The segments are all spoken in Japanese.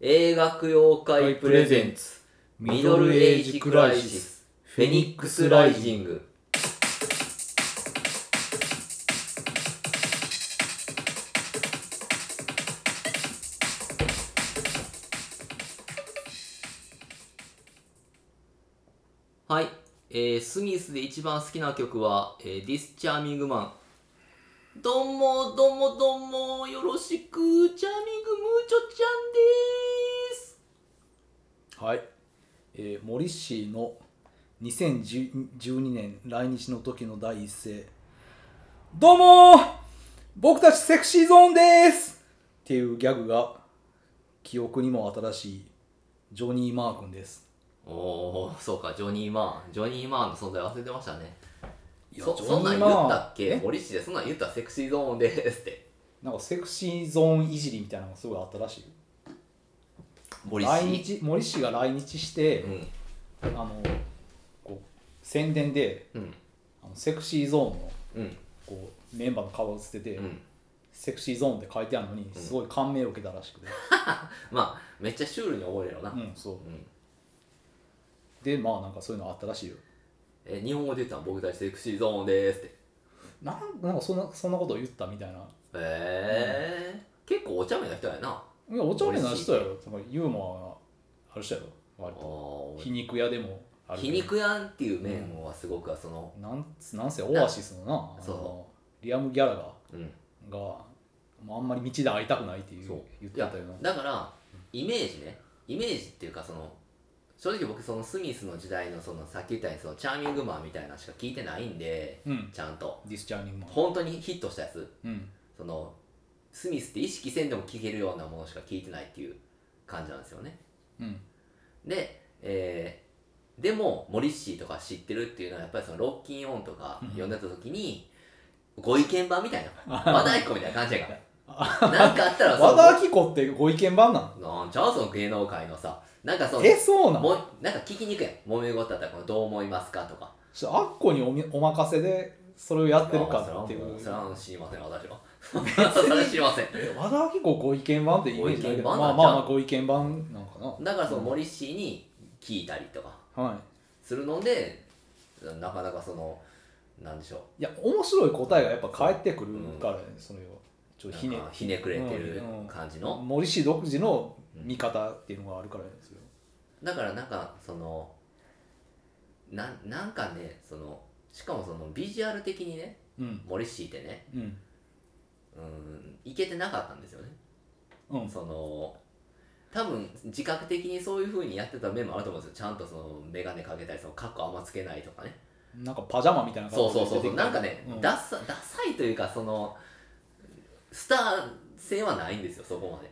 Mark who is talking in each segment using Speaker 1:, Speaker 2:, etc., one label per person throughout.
Speaker 1: 映画妖怪プレゼンツミドルエイジクライシスフェニックスライジングはい、えースミスで一番好きな曲は「えー、ディス・チャーミング・マン」どうもどうもどうもよろしくチャーミングムーチョちゃんでーす
Speaker 2: はい、えー、モリッシーの2012年来日の時の第一声どうもー僕たちセクシーゾーンですっていうギャグが記憶にも新しいジョニー・マー君です
Speaker 1: おおそうかジョニー・マーンジョニー・マーンの存在忘れてましたね
Speaker 2: いや
Speaker 1: そ
Speaker 2: ジョニー
Speaker 1: そんなん言ったっけ
Speaker 2: え
Speaker 1: 森氏でそんなん言ったらセクシーゾーンですって
Speaker 2: なんかセクシーゾーンいじりみたいなのがすごいあったらしいよ
Speaker 1: 森氏
Speaker 2: 来日モリッシーが来日して、
Speaker 1: うん
Speaker 2: あのこう宣伝で
Speaker 1: うん
Speaker 2: あのセクシーゾーンの
Speaker 1: うん
Speaker 2: こうメンバーの顔を捨てて、
Speaker 1: うん
Speaker 2: セクシーゾーンって書いてあるのにすごい感銘を受けたらしくて、
Speaker 1: まあめっちゃシュールに覚えるよな、
Speaker 2: うんそう
Speaker 1: うん
Speaker 2: でまあなんかそういうのあったらしいよ
Speaker 1: え日本語で言ったら僕たちセクシーゾーンですって
Speaker 2: なんなんかそんなそんなことを言ったみたいな
Speaker 1: ええ結構お茶目な人やな
Speaker 2: おやお茶目な人やろそのユーモアがある人やろ割
Speaker 1: あ
Speaker 2: と
Speaker 1: ー
Speaker 2: 皮肉屋でもあるけ
Speaker 1: 皮
Speaker 2: ど
Speaker 1: 肉やんっていう面はすごくはその
Speaker 2: なんなんせオアシスのなあの
Speaker 1: そ
Speaker 2: リアム・ギャラガ
Speaker 1: うん
Speaker 2: ーがもうあんまり道で会いたくないっていう
Speaker 1: そう
Speaker 2: 言っ
Speaker 1: い
Speaker 2: てた
Speaker 1: や
Speaker 2: よな
Speaker 1: だからイメージねイメージっていうかその正直僕そのスミスの時代のそのさっき言ったようにそのチャーミングマンみたいなのしか聞いてないんで
Speaker 2: うん
Speaker 1: ちゃんと
Speaker 2: ディスチャーミングマン
Speaker 1: 本当にヒットしたやつ
Speaker 2: うん
Speaker 1: そのスミスって意識せんでも聞けるようなものしか聞いてないっていう感じなんですよね
Speaker 2: うん
Speaker 1: で、えーでもモリッシーとか知ってるっていうのはやっぱりそのロッキンオンとか読んでた時にご意見番みたい な和太鼓みたいな感じやからなんかあったらその
Speaker 2: 和田アキ子ってご意見番な
Speaker 1: な
Speaker 2: の
Speaker 1: んちゃうその芸能界のさなんかその
Speaker 2: えそうなの
Speaker 1: もなんか聞きにくいやん揉め事だったらこのどう思いますかとか
Speaker 2: ちょあっこにおみお任せでそれをやってるかってい
Speaker 1: やも
Speaker 2: う
Speaker 1: それは知りません私はそれは 知りません
Speaker 2: え和田アキ子ご意見番ってイメージだけど
Speaker 1: ご意見番
Speaker 2: まあ
Speaker 1: なん
Speaker 2: まあ
Speaker 1: ちゃう
Speaker 2: まあご意見番なんかな
Speaker 1: だからその森氏に聞いたりとか
Speaker 2: はい
Speaker 1: するのでなかなかそのなんでしょう
Speaker 2: いや面白い答えがやっぱ返ってくるからね、それをちょっとひね
Speaker 1: なんかひねくれてる
Speaker 2: うんうん
Speaker 1: 感じの、
Speaker 2: 森氏独自の見方っていうのがあるからですよ、
Speaker 1: だからなんかそのなんなんかねそのしかもそのビジュアル的にね
Speaker 2: うん
Speaker 1: 森氏ってね
Speaker 2: うん
Speaker 1: うんいけてなかったんですよね
Speaker 2: うん
Speaker 1: その多分自覚的にそういうふうにやってた面もあると思うんですよちゃんとその眼鏡かけたりそのカッコあんまつけないとかね
Speaker 2: なんかパジャマみたいな
Speaker 1: そう
Speaker 2: で
Speaker 1: そうそうそうなんかね、
Speaker 2: うん
Speaker 1: ダサダサいというかそのスター性はないんですよそこまで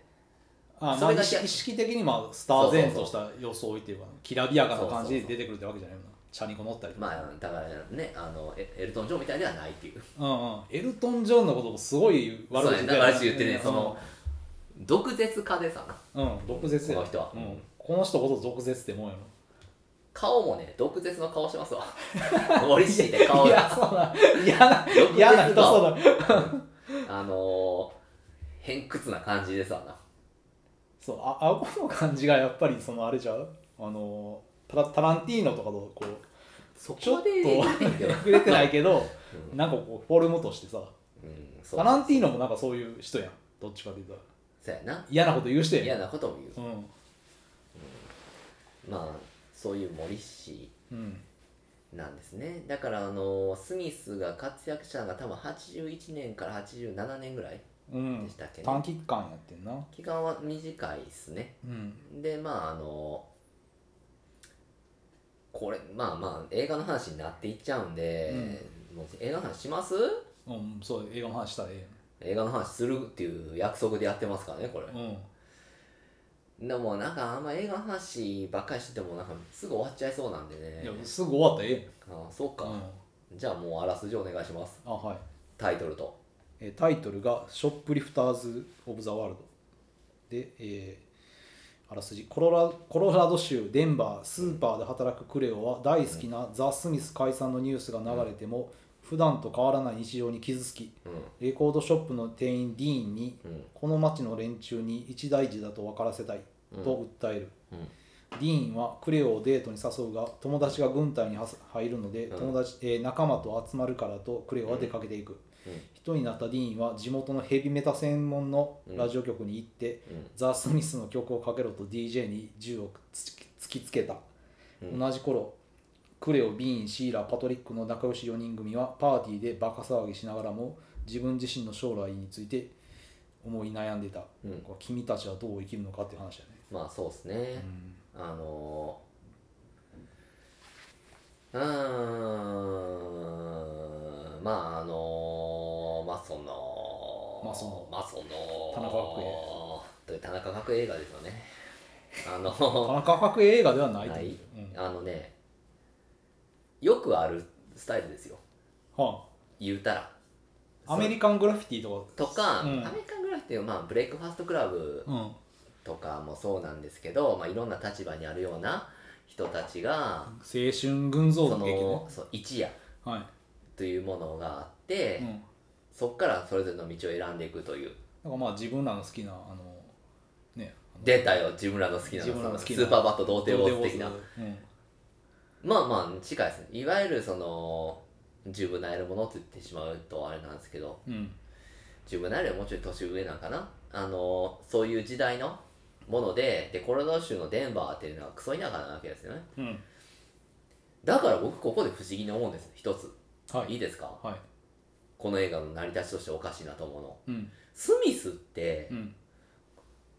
Speaker 2: あ
Speaker 1: そ
Speaker 2: まあ
Speaker 1: れ
Speaker 2: 意
Speaker 1: だけ
Speaker 2: 識意識的にまあスター前とした装いっていうかきらびやかな感じで
Speaker 1: そうそうそう
Speaker 2: 出てくるってわけじゃないもんなチャリンコ乗ったりとか、
Speaker 1: まあだからねあのエエルトン・ジョンみたいではないっていう
Speaker 2: うんうんエルトン・ジョンのこともすごい悪
Speaker 1: そう
Speaker 2: 口
Speaker 1: ね
Speaker 2: た
Speaker 1: だか
Speaker 2: よね
Speaker 1: ら言ってねその毒舌家でさな
Speaker 2: うん毒舌や
Speaker 1: この人は
Speaker 2: うん、この人ほど毒舌ってもんやろ
Speaker 1: 顔もね毒舌の顔してますわ 森氏って顔
Speaker 2: い
Speaker 1: が
Speaker 2: や、そうな、嫌な、
Speaker 1: 毒
Speaker 2: 嫌な
Speaker 1: 舌
Speaker 2: 人
Speaker 1: の
Speaker 2: そうだ。
Speaker 1: あのー偏屈な感じでさな
Speaker 2: そう、あ、顎の感じがやっぱり、そのあれじゃう、あの、タラ、タランティーノとかと、こう。
Speaker 1: そ
Speaker 2: ちょっ、
Speaker 1: ことで
Speaker 2: 触れてないけど、なんかこう、フォルムとしてさ。
Speaker 1: うんそう
Speaker 2: タランティーノもなんかそういう人やん、どっちかというと、
Speaker 1: そうやな
Speaker 2: 嫌なこと言う人やん。
Speaker 1: 嫌なことも言う
Speaker 2: うん。
Speaker 1: まあそういう森氏
Speaker 2: うん。
Speaker 1: なんですねだからあのスミスが活躍したのが多分81年から87年ぐらいうで
Speaker 2: ん
Speaker 1: し。たっけね、
Speaker 2: 短期間やってんな。
Speaker 1: 期間は短いですね
Speaker 2: うん。
Speaker 1: でまああのこれまあまあ映画の話になっていっちゃうんで、もう映画の話します
Speaker 2: うん、そう、映画の話したらえ
Speaker 1: 映画の話するっていう約束でやってますからねこれ
Speaker 2: えやん。うん。
Speaker 1: でもなんかあんま映画の話ばっかりしててもなんかすぐ終わっちゃいそうなんでね
Speaker 2: いや、すぐ終わったらええ
Speaker 1: ああそうか、
Speaker 2: やん。うん。
Speaker 1: じゃあもうあらすじお願いします
Speaker 2: あ、はい。
Speaker 1: タイトルと
Speaker 2: えータイトルが「ショップリフターズ・オブ・ザ・ワールド」で、えーあらすじコロラコロラド州デンバースーパーで働くクレオは大好きなザ・スミス解散のニュースが流れても普段と変わらない日常に傷つき
Speaker 1: う
Speaker 2: レコードショップの店員ディーンに
Speaker 1: んうん
Speaker 2: この町の連中に一大事だと分からせたいと訴える、
Speaker 1: うん
Speaker 2: ディーンはクレオをデートに誘うが友達が軍隊にはす入るので、
Speaker 1: うん
Speaker 2: 友達えー仲間と集まるからとクレオは出かけていく、
Speaker 1: うんうん
Speaker 2: 一人になったディーンは地元のヘビメタ専門のラジオ局に行って、ザ・スミスの曲をかけろと DJ に銃をつき突きつけた、
Speaker 1: うん
Speaker 2: 同じ頃クレオビーンシーラパトリックの仲良し4人組はパーティーでバカ騒ぎしながらも自分自身の将来について思い悩んでた、
Speaker 1: うん
Speaker 2: これ君たちはどう生きるのかっていう話だね、
Speaker 1: まあそうですね、あのー、うーんまああのー、まあその
Speaker 2: まあその
Speaker 1: まあその
Speaker 2: 田中角栄
Speaker 1: という田中角栄映画ですよねあ
Speaker 2: 田
Speaker 1: の
Speaker 2: 中角栄映画ではないと
Speaker 1: は
Speaker 2: いう
Speaker 1: い、
Speaker 2: うんは
Speaker 1: あのねよくあるスタイルですよ言うたら
Speaker 2: あアメリカングラフィティと
Speaker 1: とか、
Speaker 2: うん
Speaker 1: アメリカングラフィティはまあブレイクファーストクラブ
Speaker 2: か、うん、
Speaker 1: とかもそうなんですけど、まあ、いろんな立場にあるような人たちが、
Speaker 2: 青春群像
Speaker 1: そ
Speaker 2: 劇ね
Speaker 1: のそう一夜
Speaker 2: は
Speaker 1: というものがあっ
Speaker 2: い、
Speaker 1: て、
Speaker 2: うん、
Speaker 1: そこからそれぞれの道を選んでいくという
Speaker 2: なんかまあ自分らの好きなあのねあの
Speaker 1: 出たよ自分らの好きな
Speaker 2: 自分らの好きな
Speaker 1: そスーパーバット童貞王子的な
Speaker 2: 童貞王子うん
Speaker 1: まあまあ近いですねいわゆるその自分なえるものって言ってしまうとあれなんですけど
Speaker 2: うん
Speaker 1: 自分なえるはもうちょい年上なんかなあのそういう時代のものででコロラド州のデンバーっていうのはクソ田舎なわけですよね
Speaker 2: うん
Speaker 1: だから僕ここで不思議に思うんです一つ
Speaker 2: はい
Speaker 1: いいですか
Speaker 2: はい
Speaker 1: この映画の成り立ちとしておかしいなと思うの
Speaker 2: うん
Speaker 1: スミスって
Speaker 2: うん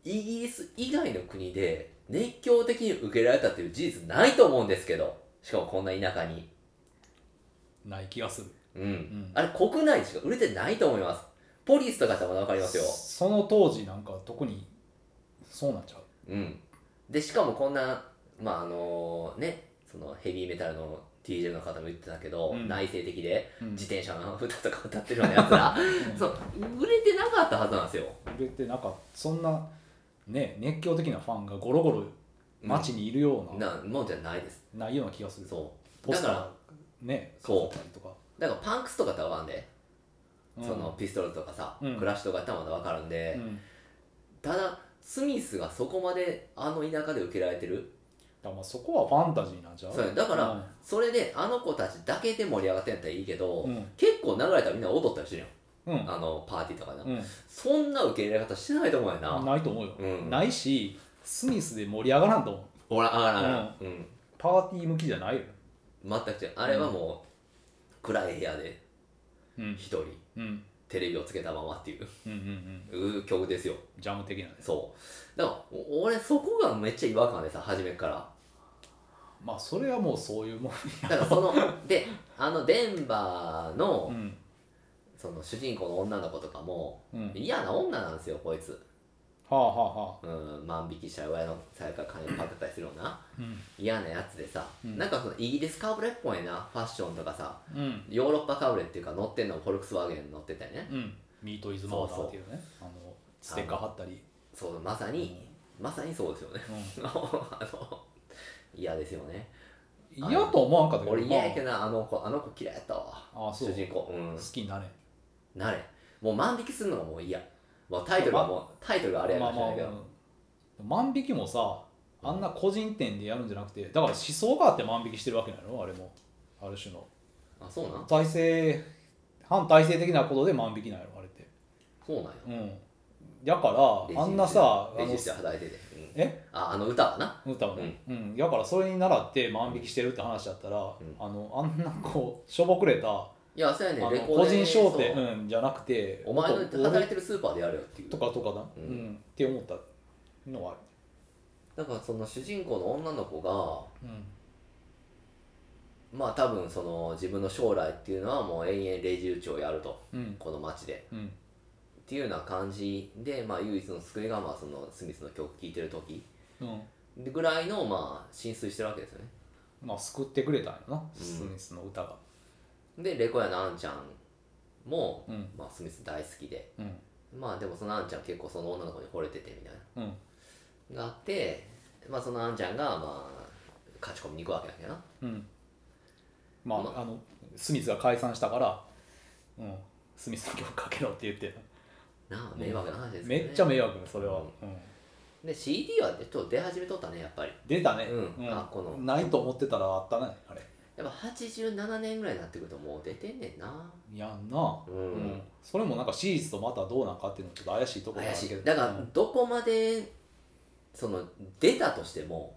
Speaker 1: イギリス以外の国で熱狂的に受けられたという事実ないと思うんですけどしかもこんな田舎に
Speaker 2: ない気がする
Speaker 1: うん、
Speaker 2: ん
Speaker 1: あれ国内しか売れてないと思いますポリスとかだったらまだ分かりますよ
Speaker 2: その当時なんか特にそうなんちゃう
Speaker 1: うんでしかもこんなまああのねそのヘビーメタルの TJ の方も言ってたけど、
Speaker 2: うん
Speaker 1: 内省的で
Speaker 2: うん
Speaker 1: 自転車の歌とか歌ってるようなやつ ら、そう売れてなかったはずなんですよ
Speaker 2: 売れてなんかそんなね熱狂的なファンがゴロゴロ街にいるような、
Speaker 1: なもんじゃないです
Speaker 2: ないような気がする
Speaker 1: そ
Speaker 2: ポスタ
Speaker 1: だ
Speaker 2: ー
Speaker 1: か
Speaker 2: ね
Speaker 1: そう
Speaker 2: 飾ったりとか
Speaker 1: うだからパンクスとかとは合わんで、
Speaker 2: うん
Speaker 1: そのピストルとかさ、
Speaker 2: うん
Speaker 1: クラッシュとかやったらまだ分かるんで、
Speaker 2: うん
Speaker 1: ただスミスがそこまであの田舎で受けられてる
Speaker 2: だからまあそこはファンタジーなんちゃう
Speaker 1: そうやねだから、
Speaker 2: うん
Speaker 1: それであの子たちだけで盛り上がってんやったらいいけど、
Speaker 2: うん
Speaker 1: 結構流れたらみんな踊ったりしてるよ、
Speaker 2: うん
Speaker 1: あのパーティーとかで、
Speaker 2: うん
Speaker 1: そんな受け入れ方してないと思うよな、
Speaker 2: ないと思うよ、
Speaker 1: うん
Speaker 2: ないしスミスで盛り上がらんと思う
Speaker 1: ほらあらあらうん、
Speaker 2: パーティー向きじゃないよ、
Speaker 1: 全く違うあれはもう、暗い部屋で
Speaker 2: うん
Speaker 1: 一人
Speaker 2: うん、うん
Speaker 1: テレビをつけたままっていう
Speaker 2: うんうん
Speaker 1: うー曲ですよ
Speaker 2: ジャム的なね
Speaker 1: そうだからお俺そこがめっちゃ違和感でさ初めから
Speaker 2: まあそれはもうそういうもん
Speaker 1: だからそのであのデンバーの
Speaker 2: ん
Speaker 1: その主人公の女の子とかも
Speaker 2: うん
Speaker 1: 嫌な女なんですよこいつ、
Speaker 2: はあはあは
Speaker 1: うん、万引きしたり親の財布から金をパクったりするような
Speaker 2: あうん
Speaker 1: 嫌なやつでさ、
Speaker 2: うん
Speaker 1: なんかそのイギリスかぶれっぽいなファッションとかさ
Speaker 2: うん
Speaker 1: ヨーロッパかぶれっていうか乗ってんのもフォルクスワーゲン乗ってたよね
Speaker 2: うんミートイズマーダーっていうねあのステッカー貼ったり
Speaker 1: そうまさに、まさにそうですよね あの嫌ですよね
Speaker 2: うん嫌とは思わんかったけど
Speaker 1: 俺嫌やけ
Speaker 2: ま
Speaker 1: どなあの子あの子嫌いやったわ
Speaker 2: あああそ
Speaker 1: 主
Speaker 2: う
Speaker 1: 人公うん
Speaker 2: 好きになれ
Speaker 1: なれもう万引きするのがもう嫌もうタイトルはもうタイトルがあれやか
Speaker 2: ま
Speaker 1: も
Speaker 2: あ
Speaker 1: しれ
Speaker 2: ま
Speaker 1: な
Speaker 2: あ
Speaker 1: いけど、
Speaker 2: うん万引きもさあんな個人店でやるんじゃなくてだから思想があって万引きしてるわけなのあれもある種の
Speaker 1: あそうなん
Speaker 2: 体制反体制的なことで万引きなんやろあれって
Speaker 1: そうなんよ
Speaker 2: うんだからあんなさあ
Speaker 1: レジ
Speaker 2: の
Speaker 1: 打ちで働いてて、うん
Speaker 2: え
Speaker 1: ああの歌はな
Speaker 2: 歌をね、うんだからそれに習って万引きしてるって話だったら、
Speaker 1: ん
Speaker 2: あのあんなこうしょぼくれた、
Speaker 1: いやそうやね
Speaker 2: あ
Speaker 1: レ
Speaker 2: の
Speaker 1: コー
Speaker 2: 個
Speaker 1: デ
Speaker 2: 人商店、
Speaker 1: そう
Speaker 2: うん、じゃなくて
Speaker 1: お前の
Speaker 2: もっと
Speaker 1: 働いてるスーパーでやるよっていう
Speaker 2: とかとかだ、
Speaker 1: う
Speaker 2: うんんって思ったのはあ
Speaker 1: だからその主人公の女の子が
Speaker 2: る、うん
Speaker 1: まあ多分その自分の将来っていうのはもう永遠レジ打ちをやると
Speaker 2: うん
Speaker 1: この街で
Speaker 2: うん
Speaker 1: っていうような感じで、まあ、唯一の救いがまあそのスミスの曲聴いてる時
Speaker 2: うん
Speaker 1: ぐらいのまあ浸水してるわけですよね
Speaker 2: まあ救ってくれたんやな、スミスの歌が、
Speaker 1: でレコヤのあんちゃんも、
Speaker 2: うん
Speaker 1: まあ、スミス大好きで
Speaker 2: うん
Speaker 1: まあでもそのあんちゃん結構その女の子に惚れててみたい
Speaker 2: うん
Speaker 1: ながあって、まあ、そのあんちゃんがまあ勝ち込みに行くわけだけどな
Speaker 2: うん、まあ、
Speaker 1: ま
Speaker 2: あのスミスが解散したから、うん、スミスの曲かけろって言って
Speaker 1: なあ迷惑な話ですよね
Speaker 2: めっちゃ迷惑それは、うん
Speaker 1: で CD はねちょっと出始めとったねやっぱり
Speaker 2: 出たね、
Speaker 1: うんあこの
Speaker 2: ないと思ってたらあったねあれ
Speaker 1: やっぱ87年ぐらいになってくるともう出てんねんない
Speaker 2: やんな、
Speaker 1: う、
Speaker 2: うんんそれもなんか史実とまたどうなんかっていうのもちょっと怪しいところ
Speaker 1: 怪し
Speaker 2: け
Speaker 1: い
Speaker 2: ど
Speaker 1: だから
Speaker 2: うん
Speaker 1: どこまでその出たとしても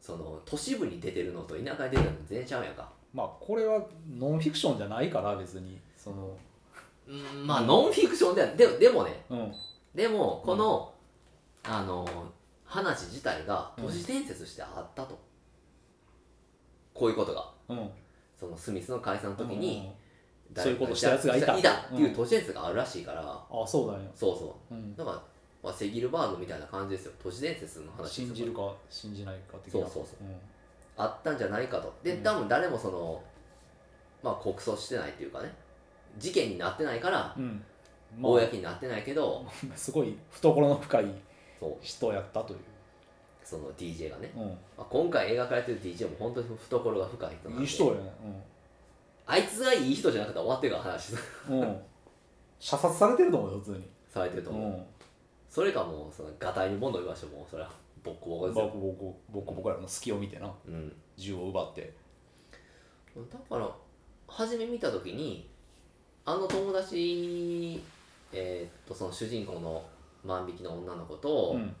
Speaker 1: その都市部に出てるのと田舎に出てるの全然ちゃうやんか
Speaker 2: まあこれはノンフィクションじゃないから別にその
Speaker 1: うんまあノンフィクションではででもね
Speaker 2: うん
Speaker 1: でもこの、あの話自体が都市伝説してあったと、こういうことが
Speaker 2: うん
Speaker 1: そのスミスの解散の時に、
Speaker 2: そういうことしたやつがいた
Speaker 1: いたっていう都市伝説があるらしいから、
Speaker 2: うんあそうだよ、
Speaker 1: そうそ
Speaker 2: うん
Speaker 1: う、だから、まあ、セギルバードみたいな感じですよ都市伝説の話ですよ
Speaker 2: 信じるか信じないか的な
Speaker 1: そうそう
Speaker 2: そうん
Speaker 1: あったんじゃないかとで
Speaker 2: うん
Speaker 1: 多分誰もその、まあ告訴してないっていうかね事件になってないから、
Speaker 2: うんまあ
Speaker 1: 公になってないけど、
Speaker 2: すごい懐の深い
Speaker 1: そう
Speaker 2: 人やったという、
Speaker 1: その DJ がね、
Speaker 2: う
Speaker 1: まあ、今回描かれてる DJ も本当に懐が深い人なん
Speaker 2: ん、
Speaker 1: で
Speaker 2: いい人やね
Speaker 1: あいつがいい人じゃなくて終わってるから話
Speaker 2: うん、うん、射殺されてると思うよ普通に
Speaker 1: されてると
Speaker 2: う
Speaker 1: 思う、
Speaker 2: ん
Speaker 1: それかもうそのガタイに物言わしてもうそれはボッコボコ
Speaker 2: ボ
Speaker 1: ですよ、
Speaker 2: コボコボコボコやの隙を見てな
Speaker 1: うん、
Speaker 2: 銃を奪って
Speaker 1: だから初め見た時にあの友達、えーっとその主人公の万引きの女の子と、
Speaker 2: うん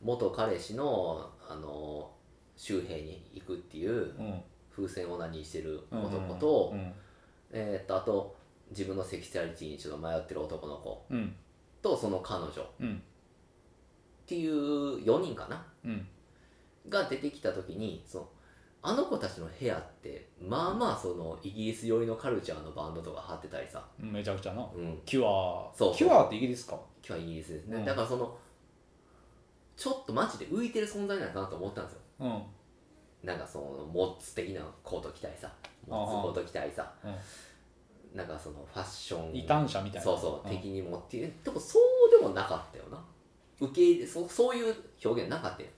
Speaker 1: 元彼氏のあの周平に行くっていう
Speaker 2: うん
Speaker 1: 風船を何してる
Speaker 2: うん
Speaker 1: 男と,、
Speaker 2: うん
Speaker 1: えーっとあと自分のセクシュアリティにちょっと迷ってる男の子
Speaker 2: うん
Speaker 1: とその彼女っ
Speaker 2: うん
Speaker 1: ていう4人かな
Speaker 2: うん
Speaker 1: が出てきた時にそのあの子たちの部屋ってまあまあそのイギリス寄りのカルチャーのバンドとか貼ってたりさ、
Speaker 2: うんめちゃくちゃな
Speaker 1: うん、
Speaker 2: キュア
Speaker 1: そう
Speaker 2: キュアってイギリスか
Speaker 1: 今日はイギリスですね、
Speaker 2: うん
Speaker 1: だからそのちょっとマジで浮いてる存在なのかなと思ったんですよ
Speaker 2: うんうん
Speaker 1: なんかそのモッツ的なコート着たりさモッツコート着たりさなんかそのファッション
Speaker 2: 異端者みたいな
Speaker 1: そうそう、
Speaker 2: ん
Speaker 1: 的にもっていうでもそうでもなかったよな受け入れそそういう表現なかったよ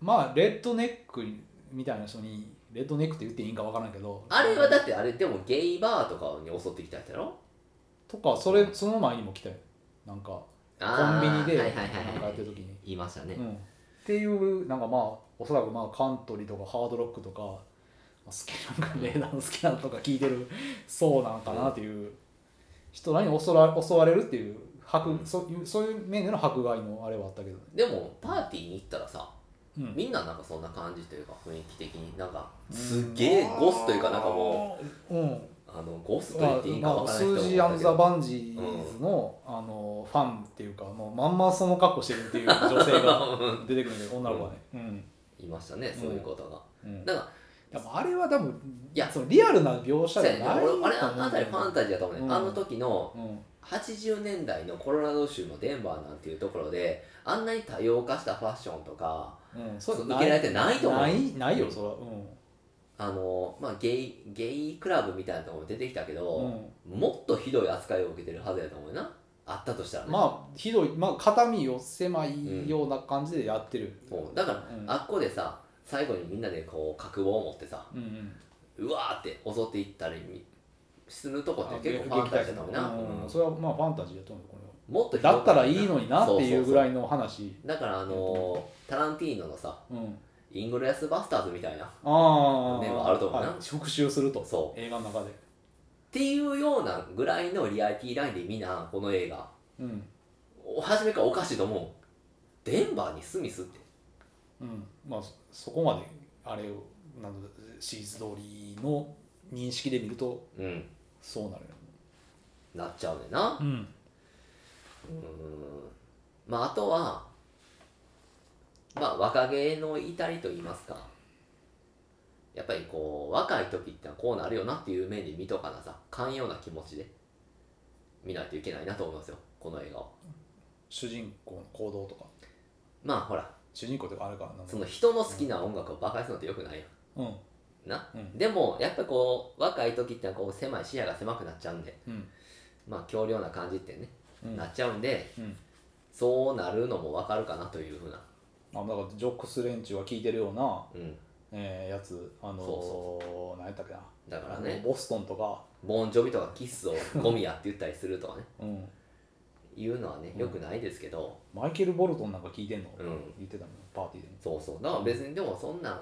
Speaker 2: まあレッドネックみたいな人にレッドネックって言っていいんかわからんけど
Speaker 1: あれはだってあれでもゲイバーとかに襲ってきたやつやろ
Speaker 2: とかそれその前にも来たよなんかコ
Speaker 1: あ
Speaker 2: ン
Speaker 1: ー
Speaker 2: ビニで
Speaker 1: は
Speaker 2: ないんか
Speaker 1: はいはい
Speaker 2: や
Speaker 1: は
Speaker 2: っ
Speaker 1: い
Speaker 2: てる時に
Speaker 1: 言いましたね、
Speaker 2: うんっていうなんかまあおそらくまあカントリーとかハードロックとかまあ好きなんかレーダーの好きなのとか聞いてるそうなんかなっていう人らに襲わ襲われるっていう迫、
Speaker 1: うん
Speaker 2: そういうそういう面での迫害のあれはあったけどね、
Speaker 1: でもパーティーに行ったらさ
Speaker 2: うん、
Speaker 1: みんななんかそんな感じというか雰囲気的になんかすげえゴスというかなんかもう
Speaker 2: う、うん、
Speaker 1: あのゴースト
Speaker 2: ま
Speaker 1: 言
Speaker 2: あ
Speaker 1: っていいか
Speaker 2: ま
Speaker 1: わ
Speaker 2: あ、
Speaker 1: から
Speaker 2: ス
Speaker 1: ない
Speaker 2: ージ
Speaker 1: 人
Speaker 2: ー
Speaker 1: も
Speaker 2: アンドザ・バンジーズの,、あのファンっていうかもうまんまその格好してるっていう女性が出てくるんだけど女の子がね、うん
Speaker 1: いましたねそういうことが、
Speaker 2: うん、
Speaker 1: なんか
Speaker 2: でもあれは多分
Speaker 1: いや
Speaker 2: そのリアルな描写
Speaker 1: そう
Speaker 2: じ
Speaker 1: や
Speaker 2: ゃ
Speaker 1: ね
Speaker 2: ない
Speaker 1: 俺俺
Speaker 2: と
Speaker 1: あの
Speaker 2: 思うんだ
Speaker 1: 辺り
Speaker 2: よ
Speaker 1: ファンタジーだと思うね、
Speaker 2: うん
Speaker 1: あの時の
Speaker 2: うん
Speaker 1: 80年代のコロラド州のデンバーなんていうところであんなに多様化したファッションとか
Speaker 2: うん、そう
Speaker 1: そういけないってないと思う
Speaker 2: ないないよそれは
Speaker 1: あの、まあ、ゲイゲイクラブみたいなところも出てきたけ
Speaker 2: うん、
Speaker 1: ど、もっとひどい扱いを受けてるはずやと思うよなあったとしたら
Speaker 2: う
Speaker 1: ね、
Speaker 2: ん、まあひどいまあ肩身を狭いような感じでやってる、
Speaker 1: そうだから、
Speaker 2: うん
Speaker 1: あっこでさ最後にみんなでこう覚悟を持ってさ
Speaker 2: うんうん、
Speaker 1: うわーって襲っていったりみするとこって結構
Speaker 2: あ
Speaker 1: ファンタジーだと思うな、
Speaker 2: うん
Speaker 1: うん
Speaker 2: それはまあファンタジーだと思うこれは
Speaker 1: もっとひど
Speaker 2: だ
Speaker 1: か
Speaker 2: ったらいいのになっていうぐら
Speaker 1: い
Speaker 2: いの話
Speaker 1: だからあのータランティーノのさ
Speaker 2: うん
Speaker 1: イングレスバスターズみたいなっ
Speaker 2: ああ
Speaker 1: 面はあると思うな
Speaker 2: はい復讐すると
Speaker 1: そ
Speaker 2: 映画の中で
Speaker 1: ていうようなぐらいのリアリティラインでみんなこの映画
Speaker 2: うん
Speaker 1: お初めからおかしいと思うデンバーにスミスって
Speaker 2: うんまあそそこまであれをなんだシーズ通りの認識で見ると
Speaker 1: うん
Speaker 2: そうなるよ、
Speaker 1: なっちゃうねんな
Speaker 2: うん、
Speaker 1: うんまああとはまあ若気の至りと言いますかやっぱりこう若い時ってのはこうなるよなっていう面で見とかなさ寛容な気持ちで見ないといけないなと思いますよこの映画を
Speaker 2: 主人公の行動とか
Speaker 1: まあほら
Speaker 2: 主人公とかあるからな
Speaker 1: その人の好きな音楽を馬鹿にするのってよくないよ
Speaker 2: うん
Speaker 1: な、
Speaker 2: うん
Speaker 1: でもやっぱこう若い時ってのはこう狭い視野が狭くなっちゃうんで
Speaker 2: うん
Speaker 1: まあ強量な感じってね、
Speaker 2: うん
Speaker 1: なっちゃうんで
Speaker 2: うん
Speaker 1: そうなるのもわかるかなというふうな
Speaker 2: あだからジョックス連中が聞いてるような、
Speaker 1: うん
Speaker 2: えーやつあのー、
Speaker 1: そう
Speaker 2: 何やったっけな
Speaker 1: だから
Speaker 2: あの
Speaker 1: ね
Speaker 2: ボストンとか、
Speaker 1: ボンジョビとかキッスをゴミやって言ったりするとかね
Speaker 2: うん、
Speaker 1: 言うのはね
Speaker 2: うん
Speaker 1: よくないですけど、
Speaker 2: マイケル・ボルトンなんか聞いてんの、
Speaker 1: うん
Speaker 2: 言ってたもんパーティーで
Speaker 1: そうそうだから別にでもそんなん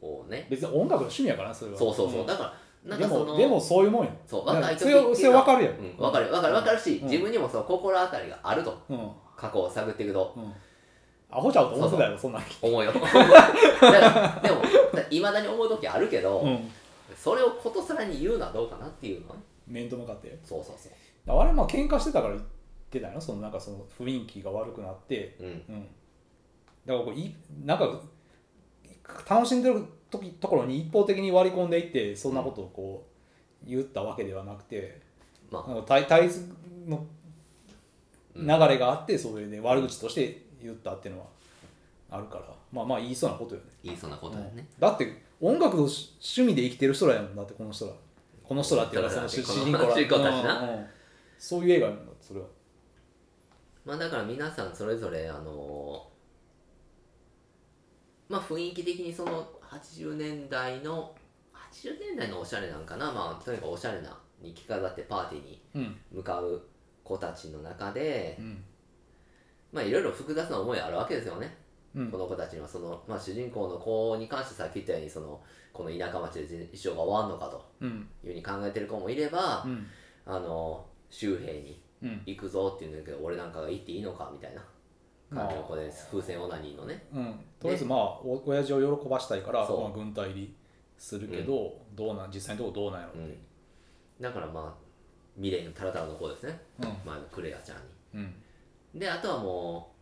Speaker 1: をね
Speaker 2: 別に音楽の趣味やからなそれは
Speaker 1: そうそうそううんだからなん
Speaker 2: で
Speaker 1: かそ
Speaker 2: も
Speaker 1: の
Speaker 2: でもそういうもんよ
Speaker 1: そう若い時
Speaker 2: それはそれは分かるやん、
Speaker 1: うん、分かる分かる分かるし、
Speaker 2: うん
Speaker 1: 自分にもその心当たりがあると
Speaker 2: うん、うん
Speaker 1: 過去を探っていくと
Speaker 2: アホちゃうと思ってたよそんなん
Speaker 1: 思 うよだからでもいまだに思う時あるけど、
Speaker 2: うん
Speaker 1: それをことさらに言うのはどうかなっていうのはね
Speaker 2: 面と向かって
Speaker 1: そうそうそ
Speaker 2: あれはまあ喧嘩してたから言ってたよなそのなんかその雰囲気が悪くなって
Speaker 1: ううん
Speaker 2: うんだからこういなんか楽しんでる時ところに一方的に割り込んでいってそんなことをこう言ったわけではなくて、
Speaker 1: ま
Speaker 2: なんか対対立の
Speaker 1: うん
Speaker 2: 流れがあってそれで悪口として言ったっていうのはあるからまあまあ言いそうなことよね
Speaker 1: あいいそうなことだよね、
Speaker 2: うんだって音楽のし趣味で生きてる人らやもんだってこの人らこの人らっていうかその主
Speaker 1: こ
Speaker 2: 主
Speaker 1: の
Speaker 2: 人公ら
Speaker 1: 主人公たちな
Speaker 2: うんうんそういう映画やもんだってそれは
Speaker 1: まあだから皆さんそれぞれあのーまあ雰囲気的にその80年代の80年代のおしゃれなんかなまあとにかくおしゃれなに着飾ってパーティーに
Speaker 2: うん
Speaker 1: 向かう子たちの中で
Speaker 2: うん
Speaker 1: まあいろいろ複雑な思いあるわけですよね、
Speaker 2: うん
Speaker 1: この子たちにはその、まあ、主人公の子に関してさっき言ったようにそのこの田舎町で一生が終わんのかと
Speaker 2: うん
Speaker 1: いうふうに考えてる子もいれば、
Speaker 2: うん
Speaker 1: あの周平に
Speaker 2: うん
Speaker 1: 行くぞって言うんだけど俺なんかが行っていいのかみたいな感じの子で
Speaker 2: あー
Speaker 1: 風船オナニーのね
Speaker 2: うんとりあえずまあお親父を喜ばしたいから、
Speaker 1: そう
Speaker 2: まあ、軍隊入りするけど、どうなん実際のところどうなんやろ
Speaker 1: う
Speaker 2: うっ
Speaker 1: ん
Speaker 2: て、
Speaker 1: だからまあミレイのタラタラの子ですね、
Speaker 2: うん
Speaker 1: 前のクレアちゃん
Speaker 2: うん
Speaker 1: にであとはも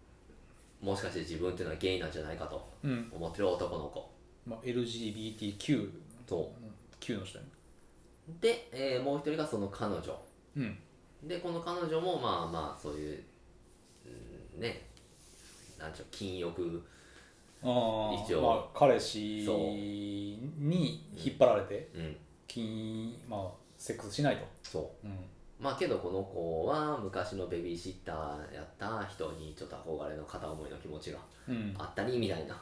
Speaker 1: うもしかして自分っていうのはゲイなんじゃないかと
Speaker 2: うん
Speaker 1: 思ってる男の子
Speaker 2: まあ、LGBTQ
Speaker 1: と
Speaker 2: Q の人やね
Speaker 1: で、えーもう一人がその彼女
Speaker 2: うん
Speaker 1: でこの彼女もまあまあそういう、うんねなんちゅう禁欲
Speaker 2: あー
Speaker 1: 一応
Speaker 2: まあ、彼氏に引っ張られて
Speaker 1: うん
Speaker 2: 金、まあ、セックスしないと、
Speaker 1: そう
Speaker 2: うん
Speaker 1: まあけどこの子は昔のベビーシッターやった人にちょっと憧れの片思いの気持ちが
Speaker 2: うん、
Speaker 1: あったりみたいな、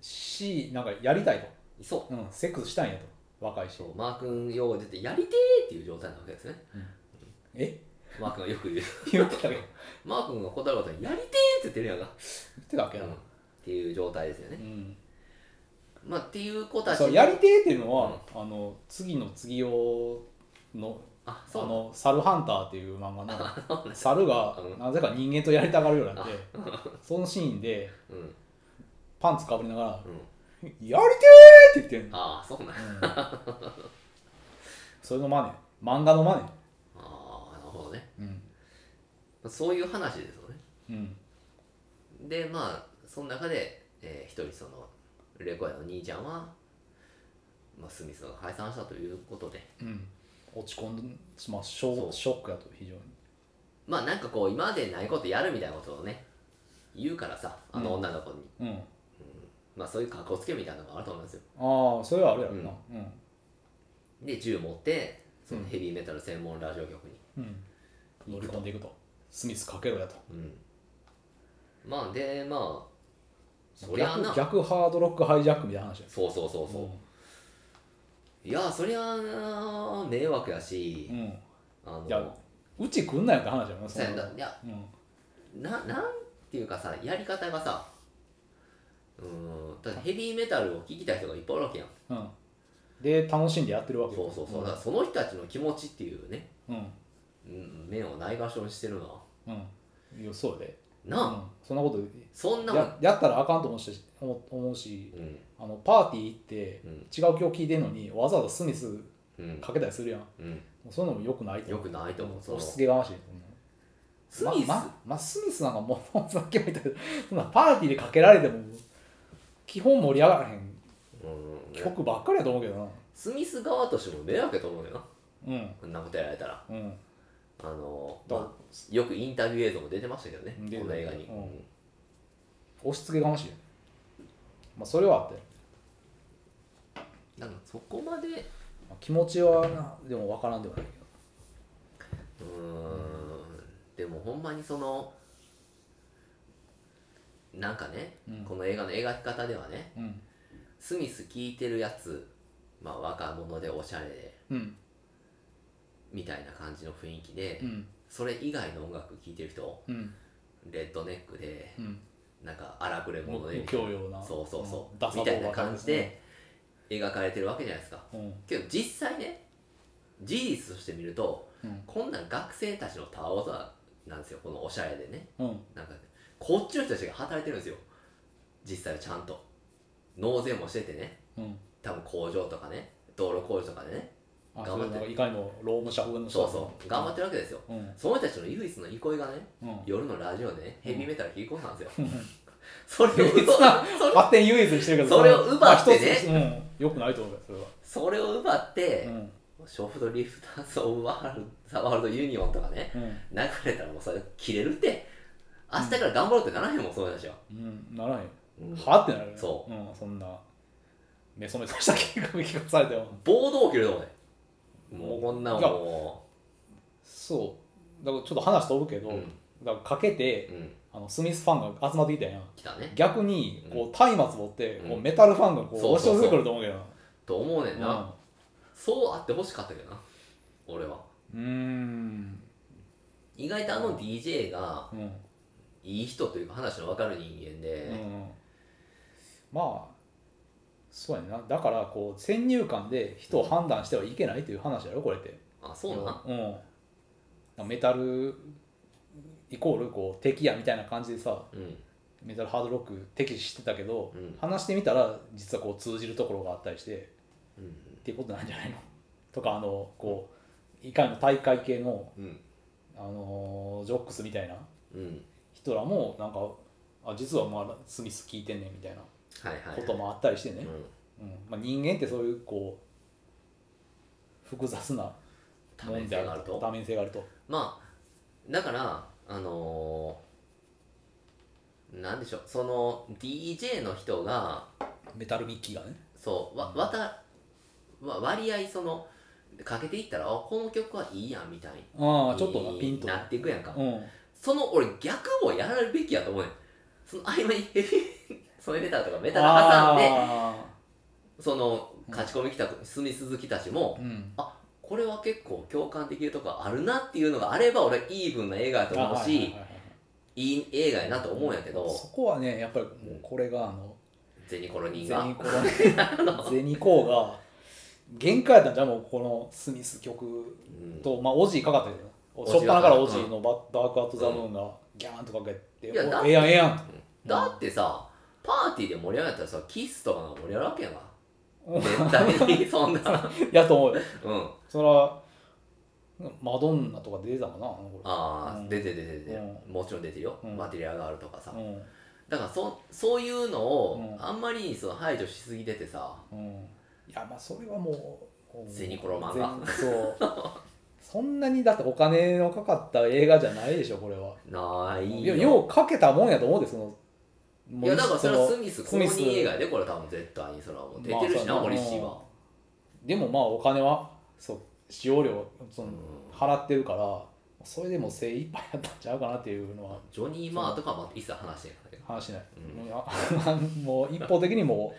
Speaker 2: しなんかやりたい
Speaker 1: そ
Speaker 2: と、うん、セックスしたいんやと若いうし
Speaker 1: そうマー君用語出てやりてーっていう状態なわけですね
Speaker 2: え
Speaker 1: マー君がよく言う
Speaker 2: 言ってたっけど
Speaker 1: マー君が答えることにやりてーって言ってるやんか、
Speaker 2: 言ってたっけ
Speaker 1: う
Speaker 2: な、
Speaker 1: んっていう状態ですよね
Speaker 2: う、ん
Speaker 1: まあっていう子たち
Speaker 2: そうやりてーっていうのは、あの次の次用の
Speaker 1: あ
Speaker 2: あ
Speaker 1: そうなの
Speaker 2: の「サルハンター」っていう漫画 の猿が
Speaker 1: うん
Speaker 2: なぜか人間とやりたがるようになってそのシーンで
Speaker 1: うんうん
Speaker 2: パンツかぶりながら「やりてー!」って言ってるの、
Speaker 1: ああそうなんや
Speaker 2: うんそれのマネ漫画のマネ
Speaker 1: ああなるほどね
Speaker 2: うん
Speaker 1: そういう話ですよね
Speaker 2: うん
Speaker 1: でまあその中で、えー一人そのレコヤの兄ちゃんは、まあ、スミスが解散したということで
Speaker 2: うん落ち込んで、まあ、ショ
Speaker 1: そう
Speaker 2: ショックやと非常に
Speaker 1: まあなんかこう今までないことやるみたいなことをね言うからさあの
Speaker 2: うん
Speaker 1: 女の子に、
Speaker 2: うん
Speaker 1: まあそういう格好つけみたいなのがあると思うんですよ
Speaker 2: ああそれはあるやろなうん
Speaker 1: で銃持ってそのヘビーメタル専門ラジオ局に、
Speaker 2: うん乗り込んでいくとスミスかけろやと
Speaker 1: うん、まあでまあそりゃあ
Speaker 2: 逆
Speaker 1: な
Speaker 2: 逆ハードロックハイジャックみたいな話や
Speaker 1: そうそうそうそう、いやそりゃあ迷惑やし
Speaker 2: う、んうん
Speaker 1: あの
Speaker 2: いやうち来んなよって話やもんな
Speaker 1: そうやんないや
Speaker 2: うん
Speaker 1: ななんていうかさやり方がさうーんだってヘビーメタルを聴きたい人がいっぱいおるわけやん
Speaker 2: うん、で楽しんでやってるわけ
Speaker 1: そうそうそうだからその人たちの気持ちっていうね
Speaker 2: うん
Speaker 1: うん面をない場所にしてるな
Speaker 2: うんいやそうやで、う
Speaker 1: なあ、
Speaker 2: ん、そんなこと
Speaker 1: そんなもん
Speaker 2: ややったらあかんと思うし思思うし
Speaker 1: うん
Speaker 2: あのパーティー行って
Speaker 1: うん
Speaker 2: 違う曲聴いてんのにわざわざスミス
Speaker 1: うん
Speaker 2: かけたりするやんも
Speaker 1: うん
Speaker 2: うそういうのもよくないと
Speaker 1: よくないと思うその
Speaker 2: 押し付けがましい
Speaker 1: スミス、
Speaker 2: まままスミスなんかもうさっきも言ったけどそんなパーティーでかけられても基本盛り上がらへん
Speaker 1: うん
Speaker 2: 曲ばっかりやと思うけどな
Speaker 1: スミス側としても迷惑やと思うよな
Speaker 2: うん
Speaker 1: こんなことやられたら
Speaker 2: うん
Speaker 1: あの、
Speaker 2: だ
Speaker 1: まあ、よくインタビュー映像も出てましたけどね
Speaker 2: 出てた
Speaker 1: この映画に、
Speaker 2: うん
Speaker 1: うん
Speaker 2: 押し付けがましい、まあ、それはあって
Speaker 1: なんかそこまで
Speaker 2: まあ気持ちはなでも分からんではないけど
Speaker 1: うーんでもほんまにそのなんかね、
Speaker 2: うん
Speaker 1: この映画の描き方ではね
Speaker 2: うん
Speaker 1: スミス聴いてるやつ、まあ、若者でおしゃれで
Speaker 2: うん
Speaker 1: みたいな感じの雰囲気で、
Speaker 2: うん
Speaker 1: それ以外の音楽聴いてる人
Speaker 2: うん
Speaker 1: レッドネックで
Speaker 2: うん
Speaker 1: なんか荒くれ
Speaker 2: も
Speaker 1: 者
Speaker 2: う
Speaker 1: で
Speaker 2: 教養な
Speaker 1: そうそうそ
Speaker 2: んダ
Speaker 1: う
Speaker 2: サ
Speaker 1: み
Speaker 2: 棒
Speaker 1: た
Speaker 2: ば
Speaker 1: い
Speaker 2: っかり
Speaker 1: な感じで描かれてるわけじゃないですか
Speaker 2: うん
Speaker 1: けど実際ね事実として見ると
Speaker 2: うん
Speaker 1: こんなん学生たちのたわごとなんですよこのおしゃれでね
Speaker 2: うん
Speaker 1: なんかこっちの人たちが働いてるんですよ実際はちゃんと納税もしててね
Speaker 2: うん
Speaker 1: 多分工場とかね道路工事とかでね
Speaker 2: あ
Speaker 1: 頑張って
Speaker 2: それいかにも労務者風の人
Speaker 1: そうそう頑張ってるわけですよ
Speaker 2: うん
Speaker 1: その人たちの唯一の憩いがね
Speaker 2: うん
Speaker 1: 夜のラジオでねヘビーメタル聴き込んだんですよ、
Speaker 2: ん
Speaker 1: それをそ
Speaker 2: 勝手に唯一にしてるけど
Speaker 1: それを奪ってね
Speaker 2: まあ一つうんよくないと思うよそれは
Speaker 1: それを奪って、
Speaker 2: うん
Speaker 1: ショフトリフターズ・オブ・ワールドザ・ワールド・ユニオンとかね
Speaker 2: うん
Speaker 1: 流れたらもうそれ切れるって明日から頑張ろうってならへんもんそういう話は、
Speaker 2: うんならへんよ
Speaker 1: うん
Speaker 2: はってなるよね、
Speaker 1: そう
Speaker 2: ん、そんなメソメソした結果 聞かされても
Speaker 1: 暴動起きると思うねもうこんなんも
Speaker 2: そうだからちょっと話飛ぶけ
Speaker 1: う
Speaker 2: ど、
Speaker 1: うん、
Speaker 2: だからかけて
Speaker 1: うん、
Speaker 2: あのスミスファンが集まってきたやん
Speaker 1: 来たね
Speaker 2: 逆にこう松明持ってこ
Speaker 1: う
Speaker 2: うんメタルファンがこう
Speaker 1: そう
Speaker 2: 押し
Speaker 1: そうそう
Speaker 2: 寄せてくると思うけど
Speaker 1: と思うねんな、
Speaker 2: な
Speaker 1: そうあってほしかったけどな俺は
Speaker 2: うんうん
Speaker 1: 意外とあの DJ が
Speaker 2: うん
Speaker 1: いい人というか話の分かる人間で、
Speaker 2: うんまあそうやなだからこう先入観で人を判断してはいけないという話やろこれって
Speaker 1: あそうなん
Speaker 2: うんメタルイコールこう敵やみたいな感じでさ
Speaker 1: うん
Speaker 2: メタルハードロック敵視してたけど、
Speaker 1: うん
Speaker 2: 話してみたら実はこう通じるところがあったりして
Speaker 1: うん
Speaker 2: っていうことなんじゃないのとかあのこういかにも大会系の、
Speaker 1: うん
Speaker 2: あのージョックスみたいな
Speaker 1: うん
Speaker 2: 人らもなんかあ実はまあスミス聞いてんねんみたいな
Speaker 1: はいはい、はい、
Speaker 2: こともあったりしてね、
Speaker 1: うん
Speaker 2: うんまあ、人間ってそういうこう複雑な
Speaker 1: 多面性があると
Speaker 2: 多面性があると
Speaker 1: まあだからあのーなんでしょうその DJ の人が
Speaker 2: メタルミッキーがね
Speaker 1: そうわわたわ割合そのかけていったらあこの曲はいいやんみたいに
Speaker 2: ああちょっとなピンと
Speaker 1: なっていくやんか、
Speaker 2: うん
Speaker 1: その俺逆もやられるべきやと思うねんその合間にヘビー そのメタルとかメタル挟んで
Speaker 2: あ
Speaker 1: その勝ち込み来たスミス好きたちも
Speaker 2: ーうん
Speaker 1: これは結構共感できるとこあるなっていうのがあれば俺イーブンな映画やと思う
Speaker 2: あはいはい
Speaker 1: し
Speaker 2: はいはい
Speaker 1: いい映画やなと思うんやけど
Speaker 2: そこはねやっぱりもうこれがあの
Speaker 1: ゼニコロニー
Speaker 2: ゼニ
Speaker 1: が
Speaker 2: コ がゼニコが限界だったんじゃんもうこのスミス曲
Speaker 1: うん
Speaker 2: とまあオジーかかったけど
Speaker 1: オジー
Speaker 2: しょっぱなから
Speaker 1: うん
Speaker 2: オジーのバ「ダークアウト・ザ・ムーン」がギャーンとかけて「
Speaker 1: いやだ
Speaker 2: おええやんええやん
Speaker 1: だってさパーティーで盛り上がったらさキスとかが盛り上がるわけやな」
Speaker 2: うん
Speaker 1: 絶対にそん な
Speaker 2: やと思うよ
Speaker 1: うん
Speaker 2: それはマドンナとか出てたかなあの頃
Speaker 1: ああ
Speaker 2: うん
Speaker 1: 出て出て出て
Speaker 2: う
Speaker 1: もちろん出てるよ
Speaker 2: うん
Speaker 1: マテリアがあるとかさ
Speaker 2: うん
Speaker 1: だからそそういうのを
Speaker 2: うん
Speaker 1: あんまりその排除しすぎててさ
Speaker 2: うんいやまあそれはもううん
Speaker 1: ゼニコロ漫画
Speaker 2: ゼニそう そんなにだってお金のかかった映画じゃないでしょこれは
Speaker 1: ないい
Speaker 2: や
Speaker 1: よ
Speaker 2: ようかけたもんやと思うでその
Speaker 1: いやだからそれはス
Speaker 2: の
Speaker 1: ミス公
Speaker 2: スミス
Speaker 1: 認映画やでこれ多分絶対にそれはもう出てるしな
Speaker 2: まあそう
Speaker 1: モリシーは
Speaker 2: でもまあお金はそう使用料その
Speaker 1: うん
Speaker 2: 払ってるからそれでも精一杯やったんちゃうかなっていうのは
Speaker 1: ジョニー・マーとかはまた一切話してないからね
Speaker 2: 話しない、
Speaker 1: うん
Speaker 2: いや もう一方的にもう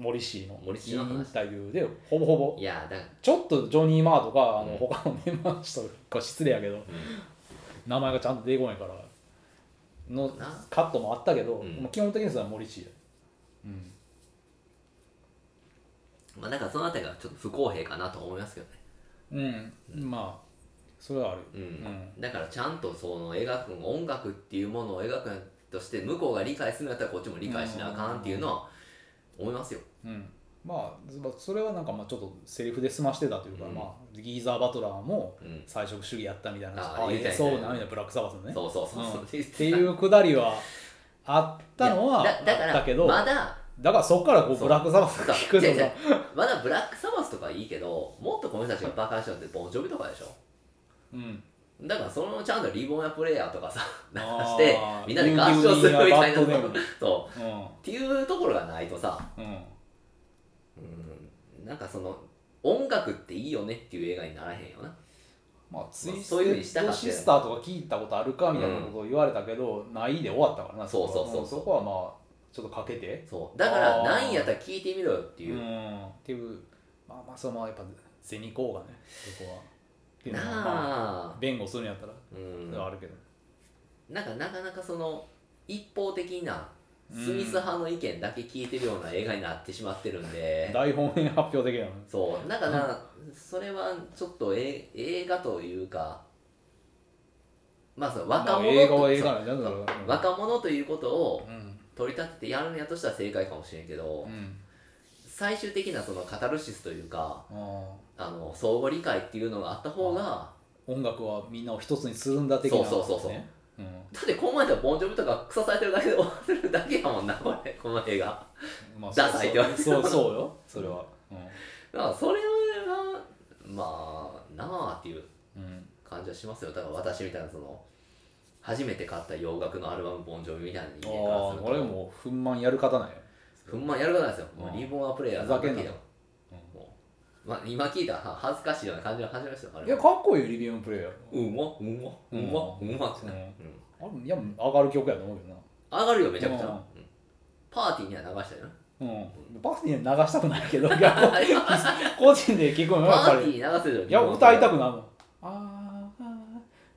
Speaker 2: モリシーの
Speaker 1: モリシーの話
Speaker 2: インタビューでほぼほぼ
Speaker 1: いやだから
Speaker 2: ちょっとジョニー・マーとかあの
Speaker 1: うん
Speaker 2: 他のメンバーの人が失礼やけど、名前がちゃんと出てこないからの
Speaker 1: な
Speaker 2: カットもあったけど、
Speaker 1: うん
Speaker 2: もう基本的にそれはモリシーやうん
Speaker 1: まあだからそのあたりがちょっと不公平かなと思いますけどね
Speaker 2: うん、まあそれはあるよ
Speaker 1: うん
Speaker 2: うん
Speaker 1: だからちゃんとその描く音楽っていうものを描くとして向こうが理解するんだったらこっちも理解しなあかんっていうのは思いますよ、
Speaker 2: うんまあずまあそれはなんかまあちょっとセリフで済ましてたというか、
Speaker 1: うん
Speaker 2: まあ、ギーザー・バトラーも
Speaker 1: うん、
Speaker 2: 菜食主義やったみたいな
Speaker 1: あー
Speaker 2: あ
Speaker 1: 言うたよ
Speaker 2: え
Speaker 1: ね
Speaker 2: そうなみたいなブラック・サバスのね
Speaker 1: そうそうそうそう、
Speaker 2: うん
Speaker 1: って
Speaker 2: っていうくだりはあったのはあ
Speaker 1: だだか
Speaker 2: った
Speaker 1: ら
Speaker 2: けど
Speaker 1: ま
Speaker 2: だ
Speaker 1: だ
Speaker 2: からそこからこう
Speaker 1: そう
Speaker 2: ブラック・サバス
Speaker 1: だ
Speaker 2: 聞く
Speaker 1: 違う
Speaker 2: の
Speaker 1: 違う
Speaker 2: が
Speaker 1: まだブラックサバスとかはいいけどもっとこの人たちがバカにしたのってボンジョビとかでしょ
Speaker 2: うん
Speaker 1: だからそのちゃんとリボンやプレイヤーとかさ流
Speaker 2: あー
Speaker 1: してみんなで合唱するみたいな
Speaker 2: ユーギーニアバッドネーム
Speaker 1: そう
Speaker 2: うん
Speaker 1: っていうところがないとさ
Speaker 2: うん
Speaker 1: うんなんかその音楽っていいよねっていう映画にならへんよな
Speaker 2: まあ、ツイス
Speaker 1: そういうふうにし
Speaker 2: テ
Speaker 1: た
Speaker 2: ッ
Speaker 1: か
Speaker 2: ド
Speaker 1: ったよ
Speaker 2: シスターとか聞いたことあるかみたいなことを言われたけど、ないで終わったからなこは
Speaker 1: そうそうそうそうん
Speaker 2: そこはまあちょっとかけて
Speaker 1: そうだから
Speaker 2: あー
Speaker 1: 何やったら聞いてみろよっていう
Speaker 2: うんっていうまあまあそのままやっぱ銭行がねそこはっていうの
Speaker 1: な
Speaker 2: は、まあ、
Speaker 1: あ、
Speaker 2: 弁護するんやったら、
Speaker 1: うん、
Speaker 2: あるけど
Speaker 1: なんかなかなかその一方的な
Speaker 2: うん
Speaker 1: スミス派の意見だけ聞いてるような映画になってしまってるんで、
Speaker 2: 大本営発表的なの
Speaker 1: そうなんかな、それはちょっとえ映画というかまあその若
Speaker 2: まあ映
Speaker 1: 者
Speaker 2: 画は映画
Speaker 1: と
Speaker 2: なんだろう
Speaker 1: そう若者ということを
Speaker 2: うん
Speaker 1: 取り立ててやるんやとしたら正解かもしれんけど、
Speaker 2: うん
Speaker 1: 最終的なそのカタルシスというか
Speaker 2: あー
Speaker 1: あの相互理解っていうのがあった方が
Speaker 2: 音楽はみんなを一つにするんだ的な、ね、
Speaker 1: そうそうそうそう
Speaker 2: うん、
Speaker 1: だってこの前のボンジョビとか腐されてるだけで終わってるだけやもんなこれこの映画
Speaker 2: まあ
Speaker 1: ダサいって言われてる
Speaker 2: そうそうそうよそれは
Speaker 1: だからそれはまあなあっていう
Speaker 2: うん、うん
Speaker 1: 感じはしますよだから私みたいなその初めて買った洋楽のアルバムボンジョビみたいな人間から
Speaker 2: あ
Speaker 1: す
Speaker 2: あ
Speaker 1: ると
Speaker 2: 俺もう憤懣やる方なんよ
Speaker 1: ふんまんやることないですよ、もう
Speaker 2: うん
Speaker 1: リボンはプレイヤー
Speaker 2: ふざけんな
Speaker 1: だもう、まあ、今聞いたらは恥ずかしいような感じの話ですよあ
Speaker 2: いや
Speaker 1: れ
Speaker 2: かっこいいよリビウムプレイヤー
Speaker 1: うまうまうまうまってな、う
Speaker 2: う
Speaker 1: んん
Speaker 2: あれいや上がる曲やと思うけどな
Speaker 1: 上がるよめちゃくちゃ、
Speaker 2: うん
Speaker 1: うんパーティーには流したよな
Speaker 2: うん、パーティーには流したくないけど いや個人で聞く
Speaker 1: パ
Speaker 2: のはやっぱ
Speaker 1: ーテ
Speaker 2: り
Speaker 1: ィー流せるよ
Speaker 2: いや歌いたく
Speaker 1: い
Speaker 2: なるのああ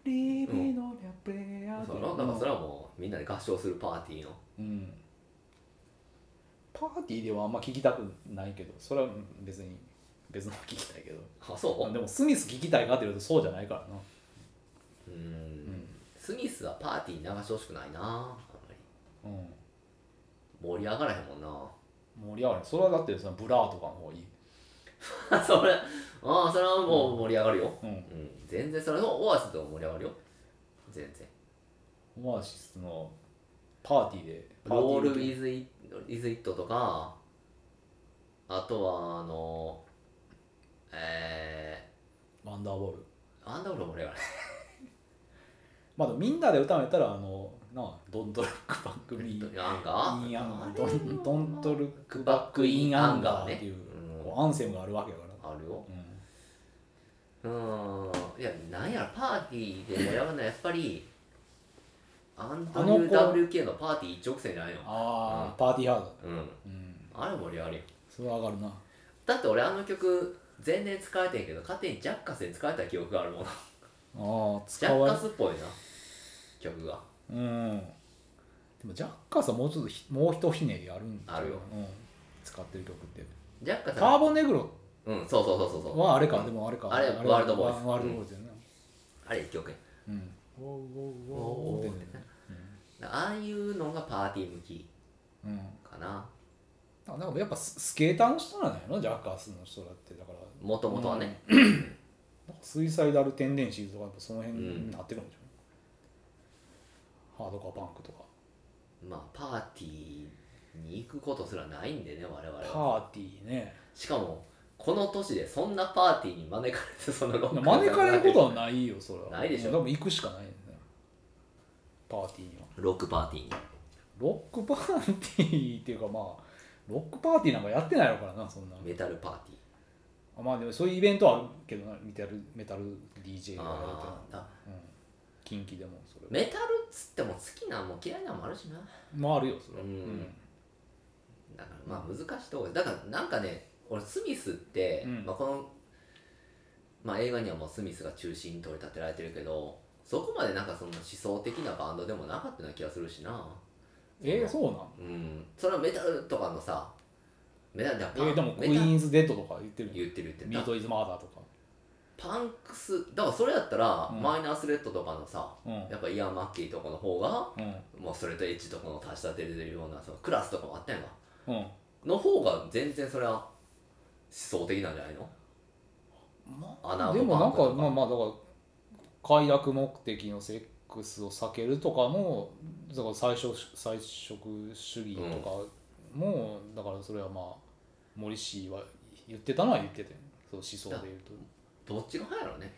Speaker 2: リビのリャプレイヤー
Speaker 1: そうだからそれはもうみんなで合唱するパーティーの
Speaker 2: うんパーティーではあんま聞きたくないけどそれはうん別に別の聞きたいけど
Speaker 1: あそう
Speaker 2: でもスミス聞きたいかっていうとそうじゃないからな
Speaker 1: うんスミスはパーティーに流してほしくないなあんまり
Speaker 2: うん
Speaker 1: 盛り上がらへんもんな
Speaker 2: 盛り上がるそれはだってそのブラーとかの方がいい、
Speaker 1: それああそれはもう盛り上がるよ、
Speaker 2: うん、
Speaker 1: うん全然それオアシスとも盛り上がるよ全然
Speaker 2: オアシスのパーティーでパ
Speaker 1: ロー
Speaker 2: ーティ
Speaker 1: ル・
Speaker 2: ー
Speaker 1: イズ・イットとかあとはあのえ
Speaker 2: ワンダーボール
Speaker 1: ー、アンダーボールも盛り上がる
Speaker 2: まあでもみんなで歌うんやったらあのなあドントルックバックミ ー
Speaker 1: なんか
Speaker 2: インアンガー
Speaker 1: あれ
Speaker 2: ドンドントルックバックインアンガーっていう,、
Speaker 1: うん
Speaker 2: こうアンセムがあるわけやから、
Speaker 1: あるよ
Speaker 2: うん
Speaker 1: うーんいやなんやろパーティーで盛り上がるのはやっぱりアン
Speaker 2: あの子
Speaker 1: WWK のパーティー一直線じゃないの
Speaker 2: ああ、パーティーハード
Speaker 1: うん
Speaker 2: うん
Speaker 1: あれ盛り上がるよ
Speaker 2: それは上がるな
Speaker 1: だって俺あの曲全然使えてんけど勝手にジャッカスに使えた記憶があるもん
Speaker 2: ああ
Speaker 1: ジ
Speaker 2: 使
Speaker 1: ャッ
Speaker 2: わ
Speaker 1: カ
Speaker 2: れ
Speaker 1: スっぽいな曲が
Speaker 2: うんでもジャッカスはもうちょっとひもうひとひねりあるんだ
Speaker 1: あるよ、
Speaker 2: うん、使ってる曲って
Speaker 1: ジャッカス
Speaker 2: カーボンネグロ
Speaker 1: うんそうそうそうそうそう
Speaker 2: はあれか、でもあれか
Speaker 1: あれワールドボーイズ
Speaker 2: ワールドボーイズだよね
Speaker 1: あれ一曲や
Speaker 2: うん、ウォーウォーウォー
Speaker 1: お
Speaker 2: っ
Speaker 1: ー
Speaker 2: て
Speaker 1: っ
Speaker 2: ね
Speaker 1: てねああいうのがパーティー向き
Speaker 2: うん、
Speaker 1: かな
Speaker 2: うん、なんかやっぱススケーターの人なんやろジャッカスの人だってだから
Speaker 1: もともとはね、
Speaker 2: なんかスイサイダルテンデンシーズとかやっぱその辺
Speaker 1: うん
Speaker 2: になってくるんでしょ、ハードコアパンクとか
Speaker 1: まあパーティーに行くことすらないんでね我々
Speaker 2: パ
Speaker 1: は
Speaker 2: ーティーね
Speaker 1: しかもこの年でそんなパーティーに招かれてそのロッ
Speaker 2: い
Speaker 1: ク
Speaker 2: や
Speaker 1: ンロール
Speaker 2: 招かれることはないよそれは
Speaker 1: ないでしょ
Speaker 2: 多分行くしかないよねパーティーには
Speaker 1: ロックパーティーに
Speaker 2: ロックパーティーっていうかまあロックパーティーなんかやってないのからなそんな
Speaker 1: メタルパーティー
Speaker 2: あまあでもそういうイベントはあるけどなメタルメタル DJ がやると
Speaker 1: あーあ
Speaker 2: うん近畿でもそれ
Speaker 1: メタルっつっても好きなんも嫌いなんもあるしな
Speaker 2: まああるよそれは
Speaker 1: うんだからまあ難しいとこだからなんかね俺スミスって、
Speaker 2: うん
Speaker 1: まあ、この、まあ、映画にはもうスミスが中心に取り立てられてるけどそこまでなんかその思想的なバンドでもなかったような気がするしな
Speaker 2: えー、そうなん
Speaker 1: うんそれはメタルとかのさメタルじゃ
Speaker 2: え
Speaker 1: パン、
Speaker 2: ー、でもク
Speaker 1: メ
Speaker 2: イ
Speaker 1: タ
Speaker 2: ーンズデッドとか言ってるよ
Speaker 1: 言ってる言ってる
Speaker 2: ミ
Speaker 1: だ
Speaker 2: ートイズマーダーとか
Speaker 1: パンクスだからそれやったら、
Speaker 2: うん
Speaker 1: マイナースレッドとかのさ
Speaker 2: うん
Speaker 1: やっぱイアン・マッキーとかの方が
Speaker 2: う
Speaker 1: もうそれとエッジとかの足し立てるようなそのクラスとかもあったやんか
Speaker 2: んうん
Speaker 1: の方が全然それは思想的なんじゃないの
Speaker 2: ま
Speaker 1: アナ
Speaker 2: あ、
Speaker 1: ウン
Speaker 2: で
Speaker 1: ド
Speaker 2: もな
Speaker 1: バ
Speaker 2: ん
Speaker 1: ン
Speaker 2: か
Speaker 1: クとか
Speaker 2: まあまあだから快楽目的のセックスを避けるとかもだから菜食菜食主義とかも、だからそれはまあ森氏は言ってたのは言っててそう思想で言うと。
Speaker 1: どっちが早いのね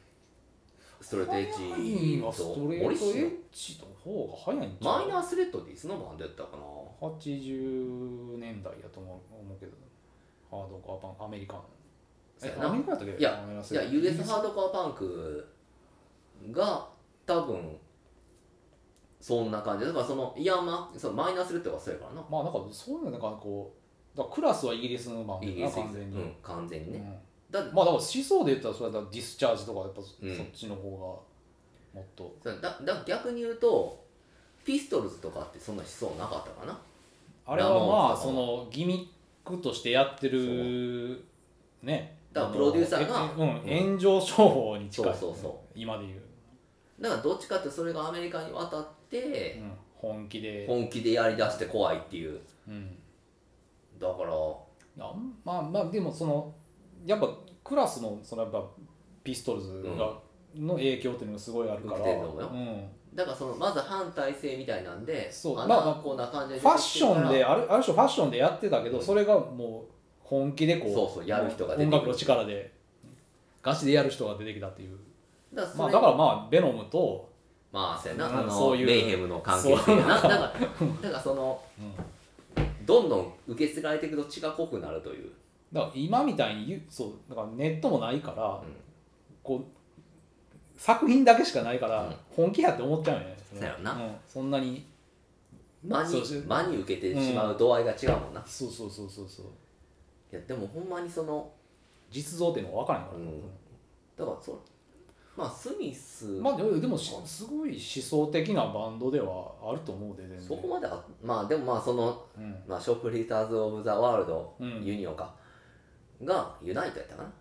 Speaker 1: ストレートエ
Speaker 2: いい
Speaker 1: ッ
Speaker 2: わ
Speaker 1: ジ
Speaker 2: スト
Speaker 1: と
Speaker 2: レー
Speaker 1: 森
Speaker 2: トエ
Speaker 1: 氏
Speaker 2: ッジの方が早いん
Speaker 1: マイ
Speaker 2: う
Speaker 1: ナースレッドっていつのバンドやったかな
Speaker 2: 80年代やと思う思うけどハードコアパンアメリカン
Speaker 1: そう
Speaker 2: え
Speaker 1: やな
Speaker 2: アメリカンやったっけ
Speaker 1: いや
Speaker 2: アメリカ
Speaker 1: いや US ハードコアパンクが多分そんな感じだからそのいやまあそのマイナースレッドがそうやからな
Speaker 2: まあなんかそういうのなんかこうだからクラスはイギリスの番
Speaker 1: イ
Speaker 2: 組
Speaker 1: ギリ
Speaker 2: だな
Speaker 1: スイギリス
Speaker 2: 完全
Speaker 1: う
Speaker 2: に、
Speaker 1: ん完全にね、だだ
Speaker 2: まあだから思想で言ったらそれはだからディスチャージとかやっぱそ,、
Speaker 1: うん
Speaker 2: っちの方がもっと
Speaker 1: そうだだ逆に言うとピストルズとかってそんな思想なかったかな
Speaker 2: あれはまあ
Speaker 1: そ
Speaker 2: そうのギミックとしてやってるね
Speaker 1: だから
Speaker 2: あの
Speaker 1: プロデューサーが
Speaker 2: えうん、炎上商法に近い、
Speaker 1: そうそうそ
Speaker 2: 今で言う、
Speaker 1: だからどっちかってそれがアメリカに渡って
Speaker 2: うん、本気で、
Speaker 1: 本気でやりだして怖いっていう
Speaker 2: うん、
Speaker 1: だから
Speaker 2: あんまあまあでもそのやっぱクラスのそのやっぱピストルズが、の影響っていうのがすごいあるから、
Speaker 1: 受けてると思うよ
Speaker 2: うん
Speaker 1: だからそのまず反体制みたいなんで
Speaker 2: そう
Speaker 1: あ
Speaker 2: まあ
Speaker 1: のこんな感じで
Speaker 2: ファッションであるある種ファッションでやってたけど、
Speaker 1: うん
Speaker 2: それがもう本気でこう
Speaker 1: そうそうやる人が出て
Speaker 2: 音
Speaker 1: くる
Speaker 2: 楽の力でガチでやる人が出てきたっていう、
Speaker 1: だからそ
Speaker 2: まあ、
Speaker 1: れ
Speaker 2: だからまあベノムと、
Speaker 1: まあそうやな、
Speaker 2: うん
Speaker 1: あの
Speaker 2: そういう
Speaker 1: メイヘムの関係性やなだ からだからその
Speaker 2: うん
Speaker 1: どんどん受け継がれていくと血が濃くなるという、
Speaker 2: だから今みたいに言うそうだからネットもないから、
Speaker 1: ん
Speaker 2: こう作品だけしかないから、
Speaker 1: うん
Speaker 2: 本気やって思っちゃうよね
Speaker 1: そうやろなん
Speaker 2: そんなに
Speaker 1: 間
Speaker 2: そ
Speaker 1: に
Speaker 2: うそう
Speaker 1: 間に受けてしまう度合いが違うもんな、い
Speaker 2: そうそうそうそうそう
Speaker 1: やでもほんまにその
Speaker 2: 実像っていうのが分からへんから、
Speaker 1: うんだからそまあスミス、
Speaker 2: まあでもでもしすごい思想的なバンドではあると思うで全然
Speaker 1: そこまではまあでもまあその、
Speaker 2: うん
Speaker 1: まあ、ショープリーターズ・オブ・ザ・ワールド、
Speaker 2: うん
Speaker 1: ユニオンかがユナイトやったかな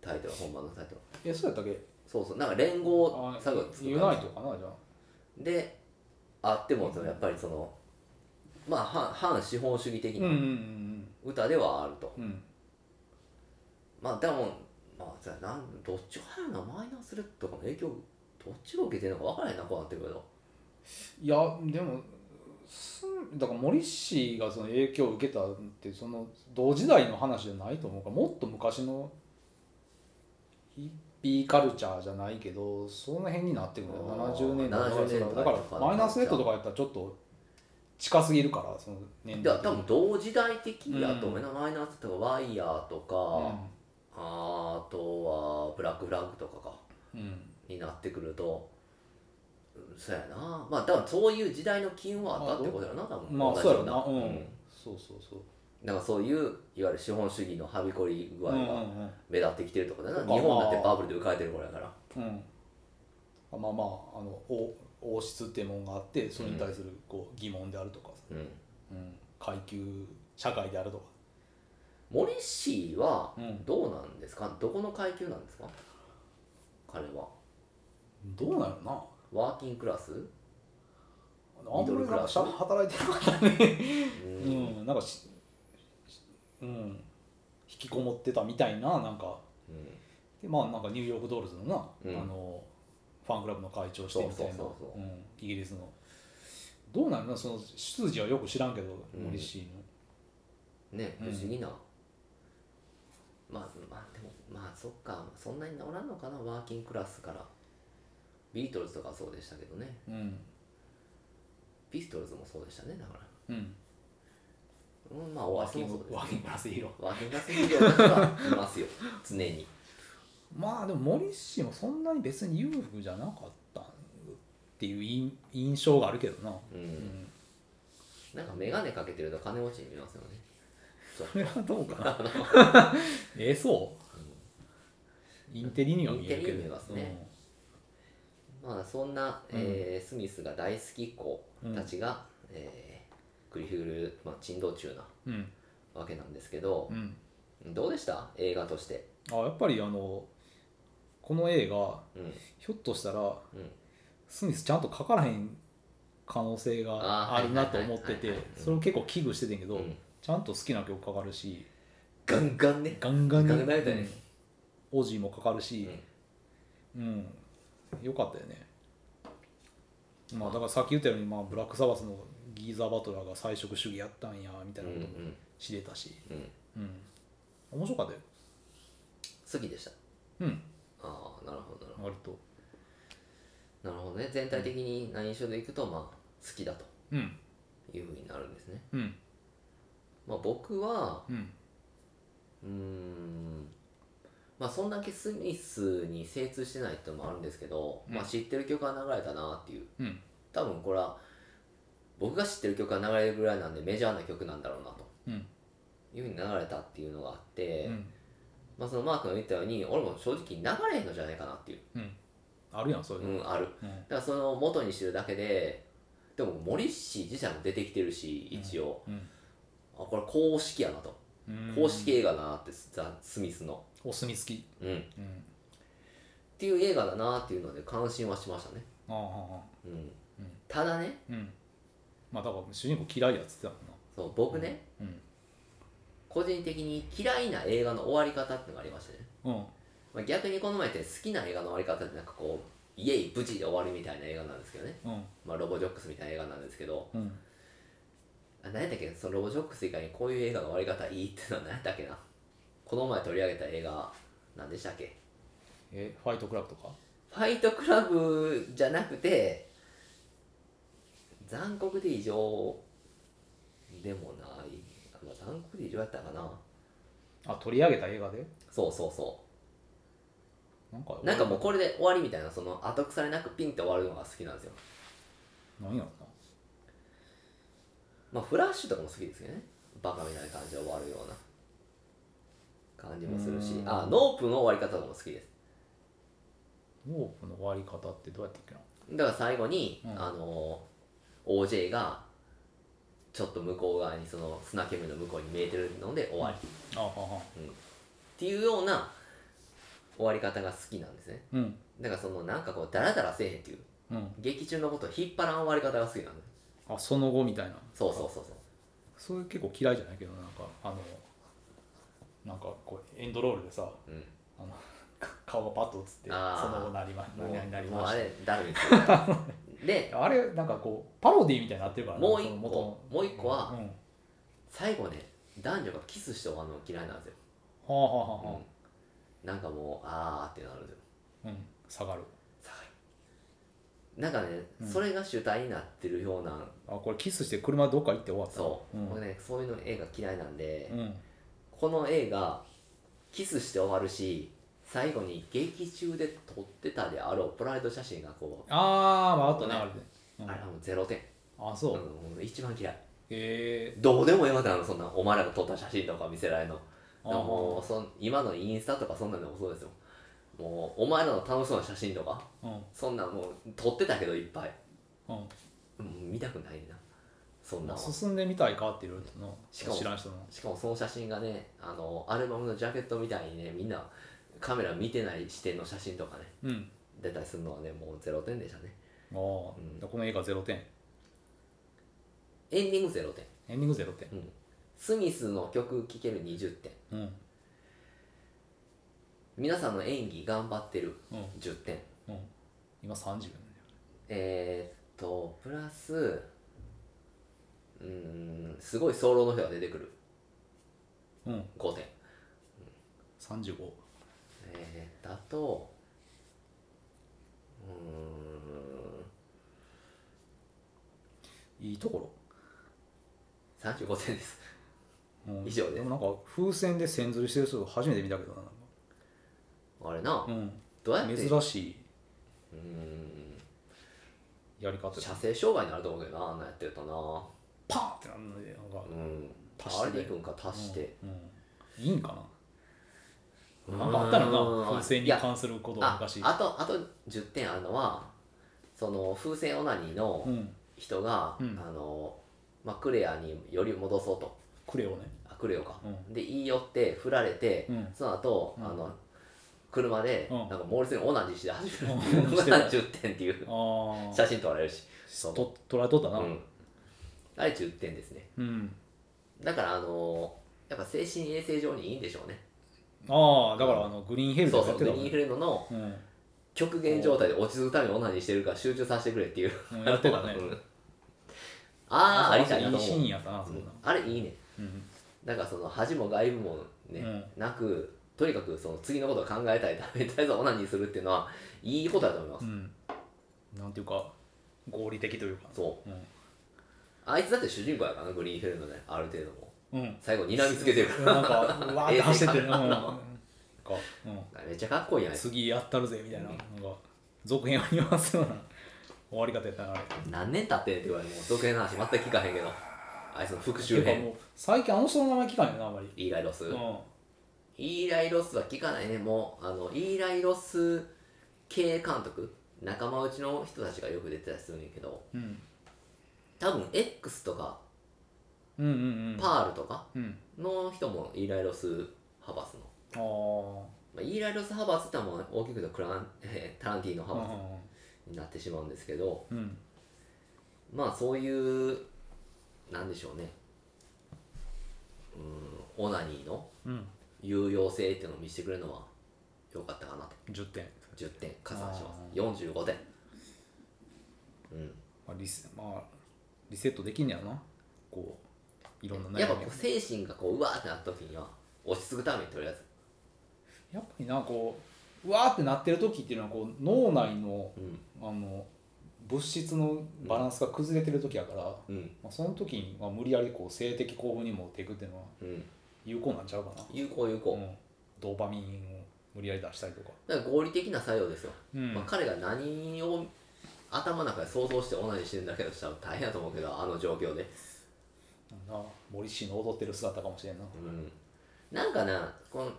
Speaker 1: タイトル本番のタイトル
Speaker 2: えそうやったっけ
Speaker 1: そうそうなんか連合
Speaker 2: あ
Speaker 1: 作業作
Speaker 2: ユナイトかなじゃあ
Speaker 1: であってもそのやっぱりそのまあ反反資本主義的
Speaker 2: うんうん
Speaker 1: な歌ではあると、
Speaker 2: うんうん
Speaker 1: まあでもまあさなんどっちからなマイナーするとかの影響どっちが受けてるのか分からへんなこうなってるけど
Speaker 2: いやでもすだから森氏がその影響を受けたってその同時代の話じゃないと思うからもっと昔のヒッピーカルチャーじゃないけどその辺になってくるよ
Speaker 1: あー
Speaker 2: 70年代
Speaker 1: 70年代とか
Speaker 2: だからマイナースネットとかやったらちょっと近すぎるからその年
Speaker 1: いや
Speaker 2: 代
Speaker 1: 多分同時代的やと思う
Speaker 2: う
Speaker 1: な、マイナースとかワイヤーとか、あとはブラックフラッグとかか
Speaker 2: うん、うん
Speaker 1: になってくるとうんそうやなまあ多分そういう時代の機運はあったってことやろな多分
Speaker 2: まあ
Speaker 1: 同じ
Speaker 2: そうや
Speaker 1: よ
Speaker 2: ろなうん、
Speaker 1: うん
Speaker 2: そうそうそう
Speaker 1: なんかそういういわゆる資本主義のはびこり具合
Speaker 2: うんう
Speaker 1: が
Speaker 2: ん
Speaker 1: 目立ってきてるとかだな、
Speaker 2: とか
Speaker 1: 日本だってバブルで浮かれてる頃やから
Speaker 2: うんうんあまあまああの王王室っていうもんがあってそれに対するこう疑問であるとかさ、
Speaker 1: うん
Speaker 2: うん、階級社会であるとか
Speaker 1: モリッシーは
Speaker 2: うん
Speaker 1: どうなんですか、どこの階級なんですか彼は
Speaker 2: どうなるな
Speaker 1: ワーキングクラス、う
Speaker 2: あんまりなんかしゃ働いてなかったうんんなんかししうん引きこもってたみたいななんか
Speaker 1: うん
Speaker 2: でまあなんかニューヨークドールズのな、
Speaker 1: うん
Speaker 2: あのファンクラブの会長してみたい
Speaker 1: そうそ
Speaker 2: な
Speaker 1: うそうそ
Speaker 2: うんイギリスのどうなるなその出自はよく知らんけど、
Speaker 1: うん
Speaker 2: モリシーの
Speaker 1: ね
Speaker 2: う
Speaker 1: 不
Speaker 2: ん
Speaker 1: 思議な、まあまあでもまあそっかそんなにおらんのかなワーキングクラスからビートルズとかはそうでしたけどね
Speaker 2: うん
Speaker 1: ピストルズもそうでしたねだから
Speaker 2: うん
Speaker 1: うんまあ
Speaker 2: ワ
Speaker 1: ワ
Speaker 2: ー
Speaker 1: ー
Speaker 2: キ
Speaker 1: キ
Speaker 2: ン
Speaker 1: ング
Speaker 2: グワーキングクラスヒーロー
Speaker 1: ワーキングクラス企業の人はいますよ常に
Speaker 2: まあでもモリッシーもそんなに別に裕福じゃなかったっていう印印象があるけどな、
Speaker 1: う
Speaker 2: うんん、
Speaker 1: なんか眼鏡かけてると金持ちに見えますよね
Speaker 2: それはどうかなえそうインテリには見えるけ
Speaker 1: インテリに
Speaker 2: ど
Speaker 1: 見えますねまあそんな、えースミスが大好きっ子たちが、えー繰り広げる、まあ、珍道中な
Speaker 2: うんうん
Speaker 1: わけなんですけど
Speaker 2: う、ん
Speaker 1: どうでした映画として、
Speaker 2: あやっぱりあのこの映画
Speaker 1: うん
Speaker 2: ひょっとしたら
Speaker 1: うん
Speaker 2: スミスちゃんと書からへん可能性があるなと思って
Speaker 1: あーはいはいはい
Speaker 2: て
Speaker 1: はい
Speaker 2: それを結構危惧しててんけど、
Speaker 1: うん
Speaker 2: ちゃんと好きな曲かかるし
Speaker 1: ガンガンね
Speaker 2: ガンガンに
Speaker 1: ガンガンだよね
Speaker 2: うんオジーもかかるし、
Speaker 1: うん
Speaker 2: うん、よかったよね、まあ、だからさっき言ったように、まあ、ブラックサバスのギーザー・バトラーが菜食主義やったんやみた
Speaker 1: う
Speaker 2: い
Speaker 1: ん
Speaker 2: な
Speaker 1: う
Speaker 2: ことも
Speaker 1: ん
Speaker 2: 知れたし、
Speaker 1: うん
Speaker 2: うん、面白かったよ、
Speaker 1: 好きでした
Speaker 2: うん、
Speaker 1: ああなるほどなるほ
Speaker 2: 割と、
Speaker 1: どなるほどね全体的に何印象でいくとまあ好きだと
Speaker 2: うん、
Speaker 1: いうふうになるんですね
Speaker 2: うん、
Speaker 1: まあ僕は
Speaker 2: うん、
Speaker 1: うーんまあそんだけスミスに精通してないってのもあるんですけど、
Speaker 2: うん
Speaker 1: まあ知ってる曲が流れたなっていう
Speaker 2: うん、
Speaker 1: 多分これは僕が知ってる曲が流れるぐらいなんでメジャーな曲なんだろうなと
Speaker 2: うん、
Speaker 1: いうふうに流れたっていうのがあって、
Speaker 2: うん、
Speaker 1: まあ、そのマークが言ったように俺も正直流れへんのじゃないかなっていう、
Speaker 2: あるやんそういううの、
Speaker 1: ん、ある
Speaker 2: うん
Speaker 1: だからその元にしてるだけででも森氏自体も出てきてるし一応、
Speaker 2: うん
Speaker 1: あこれ公式やなと
Speaker 2: うん
Speaker 1: 公式映画だなってザ・スミスの、
Speaker 2: お墨付き、
Speaker 1: うん、っ
Speaker 2: うん、
Speaker 1: ていう映画だなっていうので感心はしましたね、
Speaker 2: ああああ
Speaker 1: うんただね
Speaker 2: うんまあだから主人公嫌いやっつってたもんな
Speaker 1: そう僕ね、
Speaker 2: うん
Speaker 1: 個人的に嫌いな映画の終わり方っていうのがありましてね、
Speaker 2: うん
Speaker 1: まあ、逆にこの前って好きな映画の終わり方ってなんかこうイエイ無事で終わるみたいな映画なんですけどね、
Speaker 2: うん
Speaker 1: まあ、ロボジョックスみたいな映画なんですけど
Speaker 2: うん
Speaker 1: あ何やったっけそのロボジョックス以外にこういう映画の終わり方いいってのは何やったっけなこの前取り上げた映画何でしたっけ
Speaker 2: えファイトクラブとか
Speaker 1: ファイトクラブじゃなくて残酷で異常でもないまあ残酷で異常やったかな
Speaker 2: あ取り上げた映画で
Speaker 1: そうそうそ
Speaker 2: なんか
Speaker 1: うなんかもうこれで終わりみたいなその後腐れなくピンって終わるのが好きなんですよ
Speaker 2: 何やろな
Speaker 1: まあフラッシュとかも好きですけどねバカみたいな感じで終わるような感じもするし
Speaker 2: うーん
Speaker 1: あノープの終わり方とかも好きです
Speaker 2: オープの終わり方ってどうやったっけな
Speaker 1: だから最後に、
Speaker 2: うん
Speaker 1: あの OJ がちょっと向こう側にその砂煙の向こうに見えてるので終わりっ
Speaker 2: ああああ
Speaker 1: ていうような終わり方が好きなんですね
Speaker 2: うん
Speaker 1: だからそのなんかこうダラダラせえへんっていう
Speaker 2: うん
Speaker 1: 劇中のことを引っ張らん終わり方が好きなんで
Speaker 2: あその後みたいな
Speaker 1: そうそうそうそう
Speaker 2: それ結構嫌いじゃないけどなんかあのなんかこうエンドロールでさ
Speaker 1: うん
Speaker 2: あの か顔がパッと映ってそ
Speaker 1: あー
Speaker 2: の後なりま
Speaker 1: も
Speaker 2: なりなり
Speaker 1: うもう
Speaker 2: ま
Speaker 1: あ
Speaker 2: し
Speaker 1: れだるいですよで
Speaker 2: たあれなんかこうパロディみたいになってるからな
Speaker 1: もう一個
Speaker 2: その元の
Speaker 1: もう一個は
Speaker 2: うんうんは
Speaker 1: 最後ね男女がキスして終わるの嫌いなんですよ、
Speaker 2: あはあはあは
Speaker 1: うん、なんかもうあーってなるんですよ
Speaker 2: あうん下がる
Speaker 1: なんかね、
Speaker 2: うん
Speaker 1: それが主体になってるような
Speaker 2: あこれキスして車でどっか行って終わった
Speaker 1: そう、
Speaker 2: うん
Speaker 1: 僕ねそういうの映画嫌いなんで、
Speaker 2: うん
Speaker 1: この映画キスして終わるし最後に劇中で撮ってたであろうプライド写真がこう、
Speaker 2: あーまああったね
Speaker 1: ね
Speaker 2: あれでうん
Speaker 1: あれはもうゼロ点、
Speaker 2: あそううん
Speaker 1: うん一番嫌い
Speaker 2: へえ
Speaker 1: どうでもよかったのそんなお前らが撮った写真とか見せられるの
Speaker 2: あ
Speaker 1: でも
Speaker 2: ー
Speaker 1: もうそん今のインスタとかそんなのもそうですよもうお前らの楽しそうな写真とか
Speaker 2: うん
Speaker 1: そんなんもう撮ってたけどいっぱい、
Speaker 2: うん
Speaker 1: うん、見たくないなそんな
Speaker 2: まあ
Speaker 1: んは
Speaker 2: 進んでみたいかって言われてな
Speaker 1: しかも
Speaker 2: 知らん人の
Speaker 1: しかもその写真がねあのアルバムのジャケットみたいにねみんなカメラ見てない視点の写真とかね
Speaker 2: うん
Speaker 1: 出たりするのはねもう0点でしたね
Speaker 2: あー
Speaker 1: うん
Speaker 2: この映画0点
Speaker 1: エンディング0点
Speaker 2: エンディング0点
Speaker 1: スミスの曲聴ける20点
Speaker 2: うん
Speaker 1: 皆さんの演技頑張ってる
Speaker 2: うん
Speaker 1: 10点
Speaker 2: うん今30よね
Speaker 1: えー、っとプラスうーんすごい早漏の人が出てくる
Speaker 2: うん
Speaker 1: 5点
Speaker 2: 35
Speaker 1: えー、だとうー
Speaker 2: いいとこ
Speaker 1: ん35点です
Speaker 2: ろ、うん
Speaker 1: 以上です
Speaker 2: でもなんか風船で線ずりしてる人初めて見たけどな
Speaker 1: あれな、
Speaker 2: なんか、
Speaker 1: どうやっ
Speaker 2: う
Speaker 1: て
Speaker 2: ん、珍しいう
Speaker 1: ーん
Speaker 2: やり方で
Speaker 1: 射精障害になると思うけどなあんなんやってるとな
Speaker 2: パーンってなるのでなんか
Speaker 1: うん
Speaker 2: 足して
Speaker 1: あれ
Speaker 2: ね
Speaker 1: でいくんか足して、
Speaker 2: うん、いいんか
Speaker 1: う
Speaker 2: なんなんかあった
Speaker 1: う
Speaker 2: の
Speaker 1: ん
Speaker 2: な風船
Speaker 1: い
Speaker 2: に
Speaker 1: や
Speaker 2: 関することは
Speaker 1: あ
Speaker 2: 昔
Speaker 1: あとあと10点あるのはその風船オナニーの
Speaker 2: うん
Speaker 1: 人が、
Speaker 2: うん
Speaker 1: あのまあ、クレアにより戻そうと
Speaker 2: クレオね
Speaker 1: あクレオか、
Speaker 2: う
Speaker 1: で言い寄って振られて、
Speaker 2: うん
Speaker 1: その後、
Speaker 2: うん
Speaker 1: あの車で、
Speaker 2: うん
Speaker 1: なんか猛烈にオナニーして始めるって
Speaker 2: う
Speaker 1: い
Speaker 2: ん
Speaker 1: うの
Speaker 2: してる
Speaker 1: が10点っていう
Speaker 2: あ
Speaker 1: 写
Speaker 2: あ
Speaker 1: 真撮られるしその
Speaker 2: と捉えとった
Speaker 1: う
Speaker 2: なうん、
Speaker 1: んあれ10点ですねだからあのやっぱ精神衛生上にいいんでしょうね
Speaker 2: ああだからあのグリーンヘル
Speaker 1: そ
Speaker 2: で
Speaker 1: う
Speaker 2: や
Speaker 1: そう
Speaker 2: っ
Speaker 1: グ
Speaker 2: て
Speaker 1: リー
Speaker 2: た
Speaker 1: ン
Speaker 2: もん
Speaker 1: フレンドの
Speaker 2: うん
Speaker 1: 極限状態で落ち着くためにオナニーしてるから集中させてくれっていう
Speaker 2: うんやってたね
Speaker 1: うんああありたいなと
Speaker 2: いいシ
Speaker 1: 思
Speaker 2: ー
Speaker 1: う
Speaker 2: ンやったなそん
Speaker 1: う
Speaker 2: なん
Speaker 1: あれいいね
Speaker 2: うん
Speaker 1: だからその恥も外部もね、
Speaker 2: う
Speaker 1: なくとにかくその次のことを考えたいためにとりあえずオナニーするっていうのはいいことだと思います、
Speaker 2: うんなん ていうか合理的というか
Speaker 1: そう
Speaker 2: うん
Speaker 1: あいつだって主人公やからなグリーンフレンドねある程度 も
Speaker 2: うん
Speaker 1: 最後睨みつけてるか
Speaker 2: なんかうわーって走ってて、うん、なんか、う
Speaker 1: らめっちゃかっこいいや
Speaker 2: ん、
Speaker 1: ん
Speaker 2: 次やったるぜみたいななんか続編ありますような終わり方やったなあれ
Speaker 1: 何年経ってんって言われても続編の話全く聞かへんけどあいつの復讐
Speaker 2: てかも
Speaker 1: 編
Speaker 2: う最近あの人の名前聞かんよなあんまり
Speaker 1: イーガイロス、
Speaker 2: うん
Speaker 1: イイーライ・ロスは聞かないねもうあのイーライ・ロス系監督仲間内の人たちがよく出てたりするんやけど
Speaker 2: うん
Speaker 1: 多分 X とか
Speaker 2: うんうんうん
Speaker 1: パールとか
Speaker 2: うん
Speaker 1: の人もイーライ・ロス派閥の、
Speaker 2: あー
Speaker 1: まあ、イーライ・ロス派閥ってのはもう大きく言うとクラン、 えータランティーノ
Speaker 2: うん
Speaker 1: 派閥になってしまうんですけど
Speaker 2: うんうん
Speaker 1: まあそういうなんでしょうねうんオナニーの
Speaker 2: うん
Speaker 1: 有用性っていうのを見せてくれるのは良かったかなと
Speaker 2: 10点、
Speaker 1: 10点加算しま
Speaker 2: あ
Speaker 1: す45点うん
Speaker 2: まあリセまあ、リセットできんねやなこういろんな
Speaker 1: や
Speaker 2: 悩
Speaker 1: っぱ
Speaker 2: み
Speaker 1: こ
Speaker 2: を
Speaker 1: う精神がこううわーってなった時には落ち着くためにとりあえず
Speaker 2: やっぱりなこううわーってなってる時っていうのはこう脳内の
Speaker 1: うん
Speaker 2: あの物質のバランスが崩れてる時やから、
Speaker 1: うん
Speaker 2: まあ、その時には無理やりこう性的興奮に持っていくっていうのは
Speaker 1: うん
Speaker 2: 有効なんちゃうかな、
Speaker 1: 有効有効、
Speaker 2: うんドーパミンを無理やり出したりとか、
Speaker 1: だから合理的な作用ですよ、
Speaker 2: うん
Speaker 1: まあ、彼が何を頭の中で想像してオナニーしてるんだけどしたら大変だと思うけどあの状況で
Speaker 2: な森氏の踊ってる姿かもしれんな
Speaker 1: うんなんかなこの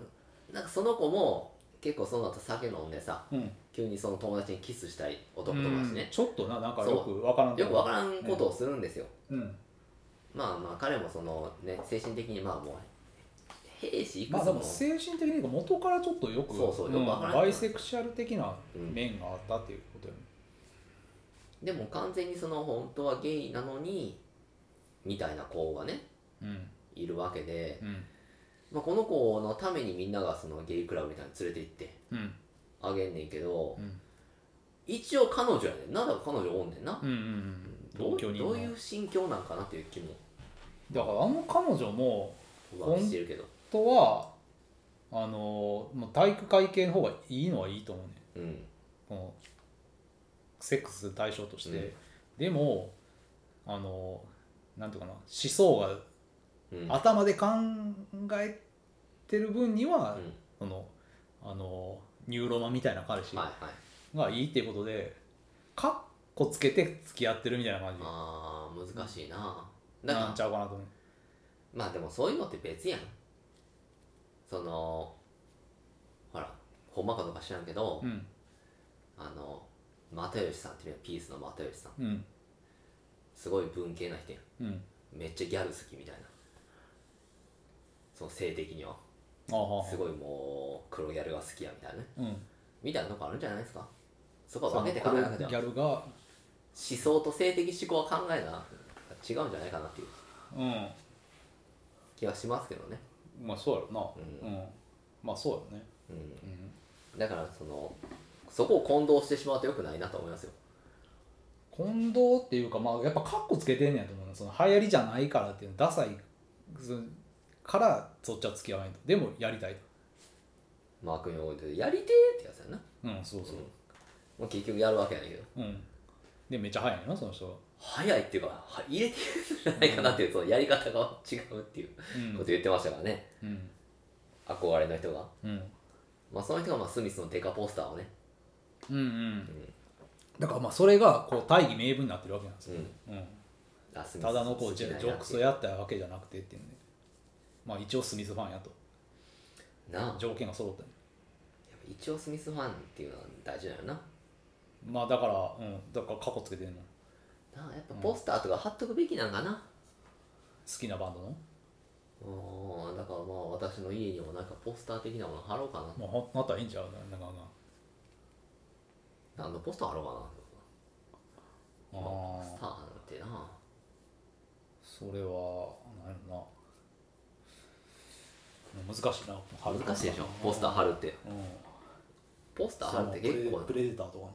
Speaker 1: なんかその子も結構その後酒飲んでさ
Speaker 2: うん、
Speaker 1: 急にその友達にキスしたい男友達
Speaker 2: うん
Speaker 1: ね、
Speaker 2: ちょっとななんかよくわからん
Speaker 1: よくわかららんことをするんですよ、
Speaker 2: ん、うん、
Speaker 1: まあまあ彼もそのね精神的にまあもう兵士いく
Speaker 2: まあ
Speaker 1: つ
Speaker 2: で
Speaker 1: も、
Speaker 2: も精神的に言うか元からちょっとよく
Speaker 1: そうそうよくわからん
Speaker 2: バイセクシャル的な面があったっていうことよね、
Speaker 1: でも完全にその本当はゲイなのにみたいな子がね
Speaker 2: うん
Speaker 1: いるわけで、
Speaker 2: うん
Speaker 1: まあ、この子のためにみんながそのゲイクラブみたいに連れて行って
Speaker 2: うん
Speaker 1: あげんねんけど、
Speaker 2: うん
Speaker 1: 一応彼女やねんなだから彼女おんねんな、
Speaker 2: うんうん
Speaker 1: どう
Speaker 2: 同居人
Speaker 1: ど
Speaker 2: の
Speaker 1: ういう心境なんかなっていう気も
Speaker 2: だからあの彼女も
Speaker 1: 浮気してるけど、
Speaker 2: とはあのもう体育会系の方がいいのはいいと思うね
Speaker 1: うん、
Speaker 2: このセックス対象として、
Speaker 1: うん
Speaker 2: でもあのなんていうかな思想が
Speaker 1: うん、
Speaker 2: 頭で考えてる分には、
Speaker 1: うん
Speaker 2: そのあのニューロマンみたいな彼氏
Speaker 1: はいはい
Speaker 2: がいいっていうことでカッコつけて付き合ってるみたいな感じ
Speaker 1: あー難しいな、だから
Speaker 2: なんちゃうかなと思う
Speaker 1: まあでもそういうのって別やんそのほらほんまかどうか知らんけど、
Speaker 2: うん
Speaker 1: あの又吉さんっていうのはピースの又吉さん
Speaker 2: うん
Speaker 1: すごい文系な人やん
Speaker 2: うん
Speaker 1: めっちゃギャル好きみたいなその性的には
Speaker 2: ああ
Speaker 1: すごいもう黒ギャルが好きやみたいなね
Speaker 2: うん
Speaker 1: みたいなとこあるんじゃないですかそこ
Speaker 2: そ
Speaker 1: は
Speaker 2: の
Speaker 1: 分
Speaker 2: ギ
Speaker 1: けて考えなくては
Speaker 2: ャルが
Speaker 1: 思想と性的思考は考えな違うんじゃないかなっていう
Speaker 2: うん
Speaker 1: 気はしますけどね、
Speaker 2: まあそうやろな、
Speaker 1: うん
Speaker 2: うんまあそうやろね、
Speaker 1: うん、
Speaker 2: うん、
Speaker 1: だからそのそこを混同してしまうとよくないなと思いますよ
Speaker 2: 混同っていうかまあやっぱカッコつけてんねやと思うなその流行りじゃないからっていうのダサいそのからそっちは付き合わないとでもやりたい
Speaker 1: マー君に置いてやりてーってやつやな、
Speaker 2: うんそうそう
Speaker 1: まあ、結局やるわけやねんけど
Speaker 2: うんでめっちゃ早いなその人は
Speaker 1: 早いっていうかは入れてるんじゃないかなっていう、そのやり方が違うっていう
Speaker 2: う
Speaker 1: こと
Speaker 2: ん
Speaker 1: 言ってましたからね、
Speaker 2: うん
Speaker 1: 憧れの人が、
Speaker 2: うん
Speaker 1: まあ、その人がまあスミスのデカポスターをね、
Speaker 2: うんうんだからまあそれがこう大義名分になってるわけなんです
Speaker 1: う
Speaker 2: よ、
Speaker 1: ん、
Speaker 2: うん
Speaker 1: あスミス
Speaker 2: ただのこうジ
Speaker 1: 好きなん
Speaker 2: ョジョークスをやったわけじゃなくてっていうねまあ一応スミスファンやと
Speaker 1: なあやっぱ
Speaker 2: 条件が揃った
Speaker 1: 一応スミスファンっていうのは大事だよな
Speaker 2: まあだからうんだから過去つけてんの好
Speaker 1: なあやっぱポスターとか貼っとくべきなんかな、
Speaker 2: きなバンドの
Speaker 1: うん、だからまあ私の家にもなんかポスター的なもの貼ろうかな
Speaker 2: まあほんなったらいいんちゃうなんかな
Speaker 1: 何のポスター貼ろうか
Speaker 2: あ
Speaker 1: なポ
Speaker 2: ー
Speaker 1: スターなんてな
Speaker 2: それはなんやろな難しいな貼る
Speaker 1: 難しいでしょポスター貼るって
Speaker 2: うん
Speaker 1: ポスター
Speaker 2: そ
Speaker 1: 貼る
Speaker 2: の
Speaker 1: っ
Speaker 2: プ
Speaker 1: て
Speaker 2: レ
Speaker 1: 結構
Speaker 2: プレデターとかの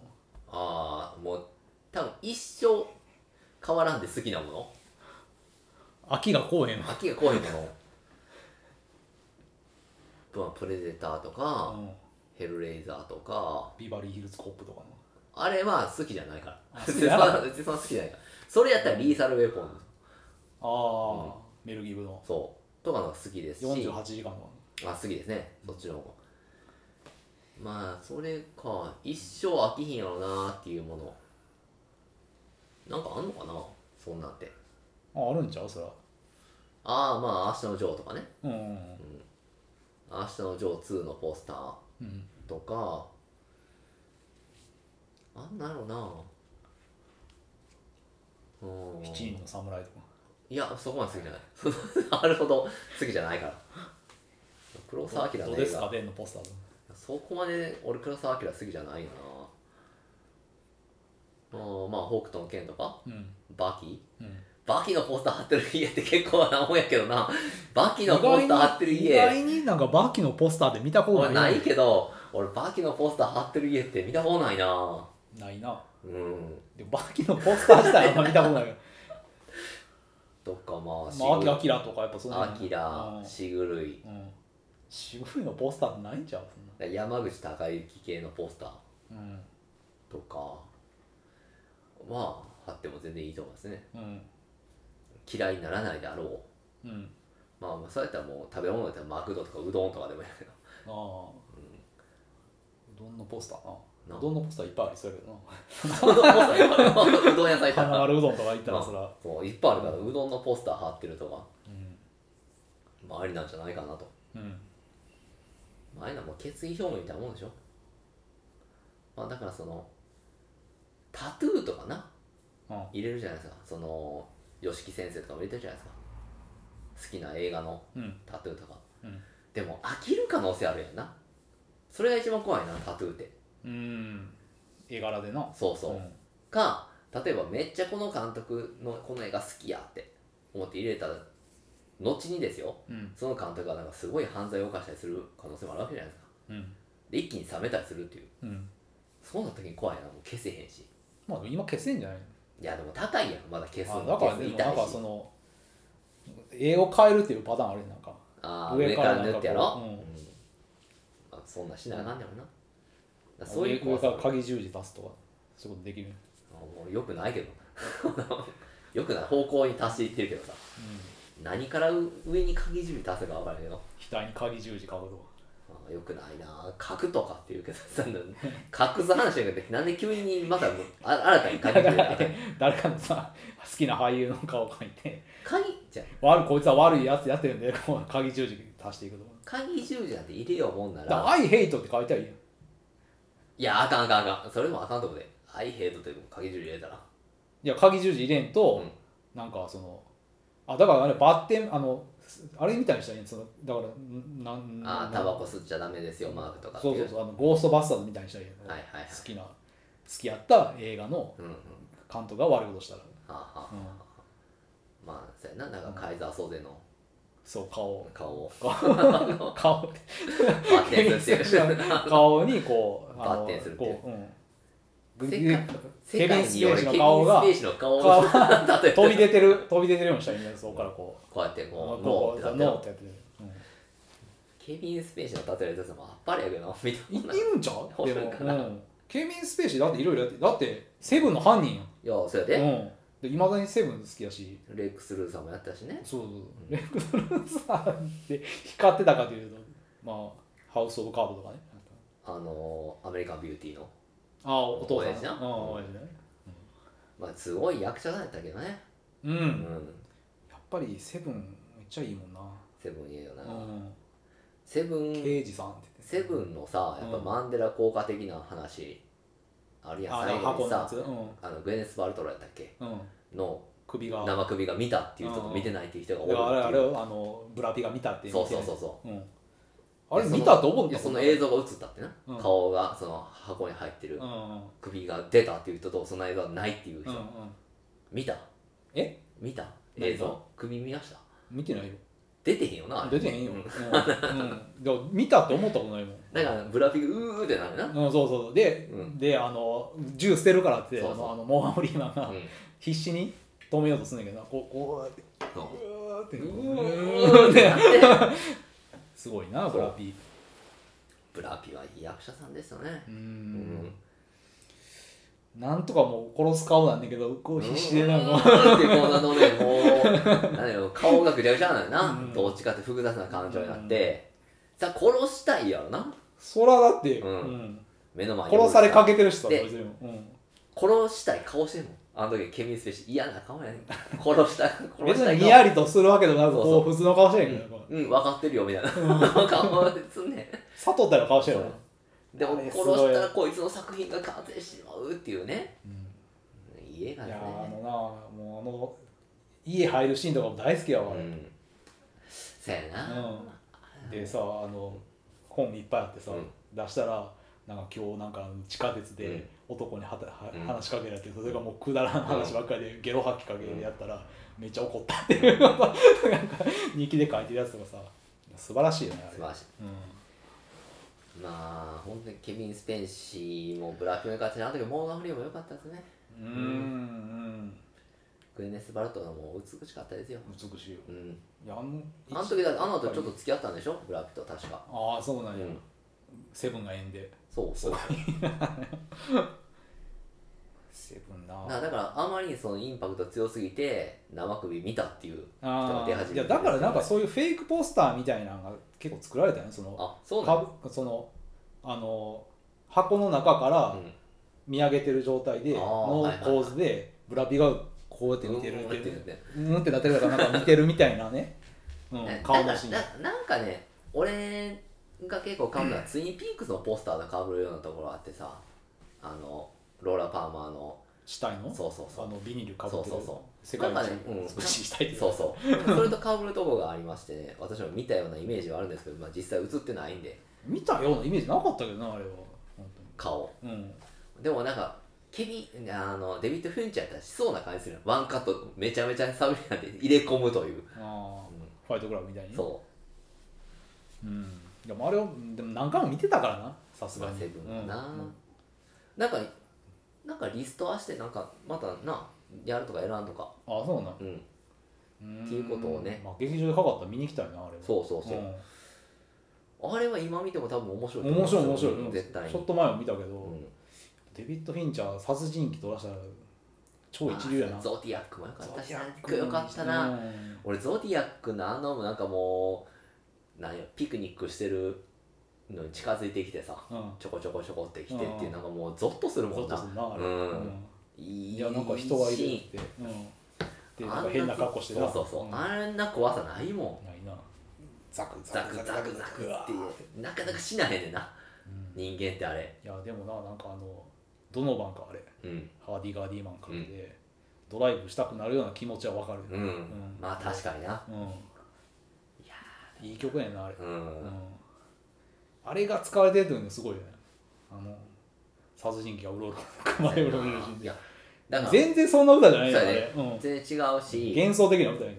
Speaker 1: ああもう多分一生変わらんで好きなもの
Speaker 2: 秋が来おへんわ
Speaker 1: 秋が来へんものまあプレデターとか、
Speaker 2: うん
Speaker 1: ヘルレイザーとか
Speaker 2: ビバリーヒルズコップとかの
Speaker 1: あれは好きじゃないから
Speaker 2: あ
Speaker 1: 別
Speaker 2: 好き
Speaker 1: に
Speaker 2: じ
Speaker 1: そ
Speaker 2: ゃ
Speaker 1: ん
Speaker 2: ない
Speaker 1: な別にそんな好きじゃないからそれやったらリーサルウェポン
Speaker 2: ああ、メルギブの
Speaker 1: そうとかのが好きですし
Speaker 2: 48時間の
Speaker 1: あ好きですねそっちの方まあそれか一生飽きひんやろなっていうものなんかあんのかなそんなんって
Speaker 2: ああるんちゃうそら
Speaker 1: ああまあ明日のジョーとかね
Speaker 2: うんうんうん
Speaker 1: 「明日のジョー2」のポスター
Speaker 2: うん
Speaker 1: とかあんなのなうん
Speaker 2: 七人の侍とか
Speaker 1: いやそこまで好きじゃない なるほど好きじゃないから黒澤明
Speaker 2: ど
Speaker 1: の
Speaker 2: う
Speaker 1: 映
Speaker 2: ですか
Speaker 1: 画
Speaker 2: ベンのポスターとか
Speaker 1: そこまで俺黒澤明好きじゃないよなうんまあ北斗の拳とか
Speaker 2: うん
Speaker 1: バキ
Speaker 2: うん
Speaker 1: バキのポスター貼ってる家って結構なもんやけどなバキの
Speaker 2: 意外
Speaker 1: ポ
Speaker 2: に
Speaker 1: スター貼ってる
Speaker 2: 意
Speaker 1: 家
Speaker 2: 外になんかバキのポスターで見たこと
Speaker 1: 俺
Speaker 2: な
Speaker 1: ないいけど俺バキのポスター貼ってる家って見たことないな
Speaker 2: ないな
Speaker 1: うん
Speaker 2: でもバキのポスター自体あんま見たことないけど
Speaker 1: とか まあ
Speaker 2: まあアキアキラとかやっぱその
Speaker 1: アキラしぐるい
Speaker 2: うん渋いのポスターってないんちゃうそんな
Speaker 1: 山口孝之系のポスター
Speaker 2: うん
Speaker 1: とかまあ貼っても全然いいと思いますね
Speaker 2: うん
Speaker 1: 嫌いにならないだろう
Speaker 2: うん
Speaker 1: まあまあそうやったらもう食べ物だったらマクドとかうどんとかでもいいけど
Speaker 2: ああうどんのポスターな
Speaker 1: な
Speaker 2: うどんのポスターいっぱいありそうやけどな
Speaker 1: うどんポスターいっぱいあるうどん屋さん行った
Speaker 2: 花
Speaker 1: ら
Speaker 2: 丸うどんとか行ったらそら、
Speaker 1: そういっぱいあるからうどんのポスター貼ってるとか
Speaker 2: うん
Speaker 1: まあありなんじゃないかなと
Speaker 2: うん
Speaker 1: まあああいうのはもう決意表明みたいなもんでしょまあだからそのタトゥーとかな
Speaker 2: うん
Speaker 1: 入れるじゃないですかその吉木先生とかも入れてるじゃないですか好きな映画の
Speaker 2: うん
Speaker 1: タトゥーとか、
Speaker 2: うん
Speaker 1: でも飽きる可能性あるやんなそれが一番怖いなタトゥーって
Speaker 2: うん絵柄でな
Speaker 1: そうそう、
Speaker 2: ん
Speaker 1: か例えばめっちゃこの監督のこの映画好きやって思って入れた後にですよ
Speaker 2: うん
Speaker 1: その監督がなんかすごい犯罪を犯したりする可能性もあるわけじゃないですか
Speaker 2: うん
Speaker 1: で一気に冷めたりするっていう
Speaker 2: うん
Speaker 1: そうなった時に怖いなもう消せへんし
Speaker 2: まあ今消せんじゃない
Speaker 1: いやでも高いやんまだ消す
Speaker 2: あ
Speaker 1: の
Speaker 2: だから
Speaker 1: 消す
Speaker 2: で
Speaker 1: の
Speaker 2: も
Speaker 1: 痛
Speaker 2: ないんかそ
Speaker 1: し
Speaker 2: の絵を変えるっていうパターンあるやんなんか
Speaker 1: あー
Speaker 2: 上
Speaker 1: 上
Speaker 2: か
Speaker 1: からら塗ってや
Speaker 2: なん
Speaker 1: ろ
Speaker 2: かこううん
Speaker 1: うんまあそんなしなあかんねやろなだからそう
Speaker 2: 上
Speaker 1: いう怖
Speaker 2: 上か
Speaker 1: さ
Speaker 2: ら鍵十字出すとかそういうことできる
Speaker 1: あもうよくないけど よくない方向に達していってるけどさ
Speaker 2: うん
Speaker 1: 何からう上に鍵じみ出せば分からんけど
Speaker 2: 額に鍵十字かぶるわ
Speaker 1: あよくないな書くとかって言うけどさ 書く話やけどなんで急にまたあ新たに鍵じみ出せ
Speaker 2: 誰かのさ好きな俳優の顔を描いて
Speaker 1: 鍵じゃん
Speaker 2: 悪いこいつは悪いやつやってるんでこう鍵十字足していくとか
Speaker 1: 鍵十字なんて入れようもんな
Speaker 2: だから
Speaker 1: ら
Speaker 2: 「I hate」って書いてあるやん
Speaker 1: いやあかんあかんあかんそれもあかんとこで「I hate」って鍵十字入れたら
Speaker 2: いや鍵十字入れんと、
Speaker 1: うん
Speaker 2: なんかそのあだからあれバッテンあのあれみたいにしたらいいんそのだからんなん
Speaker 1: あ
Speaker 2: なん
Speaker 1: ータバコ吸っちゃダメですよマークとかってい
Speaker 2: そうそうそうあのゴーストバスターズみたいにしたらいいやん
Speaker 1: はいはいはい
Speaker 2: 好きな好きやった映画の
Speaker 1: うんうんは
Speaker 2: 監督が悪いことしたら、
Speaker 1: あはあはあ
Speaker 2: うん
Speaker 1: まあそうやななんかカイザーソーゼの
Speaker 2: そう顔を
Speaker 1: 顔を
Speaker 2: 顔
Speaker 1: バッテンするっていう
Speaker 2: 顔にこ う
Speaker 1: バッテンするっていう
Speaker 2: こう、うんぐ
Speaker 1: せっ
Speaker 2: ぐ
Speaker 1: か世界に俺ケビン・スペー
Speaker 2: ケビンスペーシの顔が
Speaker 1: シの顔
Speaker 2: 顔
Speaker 1: を
Speaker 2: が
Speaker 1: 立てて
Speaker 2: 飛び出てる飛び出てるようにしたらいいんだよそこからこう
Speaker 1: こうやってこう脳
Speaker 2: こう
Speaker 1: って立て
Speaker 2: ノー
Speaker 1: る
Speaker 2: ってやってる、うん
Speaker 1: ケビン・スペーシの立てるやつもあっぱれやけどなみた
Speaker 2: い
Speaker 1: い
Speaker 2: い
Speaker 1: な
Speaker 2: るんちゃう
Speaker 1: お
Speaker 2: で
Speaker 1: る
Speaker 2: も
Speaker 1: かな
Speaker 2: うんケビン・スペーシーだっていろいろやってだってセブンの犯人
Speaker 1: いやそれ
Speaker 2: やん
Speaker 1: で、
Speaker 2: うんいまだにセブン好きやし
Speaker 1: レックス・ルーさんもやったしね
Speaker 2: そうそうそうレックス・ルーさんって光ってたかというとまあハウス・オブ・カードとかね
Speaker 1: あのーアメリカン・ビューティーの、
Speaker 2: ああお父さん
Speaker 1: 親父な
Speaker 2: うん親父ね
Speaker 1: まあ、すごい役者なんやったけどね
Speaker 2: う
Speaker 1: うん
Speaker 2: んやっぱりセブンめっちゃいいもんな
Speaker 1: セブンいいよな、
Speaker 2: うん
Speaker 1: セブン
Speaker 2: 刑事さんって
Speaker 1: セブンのさやっぱ
Speaker 2: うん
Speaker 1: マンデラ効果的な話あるやん
Speaker 2: あ
Speaker 1: 最
Speaker 2: の
Speaker 1: 後
Speaker 2: 箱
Speaker 1: に
Speaker 2: のや
Speaker 1: さ
Speaker 2: つう
Speaker 1: あのグエネス・バルトロやったっけ
Speaker 2: んうん
Speaker 1: の
Speaker 2: 首が
Speaker 1: 生首が見たっていう人と見てないっていう人が多い
Speaker 2: だからあ
Speaker 1: っ
Speaker 2: れあれ
Speaker 1: ていう
Speaker 2: あのブラピが見たって
Speaker 1: そうそうそうそう
Speaker 2: う、うん、あれ
Speaker 1: いや
Speaker 2: 見たと思っ
Speaker 1: いや
Speaker 2: た
Speaker 1: そ
Speaker 2: もん
Speaker 1: の
Speaker 2: な
Speaker 1: 映像が映ったってな、
Speaker 2: うん
Speaker 1: 顔がその箱に入ってる、
Speaker 2: うんうん
Speaker 1: 首が出たっていう人とその映像はないっていう
Speaker 2: う
Speaker 1: 人、
Speaker 2: んうん
Speaker 1: 見た
Speaker 2: え
Speaker 1: 見た
Speaker 2: 何が
Speaker 1: 映像首見ました
Speaker 2: 見てないよ
Speaker 1: 出てへんよなあれ
Speaker 2: 出てへんよ、
Speaker 1: う
Speaker 2: うんうん、でも見たって思ったことないもん
Speaker 1: だからブラピがうーってなるな、うん、
Speaker 2: うん、そうそうそうで,、
Speaker 1: うん
Speaker 2: であの銃捨てるからって
Speaker 1: そうそう
Speaker 2: あのあのモーガン・フリーマンが必死に止めようとするんだけどこうこうやって
Speaker 1: そう
Speaker 2: うわーって
Speaker 1: う
Speaker 2: う
Speaker 1: ー
Speaker 2: ー
Speaker 1: っ
Speaker 2: ってて
Speaker 1: なって
Speaker 2: すごいな
Speaker 1: そう
Speaker 2: ブラピ
Speaker 1: ブラピはいい役者さんですよね
Speaker 2: う
Speaker 1: うんん
Speaker 2: なんとかもう殺す顔なんだけどこう必死でなん
Speaker 1: う
Speaker 2: か
Speaker 1: ーんってこうあのねもうなんだろう顔がぐちゃぐちゃなのよな、
Speaker 2: うん
Speaker 1: どっちかって複雑な感情になって、さ殺したいやろな
Speaker 2: そらだって、
Speaker 1: うん
Speaker 2: うん
Speaker 1: 目の前に
Speaker 2: 殺されかけてる人は
Speaker 1: で
Speaker 2: 別にうん
Speaker 1: 殺したい顔してんもんあの時ケビン・スペーシー嫌な顔やねん殺した殺
Speaker 2: 別
Speaker 1: した
Speaker 2: に
Speaker 1: い顔
Speaker 2: にやりとするわけでもなく
Speaker 1: そう
Speaker 2: こ
Speaker 1: そう
Speaker 2: う普通の顔してんやけど、こ
Speaker 1: うん、分かってるよ、みたいな。顔ですんね
Speaker 2: 佐藤たよ顔してるわ
Speaker 1: ん。でも
Speaker 2: あれ、す
Speaker 1: 殺
Speaker 2: ごい
Speaker 1: したらこいつの作品が完成してしまうっていうね。家が
Speaker 2: い
Speaker 1: ね
Speaker 2: やーあ。のなもうあの家入るシーンとかも大好きやわ、
Speaker 1: う
Speaker 2: 俺
Speaker 1: ん。そやな。
Speaker 2: うん、でさあの本いっぱいあってさ、
Speaker 1: うん
Speaker 2: 出したらなんか今日なんか地下鉄で男にはたは
Speaker 1: うん
Speaker 2: 話しかけられてそれがもうくだらん話ばっかりでゲロ吐きかけてやったらめっちゃ怒ったっていう のがなんか日記で書いてるやつとかさ素晴らしいよねあ
Speaker 1: 素
Speaker 2: れ
Speaker 1: 晴らしい。
Speaker 2: う
Speaker 1: まあ、本当にケビン・スペンシーもブラックメカってあの時モーガン・フリーも良かったですね。
Speaker 2: んうん
Speaker 1: グレネス・バルトがもう美しかったですよ。
Speaker 2: うん美しいよ
Speaker 1: うん。
Speaker 2: いやあの
Speaker 1: あの時だって、あの後ちょっと付き合ったんでしょブラックと確か。
Speaker 2: ああそうなんや、
Speaker 1: うん
Speaker 2: セブンが縁で
Speaker 1: そうそう。
Speaker 2: セブンな
Speaker 1: なだからあまりにそのインパクト強すぎて生首見たっていう人が
Speaker 2: あ
Speaker 1: 出始
Speaker 2: ーい
Speaker 1: め
Speaker 2: や
Speaker 1: て
Speaker 2: だからなんかそういうフェイクポスターみたいなのが結構作られたよねその
Speaker 1: あそうなの
Speaker 2: かぶそのあの箱の中から
Speaker 1: うん
Speaker 2: 見上げてる状態で
Speaker 1: あー
Speaker 2: の
Speaker 1: はいはい
Speaker 2: 構図でブラピがこうやって見てる
Speaker 1: うん
Speaker 2: って
Speaker 1: うんってね
Speaker 2: うんってなってるからなんか見てるみたいなね、うん
Speaker 1: ね、
Speaker 2: 顔のシーン
Speaker 1: なんかななんかね俺が結構買うのはツインピークスのポスターとかぶるようなところあってさあのローラ・パーマーの
Speaker 2: 死体の
Speaker 1: そうそうそ
Speaker 2: あ
Speaker 1: う
Speaker 2: のビニールかぶってる
Speaker 1: そうそうそう
Speaker 2: 世界一
Speaker 1: なんかねうん
Speaker 2: 美しい死体って
Speaker 1: そうそうそれとかぶるところがありましてね私も見たようなイメージはあるんですけど、まあ、実際映ってないんで
Speaker 2: 見たようなイメージなかったけどなあれは本
Speaker 1: 顔
Speaker 2: 当にうん
Speaker 1: でもなんかケビンあのデビッド・フィンチャーやったらしそうな感じするよワンカットめちゃめちゃサビなんて入れ込むという、
Speaker 2: あー
Speaker 1: うん
Speaker 2: ファイトクラブみたいに
Speaker 1: そう
Speaker 2: うんでもあれをでも何回も見てたからなさすが
Speaker 1: まあ
Speaker 2: に
Speaker 1: セブンかな、
Speaker 2: うん
Speaker 1: なんかなんかリストアしてなんかまたなやるとかやらんとか
Speaker 2: あそうなん
Speaker 1: うん
Speaker 2: って
Speaker 1: いうことをね
Speaker 2: まあ、劇場でかかったら見に行きたいなあれ
Speaker 1: そうそうそう、
Speaker 2: う、
Speaker 1: あれは今見ても多分面白いと
Speaker 2: ん、
Speaker 1: 思う
Speaker 2: 面白い面白い、
Speaker 1: うん絶対に
Speaker 2: ちょっと前も見たけど、
Speaker 1: うん
Speaker 2: デビッド・フィンチャー殺人鬼とらしたら超一流やな
Speaker 1: あゾディアックもよかったしな
Speaker 2: ゾ
Speaker 1: ゾディア
Speaker 2: ディ
Speaker 1: ックよかったな、
Speaker 2: うん
Speaker 1: 俺ゾディアックのあのなんかもうなんやピクニックしてるのに近づいてきてさ
Speaker 2: うん
Speaker 1: ちょこちょこちょこってきてっていう、
Speaker 2: うん
Speaker 1: なんかもうゾッとする
Speaker 2: ゾ
Speaker 1: も
Speaker 2: ッ
Speaker 1: ん
Speaker 2: と
Speaker 1: な
Speaker 2: するなあれ、
Speaker 1: うん
Speaker 2: うん
Speaker 1: い
Speaker 2: いやなんか人がいる
Speaker 1: シ
Speaker 2: って、うん、
Speaker 1: ー
Speaker 2: で
Speaker 1: ン
Speaker 2: なんか変な格好してな
Speaker 1: そうそうそう、
Speaker 2: んな
Speaker 1: あんな怖さないもん
Speaker 2: いなザク
Speaker 1: ザクザクザクっていうなかなか死なへんねんな
Speaker 2: うんい
Speaker 1: 人間ってあれ
Speaker 2: やでもななんかあのドノバンかあれ
Speaker 1: うん
Speaker 2: ハーディ・ガーディーマンかけて、ドライブしたくなるような気持ちはわかる、
Speaker 1: うん、
Speaker 2: ん
Speaker 1: まあ確かにな
Speaker 2: うん、いやいい曲やねんなあれ、
Speaker 1: う
Speaker 2: うん
Speaker 1: ん、
Speaker 2: あれが使われてるっていうのすごいよねあの殺人鬼がうろうろ構えうろうろ
Speaker 1: いやだから
Speaker 2: 全然そんな歌じゃないよあ
Speaker 1: そうや
Speaker 2: れ
Speaker 1: ね、
Speaker 2: うん、
Speaker 1: 全然違うし
Speaker 2: 幻想的な歌やね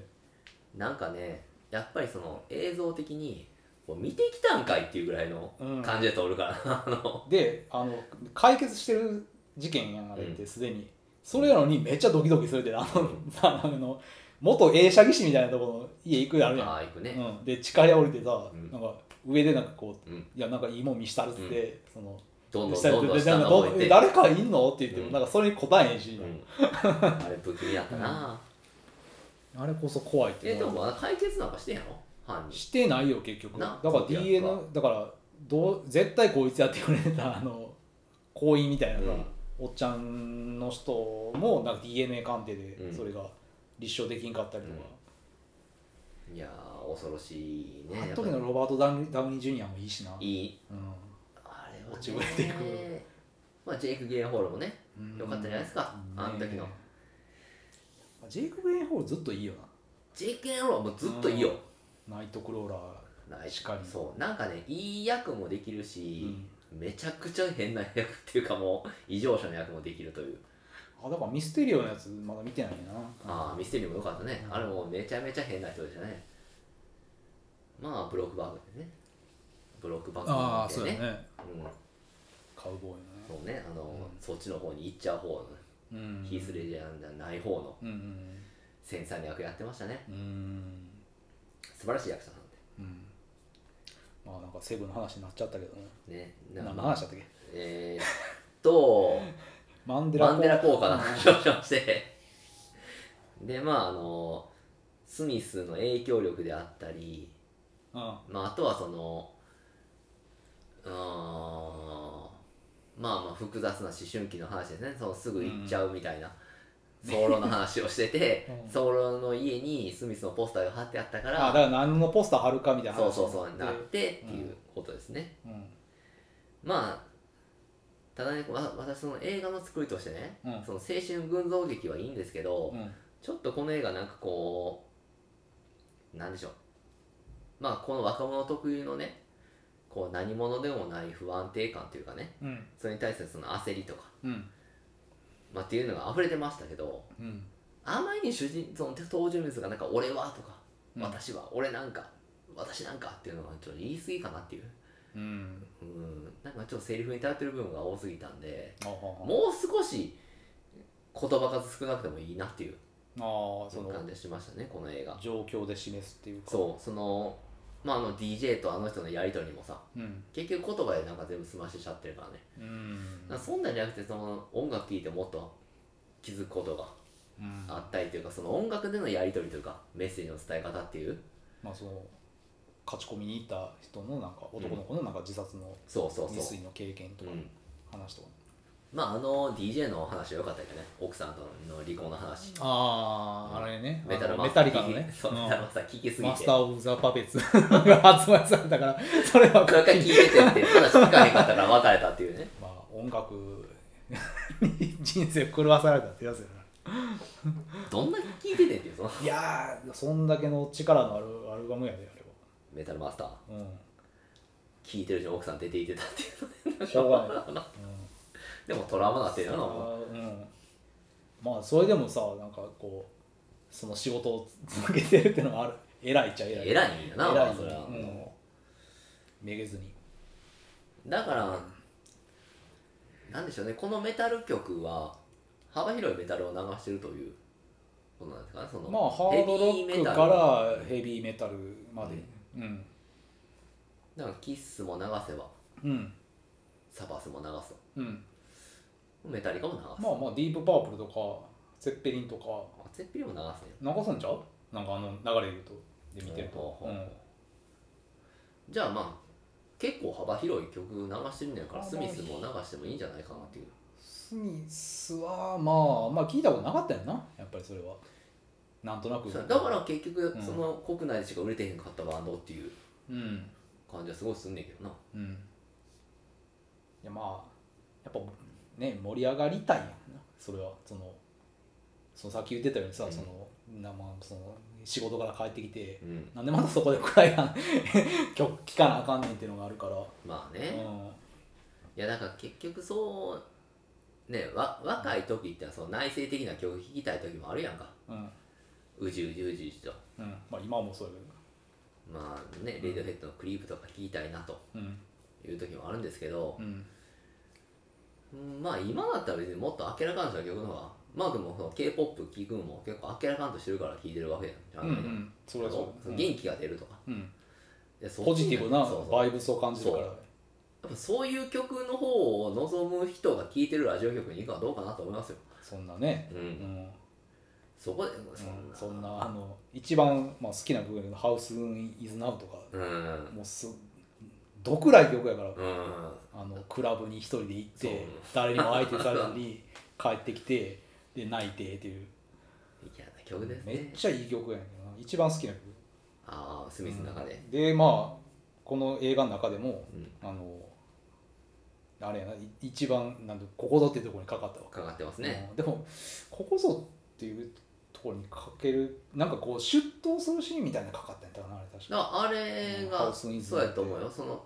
Speaker 1: なんかねやっぱりその映像的にこう見てきたんかいっていうぐらいの
Speaker 2: うん
Speaker 1: 感じで撮るから な、あの
Speaker 2: であの解決してる事件やんあれっ
Speaker 1: う
Speaker 2: てすでに、それやのにめっちゃドキドキするってなあの,、
Speaker 1: うん
Speaker 2: さあの元映写技師みたいなところの家行くやるやん
Speaker 1: ああ行くね、
Speaker 2: うん、で地下へ降りてさ、
Speaker 1: ん
Speaker 2: なんか上でなんかこう、
Speaker 1: うん
Speaker 2: いやなんかいいもん見したるっつって、その
Speaker 1: どんどん
Speaker 2: 下
Speaker 1: どん
Speaker 2: に
Speaker 1: どん
Speaker 2: 出て
Speaker 1: 下
Speaker 2: なん
Speaker 1: の
Speaker 2: か
Speaker 1: 方
Speaker 2: ど
Speaker 1: 行って
Speaker 2: ん誰かいんのって言っても、
Speaker 1: うん
Speaker 2: なんかそれに答えへんし
Speaker 1: う、ん、あれ不気味やったな、
Speaker 2: あれこそ怖いって
Speaker 1: えで
Speaker 2: な
Speaker 1: もまだ解決なんかしてんやろ犯人
Speaker 2: してないよ結局だ
Speaker 1: な
Speaker 2: から DN
Speaker 1: そうやん
Speaker 2: だからどう絶対こいつやってくれたあの行員みたいなさ、
Speaker 1: うん
Speaker 2: おっちゃんの人もなんか DNA 鑑定
Speaker 1: う
Speaker 2: で
Speaker 1: ん
Speaker 2: それが立証できんかったりとか、
Speaker 1: いやー恐ろしいねや
Speaker 2: あの
Speaker 1: っぱ
Speaker 2: 時のロバート・ダウニーダウニー・ジュニアもいいしな、
Speaker 1: いい
Speaker 2: うん
Speaker 1: あれはね
Speaker 2: 落ちぶれていく
Speaker 1: まあジェイク・ゲインホールもねよかったじゃないですか
Speaker 2: うん
Speaker 1: あの時の
Speaker 2: ねえジェイク・ブレインホールずっといいよ
Speaker 1: ジェイク・ゲインホールはもうずっといいよ
Speaker 2: なナイトクローラー
Speaker 1: ない
Speaker 2: しかり
Speaker 1: そうなんかねいい役もできるし、めちゃくちゃ変な役っていうかもう異常者の役もできるという
Speaker 2: あだからミステリオのやつまだ見てないな
Speaker 1: ああミステリーも良かったね
Speaker 2: うん
Speaker 1: あれもめちゃめちゃ変な人でしたねまあブロックバーグでねブロックバ
Speaker 2: あ
Speaker 1: ー
Speaker 2: あ
Speaker 1: グ
Speaker 2: そう
Speaker 1: で
Speaker 2: だ
Speaker 1: ね
Speaker 2: ね
Speaker 1: うん、
Speaker 2: カウボーイのね
Speaker 1: そうねあの、
Speaker 2: うん
Speaker 1: そっちの方に行っちゃう方の、
Speaker 2: うん
Speaker 1: ヒースレジャーじゃない方の
Speaker 2: うん
Speaker 1: 繊細な役やってましたね
Speaker 2: うんうん
Speaker 1: 素晴らしい役者さん
Speaker 2: うんまあなんかセブンの話になっちゃったけどね
Speaker 1: でねな
Speaker 2: 何の話だったっけ
Speaker 1: えー、っと
Speaker 2: マ ンデラ
Speaker 1: マンデラ
Speaker 2: 効
Speaker 1: 効果の話をしましてでまああのスミスの影響力であったり、
Speaker 2: 果
Speaker 1: まあ、あとはそのうーんまあまあ複雑な思春期の話ですねそのすぐ行っちゃうみたいな、
Speaker 2: うん
Speaker 1: ソロの話をしてて、
Speaker 2: うん
Speaker 1: ソロの家にスミスのポスターが貼ってあったか
Speaker 2: あ
Speaker 1: ら
Speaker 2: だから何のポスター貼るかみたいな
Speaker 1: そう
Speaker 2: 話
Speaker 1: そうそう
Speaker 2: に
Speaker 1: に
Speaker 2: な
Speaker 1: な
Speaker 2: っ
Speaker 1: っててっていうことですね、
Speaker 2: うん
Speaker 1: まあただねわ私その映画の作りとしてね、
Speaker 2: うん
Speaker 1: その青春群像劇はいいんですけど、
Speaker 2: うん
Speaker 1: ちょっとこの映画なんかこうなんでしょうまあこの若者特有のねこう何者でもない不安定感というかね
Speaker 2: うん
Speaker 1: それに対するその焦りとか、
Speaker 2: うん
Speaker 1: まあ、っていうのが溢れてましたけど
Speaker 2: うん
Speaker 1: あまりに主人その登場人物がなんか「俺は」とか「
Speaker 2: うん
Speaker 1: 私は」俺なんか」「私なんか」っていうのがちょっと言い過ぎかなっていう
Speaker 2: うん
Speaker 1: うんなんかちょっとセリフに頼ってる部分が多すぎたんで
Speaker 2: ああ
Speaker 1: もう少し言葉数少なくてもいいなっていう
Speaker 2: ああそ
Speaker 1: その感
Speaker 2: の
Speaker 1: じがしましたねこの映画
Speaker 2: 状況で示すっていうか
Speaker 1: そうそのまああの DJ とあの人のやり取りもさ
Speaker 2: うん
Speaker 1: 結局言葉でなんか全部済ましてしちゃってるからね、
Speaker 2: うん
Speaker 1: なんかそんなんじゃなくてその音楽聴いてもっと気づくことが
Speaker 2: うん
Speaker 1: あったりというかその音楽でのやり取りというかメッセージの伝え方っていう
Speaker 2: まあその勝ち込みに行った人のなんか男の子のなんか自殺の
Speaker 1: そうそう
Speaker 2: 未
Speaker 1: そ
Speaker 2: 遂の経験と
Speaker 1: う、う
Speaker 2: か
Speaker 1: ん、
Speaker 2: 話とか、
Speaker 1: まああの DJ のお話は良かったけどね奥さんとの離婚の話
Speaker 2: あああれね
Speaker 1: メタル
Speaker 2: あの
Speaker 1: マ
Speaker 2: メ
Speaker 1: スタ
Speaker 2: タ
Speaker 1: ー
Speaker 2: リ
Speaker 1: 聞
Speaker 2: カ
Speaker 1: き
Speaker 2: の ね
Speaker 1: そう
Speaker 2: うん
Speaker 1: メタルマスター聞きすぎ
Speaker 2: マ
Speaker 1: て
Speaker 2: スター・オブ・ザ・パペツが発売されたからそれは
Speaker 1: なんか聞いててって話聞かへんかったから別れたっていうね
Speaker 2: まあ音楽に人生を狂わされたってやつやな
Speaker 1: どんな聞いててんっていうその
Speaker 2: いやーそんだけの力のあるアルバムやであ
Speaker 1: メタルマスター
Speaker 2: れはうん
Speaker 1: 聞いてる人奥さん出ていってたっていう のね
Speaker 2: しょうがない、
Speaker 1: でもトラウマなってる
Speaker 2: う
Speaker 1: よなんも
Speaker 2: うん、まあそれでもさなんかこうその仕事を続けてるってのもある偉いっちゃ
Speaker 1: う
Speaker 2: 偉い
Speaker 1: 偉いんやな
Speaker 2: 偉い
Speaker 1: それは、
Speaker 2: うんめげずに
Speaker 1: だからなんでしょうねこのメタル曲は幅広いメタルを流してるということなんですかねその
Speaker 2: まあハードロックからヘビーメタルまでうん
Speaker 1: だからキッスも流せば
Speaker 2: うん
Speaker 1: サバスも流す
Speaker 2: うん
Speaker 1: メタリカも流す、
Speaker 2: まあまあディープパープルとかゼッペリンとか
Speaker 1: あ、ゼッピリも流すね
Speaker 2: 流すんちゃうなんかあの流れで言うとで見てると、
Speaker 1: ほうほうほうじゃあまあ結構幅広い曲流してるんやからスミスも流してもいいんじゃないかなっていう
Speaker 2: スミスはまあまあ聞いたことなかったよなやっぱりそれはなんとなく
Speaker 1: そうだから結局
Speaker 2: うん
Speaker 1: その国内でしか売れてへんかったバンドっていう
Speaker 2: うん
Speaker 1: 感じはすごいすんねんけどな
Speaker 2: うんいやまあやっぱね盛り上がりたいやんなそれはそのそのさっき言ってたようにさ、
Speaker 1: うん
Speaker 2: そのなまあその仕事から帰ってきて
Speaker 1: うん
Speaker 2: なんで またそこで暗いな曲聴かなあかんねんっていうのがあるから、
Speaker 1: まあ
Speaker 2: う
Speaker 1: ね
Speaker 2: ん、
Speaker 1: いやだから結局そうねわ若い時ってのはその内省的な曲聴きたい時もあるやんか
Speaker 2: うん
Speaker 1: うじうじうじうじと
Speaker 2: うん、まあ今はもうそうやけ
Speaker 1: まあねレディオヘッドのクリープとか聴きたいなと
Speaker 2: どうん
Speaker 1: いう時もあるんですけど
Speaker 2: う、ん
Speaker 1: うんまあ今だったら別にもっと明らかんとした曲の方がマークもその k p o p 聴くのも結構明らかんとしてるから聴いてるわけやん、
Speaker 2: うんうんそれはそ
Speaker 1: そうの
Speaker 2: うん
Speaker 1: 元気が出るとか、
Speaker 2: うん
Speaker 1: いやそっち
Speaker 2: ポジティブな
Speaker 1: そうそう
Speaker 2: バイブスを感じるから
Speaker 1: そうやっぱそういう曲の方を望む人が聴いてるラジオ局に行くのはどうかなと思いますよ、
Speaker 2: そんなね、
Speaker 1: う、
Speaker 2: うんん
Speaker 1: そこでそ
Speaker 2: そん
Speaker 1: んな
Speaker 2: なそんなあの一番、まあ、好きな部分の「ハウス・イズ・ナウ」とか
Speaker 1: うん
Speaker 2: もうすどくらい曲やから、
Speaker 1: うん
Speaker 2: あのクラブに一人で行っ
Speaker 1: そう
Speaker 2: て誰にも相手されずに帰ってきてで泣いてっていう
Speaker 1: 嫌な曲です
Speaker 2: めっ
Speaker 1: ね
Speaker 2: ちゃいい曲やねんけどな一番好きな曲
Speaker 1: ああスミスの中で、
Speaker 2: うんでまあこの映画の中でも
Speaker 1: うん
Speaker 2: あのあれやない一番なんだここぞっていうところにかかったわ
Speaker 1: かかってますね、
Speaker 2: うんでもここぞっていうところにかけるなんかこう出頭するシーンみたいなのかかったんだからなあれ確
Speaker 1: だ
Speaker 2: か
Speaker 1: からあれ
Speaker 2: うんハ
Speaker 1: が
Speaker 2: ウスイズ
Speaker 1: そうやと思うよその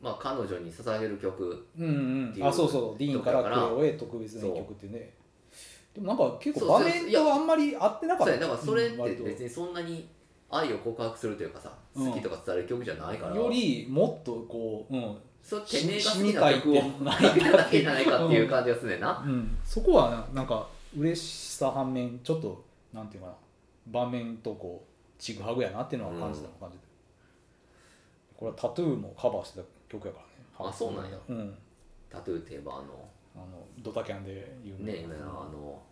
Speaker 1: まあ彼女に捧げる曲
Speaker 2: うん
Speaker 1: っ
Speaker 2: う
Speaker 1: てい
Speaker 2: ん
Speaker 1: う
Speaker 2: あそうそうディーンから
Speaker 1: と
Speaker 2: ク
Speaker 1: こ
Speaker 2: レ
Speaker 1: ろから
Speaker 2: オへ特別な一曲ってねでもなんか結構
Speaker 1: そう
Speaker 2: 場
Speaker 1: そう
Speaker 2: 面とあんまり合ってなか
Speaker 1: そ
Speaker 2: っ
Speaker 1: う
Speaker 2: た
Speaker 1: やだからそれっ
Speaker 2: うん
Speaker 1: て
Speaker 2: 割と
Speaker 1: 別にそんなに愛を告白するというかさ、
Speaker 2: うん
Speaker 1: 好きとか伝える曲じゃないから
Speaker 2: よりもっとこう、うん
Speaker 1: そう
Speaker 2: 死
Speaker 1: てめえが
Speaker 2: 死
Speaker 1: 好
Speaker 2: に
Speaker 1: き
Speaker 2: た
Speaker 1: ない
Speaker 2: って
Speaker 1: 曲を
Speaker 2: いうのが
Speaker 1: 書いただけじゃないかっていう感じがするねんな、
Speaker 2: うん、そこはななんか嬉しさ反面ちょっとなんていうかな場面とこうちぐはぐやなっていうのは感じたの感じてる、これはタトゥーもカバーしてた曲やからね
Speaker 1: あそうなんや
Speaker 2: うん
Speaker 1: タトゥーっていえばあの
Speaker 2: あのドタキャンで有名
Speaker 1: ね
Speaker 2: な
Speaker 1: えあ
Speaker 2: あの
Speaker 1: の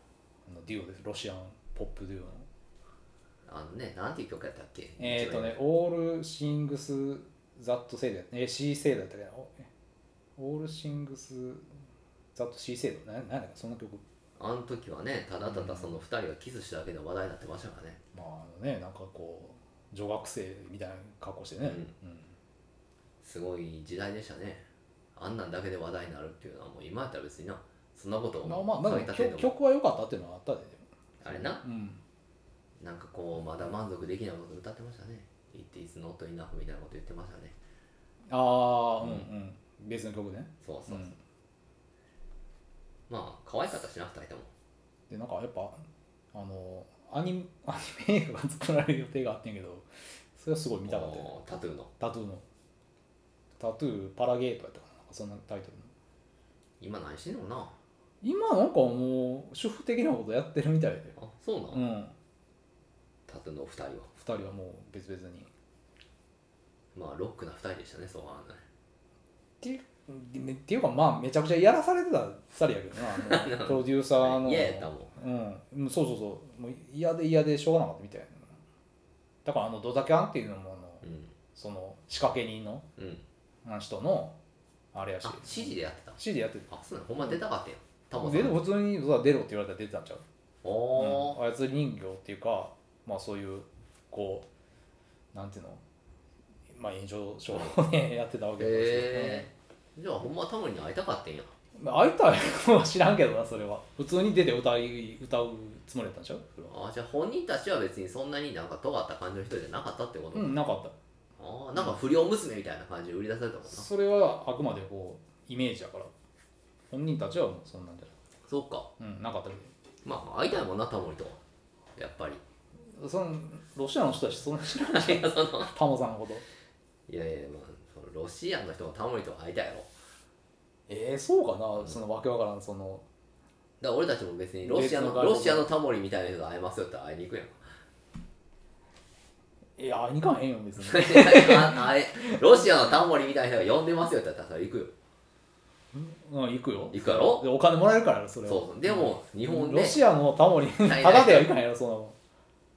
Speaker 2: デュオですロシアンポップデュオの
Speaker 1: あのねなんていう曲やったっけ
Speaker 2: えっ、ー、とね
Speaker 1: 一
Speaker 2: 「オールシングス・ザット・セイド」えー、シー・セイドやったっけなおオールシングス・ザット・シー・セイドななんだかそんな曲
Speaker 1: あの時はねただただその2人がキスしただけで話題になってましたからね
Speaker 2: まああのねなんかこう女学生みたいな格好してね、うん
Speaker 1: すごい時代でしたねあんなんだけで話題になるっていうのはもう今やったら別になそんなことを
Speaker 2: まあま
Speaker 1: 買い
Speaker 2: あなんか
Speaker 1: 立てん
Speaker 2: 曲
Speaker 1: のも
Speaker 2: 曲は良かったっていうのはあったで、
Speaker 1: あれな
Speaker 2: うん、
Speaker 1: なんかこうまだ満足できないこと歌ってましたね「It is not enough」みたいなこと言ってましたね
Speaker 2: ああうんうん別の曲ね
Speaker 1: そうそうそう、
Speaker 2: うん
Speaker 1: まあ可愛かったしな2人とも
Speaker 2: でなんかやっぱあのアニメアニメ映画が作られる予定があってんけどそれはすごい見たかったよね
Speaker 1: こうタトゥーの
Speaker 2: タトゥーのタトゥーパラゲートやったかななんかそんなタイトルの
Speaker 1: 今何してんのかな
Speaker 2: 今なんかもう主婦的なことやってるみたいで
Speaker 1: あそうなの、
Speaker 2: うん
Speaker 1: タトゥーの2人は
Speaker 2: 2人はもう別々に
Speaker 1: まあロックな2人でしたねそうはね
Speaker 2: っていうっていうかまあめちゃくちゃやらされてた2人やけど なあのプロデューサーの
Speaker 1: 嫌やったもん
Speaker 2: うん、うんそうそうそうもう嫌で嫌でしょうがなかったみたいなだからあのドタキャンっていうのもあの
Speaker 1: うん
Speaker 2: その仕掛け人の
Speaker 1: うん
Speaker 2: あの人のあれやし
Speaker 1: あ指示でやってた
Speaker 2: C でやって
Speaker 1: あそうなのほんま出たかったよタ
Speaker 2: た
Speaker 1: モさ
Speaker 2: で
Speaker 1: ん
Speaker 2: 普通にそうだ出ろって言われたら出てたんちゃう、
Speaker 1: おお
Speaker 2: うん、操り人形っていうかまあそういうこうなんていうのまあ炎上症をねやってたわけです よ
Speaker 1: へえじゃあほんまタモリに会いたかってんや
Speaker 2: うんまあ会いたいのは知らんけどなそれは普通に出て歌い歌うつもりだったんちゃうそれは
Speaker 1: あじゃあ本人たちは別にそんなになんか尖った感じの人じゃなかったってこと、
Speaker 2: うんなかった
Speaker 1: ああなんか不良娘みたいな感じで売り出されたもんな、
Speaker 2: それはあくまでこうイメージだから本人たちはもうそんなんじ
Speaker 1: そっか
Speaker 2: ゃないうんなかったけ
Speaker 1: まあ会いたいもんなタモリとはやっぱり
Speaker 2: どそのロシアの人たちそんな知らん
Speaker 1: いやその
Speaker 2: タモさんのこと
Speaker 1: いやいやまあそのロシアの人もタモリとは会いたいやろ
Speaker 2: えー、そうかな、そのわけわからんその
Speaker 1: だから俺たちも別にロシアの
Speaker 2: 別の外国
Speaker 1: ロシアのタモリみたいな人と会えますよって会いに行くやん
Speaker 2: いや会いに行かへんよ別に
Speaker 1: あ会えロシアのタモリみたいな人が呼んでますよって言ったらそれ行くよ
Speaker 2: うん行くよ
Speaker 1: 行くやろ
Speaker 2: でお金もらえるからそれは
Speaker 1: そうそうでも日本で
Speaker 2: ロシアのタモリた
Speaker 1: い
Speaker 2: だでは行かへんやろそんなもん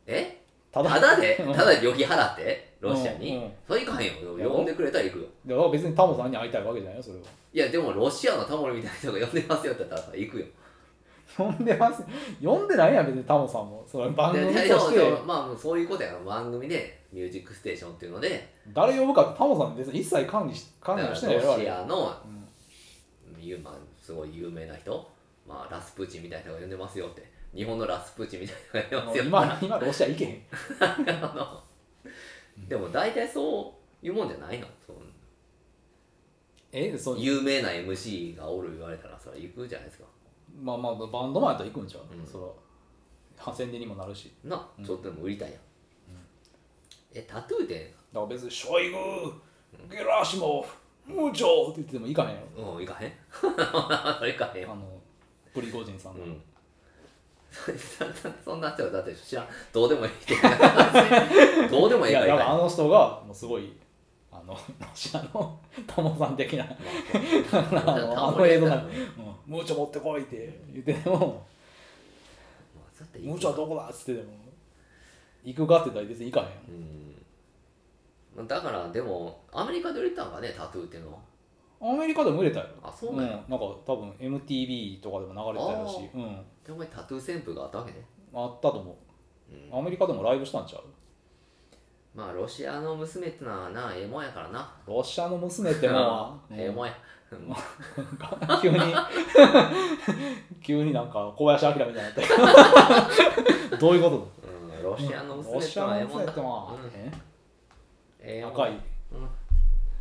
Speaker 1: え
Speaker 2: た
Speaker 1: ただでただで旅費払ってロシアに、
Speaker 2: うんうん
Speaker 1: それ行かへんよ呼んでくれたら行くよ
Speaker 2: だから別にタモさんに会いたいわけじゃないよそれはい
Speaker 1: やでもロシアのタモリみたいな人が呼んでますよって言ったらさ行くよ
Speaker 2: 呼んでます呼んでないやん別にタモさんもそれ番組と
Speaker 1: ででも
Speaker 2: し
Speaker 1: で
Speaker 2: て
Speaker 1: もまあもうそういうことやな番組で「ミュージックステーション」っていうので
Speaker 2: 誰呼ぶかってタモさん別に一切管理し
Speaker 1: だ
Speaker 2: 管
Speaker 1: から
Speaker 2: 理
Speaker 1: ロ
Speaker 2: はしてないやろあ
Speaker 1: シ
Speaker 2: れ
Speaker 1: アの、ゆまあ、すごい有名な人、まあ、ラスプーチンみたいな人が呼んでますよって日本のラスプーチンみたいな人が呼んで
Speaker 2: も
Speaker 1: ま
Speaker 2: う
Speaker 1: すよ
Speaker 2: 今今ロシア行けへん
Speaker 1: でも大体そういうもんじゃないのその
Speaker 2: えそう
Speaker 1: 有名な MC がおる言われたらそれ行くじゃないですか
Speaker 2: まあまあバンドマンやったら行くんちゃう、
Speaker 1: うん
Speaker 2: それは宣伝にもなるし
Speaker 1: なあ、ちょっとでも売りたいやん、えタトゥーで
Speaker 2: だから別にショイグゲラシモフムーチョって言ってもいかへんよ
Speaker 1: うん行かへん それ行かへん
Speaker 2: あ
Speaker 1: よ
Speaker 2: のプリゴジンさん
Speaker 1: う
Speaker 2: の、
Speaker 1: ん そんな人だって知らんどうでもいい人 どうでもい
Speaker 2: い
Speaker 1: いか
Speaker 2: や
Speaker 1: ら行から
Speaker 2: だか
Speaker 1: へん
Speaker 2: あの人がもうすごいあのロシアのタモさん的なあのあの映像な
Speaker 1: まあ
Speaker 2: んで「ムーチョ持ってこい」って言ってでも
Speaker 1: そうだっ
Speaker 2: 「
Speaker 1: て
Speaker 2: ムー
Speaker 1: 行
Speaker 2: チ
Speaker 1: く
Speaker 2: ョはどこだ?」っつってでも行くかって言ったら別に行かへん
Speaker 1: うんだからでもアメリカで売れたんかねタトゥーっていうのは
Speaker 2: アメリカでも売れたよ
Speaker 1: あそうなんや
Speaker 2: ん、なんか多分 MTV とかでも流れてたらしい、うん、
Speaker 1: でお前タトゥー旋風があったわけね
Speaker 2: あったと思うアメリカでもライブしたんちゃう
Speaker 1: まあロシアの娘ってのはなええもんやからな
Speaker 2: ロシアの娘ってもんは
Speaker 1: うんええもんや
Speaker 2: 急に 急になんか小林明みたいになった けどどういうこ
Speaker 1: うんロ
Speaker 2: と
Speaker 1: シアの娘
Speaker 2: ロ
Speaker 1: って
Speaker 2: シ
Speaker 1: の
Speaker 2: ア
Speaker 1: は
Speaker 2: の
Speaker 1: ええもんだうんえ
Speaker 2: 娘ってもえ
Speaker 1: えもん
Speaker 2: 赤い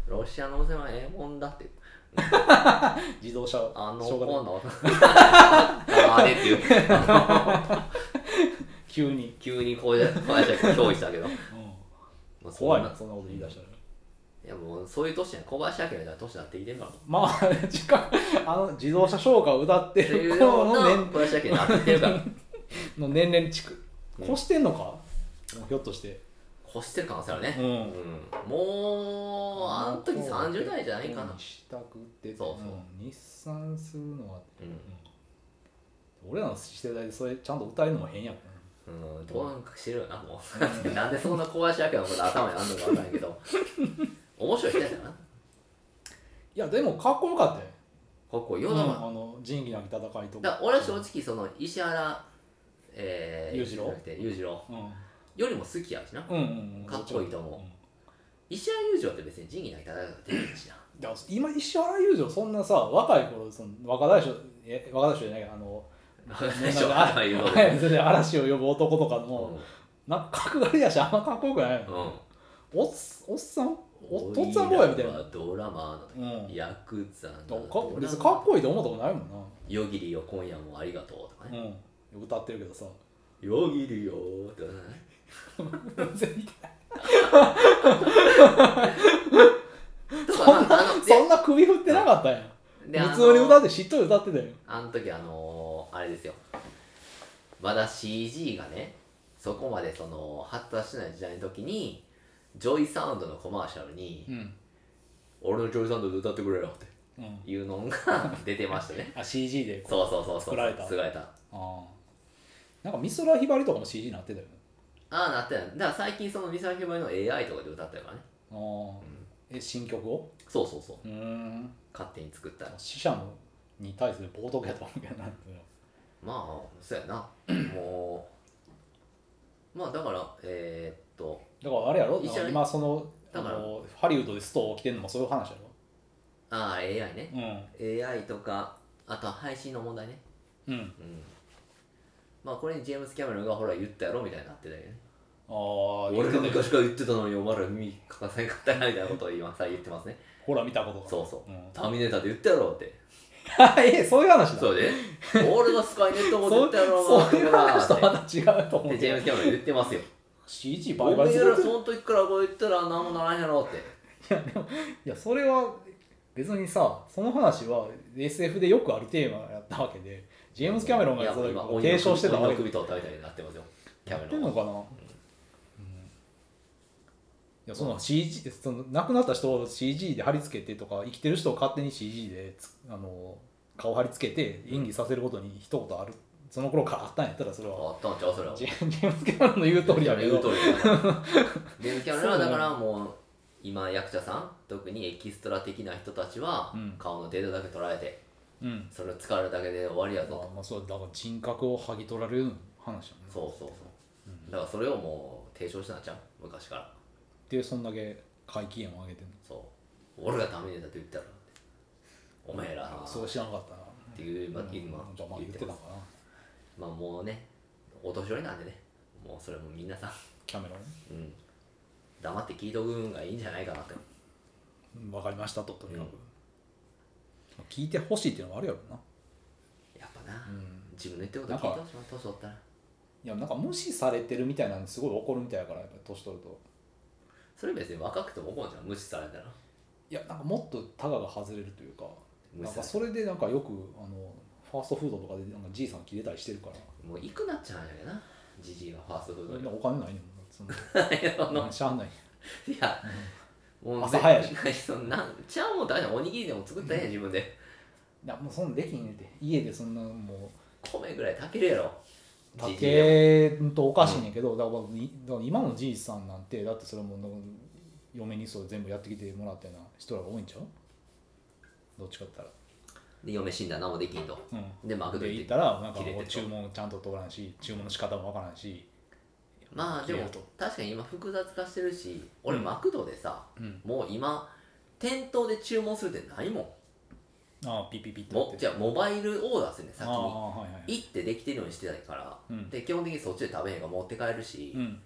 Speaker 1: ロシアの娘はええもんだって
Speaker 2: 自動車
Speaker 1: あの
Speaker 2: しょう
Speaker 1: 子
Speaker 2: がない
Speaker 1: のあれっていう
Speaker 2: 急に、
Speaker 1: 急にこうやって憑依したけどまあそん
Speaker 2: 怖いな
Speaker 1: な
Speaker 2: そんなこと言い出したら
Speaker 1: いやもうそういう年や小林明みたいな年になってきてる から
Speaker 2: まあ時間あの自動車紹介を歌って
Speaker 1: ってい
Speaker 2: る
Speaker 1: う
Speaker 2: 頃
Speaker 1: よう
Speaker 2: の
Speaker 1: な
Speaker 2: 年
Speaker 1: 小林明になってきてるから
Speaker 2: の年齢にチク越してんのかもうひょっとして
Speaker 1: 越してる可能性あるね
Speaker 2: う、
Speaker 1: うんんもうあの時30代じゃないかな
Speaker 2: にしたくて
Speaker 1: そうそうん
Speaker 2: 日産するのは
Speaker 1: う、
Speaker 2: 俺らの世代でそれちゃんと歌えるのも変やからなん
Speaker 1: うん、どうなんかしてるよなもうなんでそんな小林明のこと頭にあんのかわからんないけど面白い人やったよない
Speaker 2: やでもかっこよかったよ
Speaker 1: かっこいいよ
Speaker 2: うん
Speaker 1: だ
Speaker 2: あ
Speaker 1: から,、
Speaker 2: の仁義なき戦い
Speaker 1: だ
Speaker 2: と
Speaker 1: か
Speaker 2: から
Speaker 1: 俺は正直その石原えー、
Speaker 2: 裕次郎
Speaker 1: じゃなくて裕次郎
Speaker 2: うん
Speaker 1: よりも好きやしな
Speaker 2: うんうんうん
Speaker 1: かっこいいと思う
Speaker 2: うん
Speaker 1: 石原裕次郎って別に仁義なき戦いが出てるしな
Speaker 2: だから今石原裕次郎そんなさ若い頃その若大将え若大将じゃないけどあの
Speaker 1: 最初
Speaker 2: あ
Speaker 1: 言うの
Speaker 2: はい それで嵐を呼ぶ男とか
Speaker 1: うん
Speaker 2: の、なんか角刈りやしあんまかっこよくないの
Speaker 1: うん
Speaker 2: おっおっさんおとっつぁん坊やみたいな
Speaker 1: おらはドラマ
Speaker 2: うん
Speaker 1: ーのヤクザ
Speaker 2: だ
Speaker 1: の
Speaker 2: からか別に
Speaker 1: ド
Speaker 2: か
Speaker 1: ラマ
Speaker 2: っこいいと思ったことないもん
Speaker 1: よぎりよ今夜もありがとうとかね
Speaker 2: な、うん、歌ってるけ どさ
Speaker 1: よぎりよーってね とかまああの
Speaker 2: そんな首振ってなかったやん
Speaker 1: でであの
Speaker 2: 普通に歌ってしっとり歌ってたよ
Speaker 1: あの時あのーあれですよまだ CG がねそこまでその発達しない時代の時にジョイサウンドのコマーシャルに
Speaker 2: うん、
Speaker 1: 「俺のジョイサウンドで歌ってくれよ」っ
Speaker 2: うん、
Speaker 1: ていうのが 出てましたね
Speaker 2: あ CG でこう
Speaker 1: そうそうそうそう
Speaker 2: 作られた
Speaker 1: 作られたあ
Speaker 2: あーなんか美空ひばりとかも CG になってたよね
Speaker 1: あなってただから最近そのミサヒバリの AI とかで歌ったからね
Speaker 2: あーえ新曲を
Speaker 1: そうそうそう
Speaker 2: うーん
Speaker 1: 勝手に作ったら
Speaker 2: 死者のに対する冒涜やと思うけどな
Speaker 1: まあそうやなもうまあだからえーっと
Speaker 2: だからあれやろ
Speaker 1: 一緒に
Speaker 2: だから今その
Speaker 1: だから
Speaker 2: あのハリウッドでスト起きてんのもそういう話や
Speaker 1: ああ AI ね
Speaker 2: ろうん、
Speaker 1: AI とかあとは配信の問題ね
Speaker 2: うん、
Speaker 1: うんまあこれにジェームス・キャメロンがほら言ったやろみたいになってたよね
Speaker 2: ああ
Speaker 1: 俺が
Speaker 2: 言ってたよ
Speaker 1: 昔から言ってたのにお前ら耳かかせんかったなみたいなことを今さ言ってますね
Speaker 2: ほら見たことが
Speaker 1: そうそう、
Speaker 2: うん
Speaker 1: ターミネーターで言ったやろって
Speaker 2: えそういう話だ
Speaker 1: そうで俺がスカイネットも言ったやろ
Speaker 2: そういう話と
Speaker 1: っ
Speaker 2: また違うと思
Speaker 1: てで
Speaker 2: う
Speaker 1: ジェームス・キャメロン言ってますよ
Speaker 2: CG
Speaker 1: お
Speaker 2: 倍
Speaker 1: 前
Speaker 2: 買する
Speaker 1: らその時からこう言ったら何もならんやろって
Speaker 2: いやそれは別にさその話は SF でよくあるテーマやったわけでジェームス・キャメロン
Speaker 1: い
Speaker 2: が
Speaker 1: や
Speaker 2: それ
Speaker 1: 今
Speaker 2: を提唱してたわ
Speaker 1: 鬼
Speaker 2: け
Speaker 1: の
Speaker 2: で
Speaker 1: 首と食べたりになってますよキ
Speaker 2: や
Speaker 1: ャ
Speaker 2: っ
Speaker 1: メ
Speaker 2: てん
Speaker 1: ロ
Speaker 2: の
Speaker 1: ン
Speaker 2: かな、うん、いやその CG その亡くなった人を CG で貼り付けてとか生きてる人を勝手に CG でつあの顔貼り付けて演技させることに一言あるその頃からあったんやったらそれ
Speaker 1: あ
Speaker 2: は
Speaker 1: ったんちゃうそれは
Speaker 2: ジェジェームス・キャメロンの言う通りやけ
Speaker 1: 言う
Speaker 2: ど
Speaker 1: 通りだ からジェームスキャメロンは
Speaker 2: そうだ
Speaker 1: だ
Speaker 2: ね
Speaker 1: からもう今役者さん特にエキストラ的な人たちは
Speaker 2: うん
Speaker 1: 顔のデータだけ捉えて
Speaker 2: うん
Speaker 1: それを使われるだけで終わりや
Speaker 2: まあ
Speaker 1: ぞ、
Speaker 2: まあそうだから人格を剥ぎ取られる話やもんね
Speaker 1: そうそうそうだからそれをもう提唱したんちゃう昔から
Speaker 2: でそんだけ怪奇案を上げてる
Speaker 1: そう俺がダメだと言ったらお前ら
Speaker 2: のそ
Speaker 1: っ
Speaker 2: う知らなかったな
Speaker 1: ていう今
Speaker 2: うん
Speaker 1: 今
Speaker 2: じゃあまあ言ってたの
Speaker 1: ま
Speaker 2: かな
Speaker 1: まあもうねお年寄りなんでねもうそれもみんなさん
Speaker 2: キャメロ
Speaker 1: うん黙って聞いとくんがいいんじゃないかなって
Speaker 2: ン分かりましたととに
Speaker 1: う
Speaker 2: かく、
Speaker 1: ん
Speaker 2: まあ聞いてほしいっていうのもあるやろな
Speaker 1: やっぱな、
Speaker 2: ん
Speaker 1: 自分の言ってること聞いてほしいな年取ったら
Speaker 2: いやなんか無視されてるみたいなんですごい怒るみたいやからやっぱ年取ると
Speaker 1: それ別に若くても怒んじゃん無視されたら
Speaker 2: いやなんかもっとタガが外れるというか
Speaker 1: 無
Speaker 2: なん
Speaker 1: 視さ
Speaker 2: か
Speaker 1: れ
Speaker 2: それでなんかよくあのファーストフードとかでなんかじいさん切れたりしてるから
Speaker 1: もういくなっちゃうんやけどなじじいはファーストフード
Speaker 2: みん
Speaker 1: に
Speaker 2: なお金ないねんもんなそんなしゃ あない
Speaker 1: いやもう
Speaker 2: 朝早いし
Speaker 1: しそんなんちゃうもん大丈夫おにぎりでも作ったらええやん自分で
Speaker 2: いやもうそんなできんねんて家でそんなもう
Speaker 1: 米ぐらい炊けるやろじじいで
Speaker 2: 竹とおかしいねんけど、だからいだから今のじいさんなんてだってそれはもうなんか嫁にそう全部やってきてもらったような人らが多いんちゃうどっちかって言っ
Speaker 1: で嫁死んだら何もできんと
Speaker 2: たらうん
Speaker 1: でマクド
Speaker 2: で
Speaker 1: 行
Speaker 2: 行
Speaker 1: っ
Speaker 2: っ
Speaker 1: て
Speaker 2: たらなんか
Speaker 1: 切れて
Speaker 2: も
Speaker 1: る
Speaker 2: う
Speaker 1: と
Speaker 2: 注文ちゃんと通らんし注文の仕方もわからんし
Speaker 1: まあでも
Speaker 2: 切れると
Speaker 1: 確かに今複雑化してるし俺
Speaker 2: うん
Speaker 1: マクドでさ、
Speaker 2: うん
Speaker 1: もう今店頭で注文するってないもん
Speaker 2: ああピッピッピッて
Speaker 1: も
Speaker 2: やって
Speaker 1: じゃあモバイルオーダーするね
Speaker 2: あ
Speaker 1: 先
Speaker 2: あ
Speaker 1: に
Speaker 2: はいはい
Speaker 1: 行ってできてるようにしてないから、
Speaker 2: うん
Speaker 1: で基本的にそっちで食べへんから持って帰るし、
Speaker 2: うん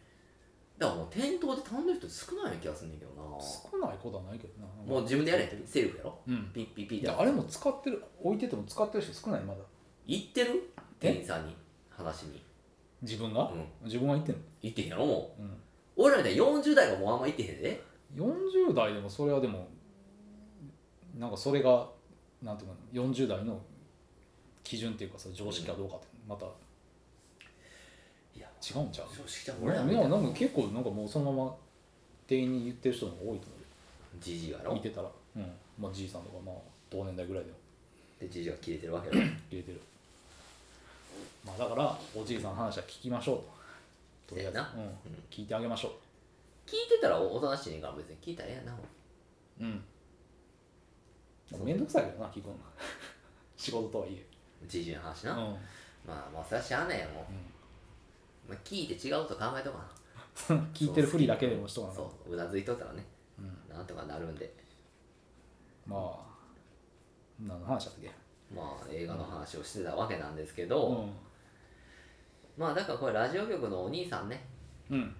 Speaker 1: だからもう店頭で頼んでる人少ないような気がするんだけどな
Speaker 2: 少ないことはないけどな
Speaker 1: もう自分でやれ
Speaker 2: てる
Speaker 1: セルフやろ
Speaker 2: うん
Speaker 1: ピッピッピッっ
Speaker 2: い
Speaker 1: て
Speaker 2: やあれも使ってる置いてても使ってる人少ないまだ
Speaker 1: 行ってる
Speaker 2: え
Speaker 1: 店員さんに話に
Speaker 2: 自分が、
Speaker 1: うん
Speaker 2: 自分は言ってんの
Speaker 1: 行ってへんやろもう、
Speaker 2: うん
Speaker 1: 俺らみたいに40代がもうあんま行ってへんで
Speaker 2: 40代でもそれはでもなんかそれがなんていうかな40代の基準っていうかさ常識かどうかってまた
Speaker 1: いや
Speaker 2: 違うんちゃう
Speaker 1: 正直じゃ
Speaker 2: 俺
Speaker 1: 俺
Speaker 2: ら
Speaker 1: ら
Speaker 2: み
Speaker 1: み
Speaker 2: ん
Speaker 1: た
Speaker 2: ない
Speaker 1: な
Speaker 2: なんか結構なんかもうそのまま店員に言ってる人の方が多いと
Speaker 1: じじいや
Speaker 2: 思う
Speaker 1: ろ
Speaker 2: 見てたら、うんまあ、じいさんとかまあ同年代ぐらいでも
Speaker 1: でじじいが切れてるわけよ
Speaker 2: 入れてる、まあ、だからおじいさんの話は聞きましょうととりあえず、
Speaker 1: せ
Speaker 2: う
Speaker 1: やなん
Speaker 2: 聞いてあげましょ
Speaker 1: 聞いてたらおおとなしいねんから別に聞いたらええやんな
Speaker 2: ううん面倒くさいけどな聞くの 仕事とはいえ、
Speaker 1: じじいの話
Speaker 2: う
Speaker 1: な、
Speaker 2: ん、
Speaker 1: まあもうそれはしゃあねえよもう、まあ、聞いて違うと考えとかな
Speaker 2: 聞いてるふりだけでもしとかな
Speaker 1: そううなずいとったらね、なんとかなるんで
Speaker 2: まあ何の話だったっけ
Speaker 1: まあ映画の話をしてたわけなんですけど、
Speaker 2: うん
Speaker 1: まあだからこれラジオ局のお兄さんね
Speaker 2: うん
Speaker 1: うん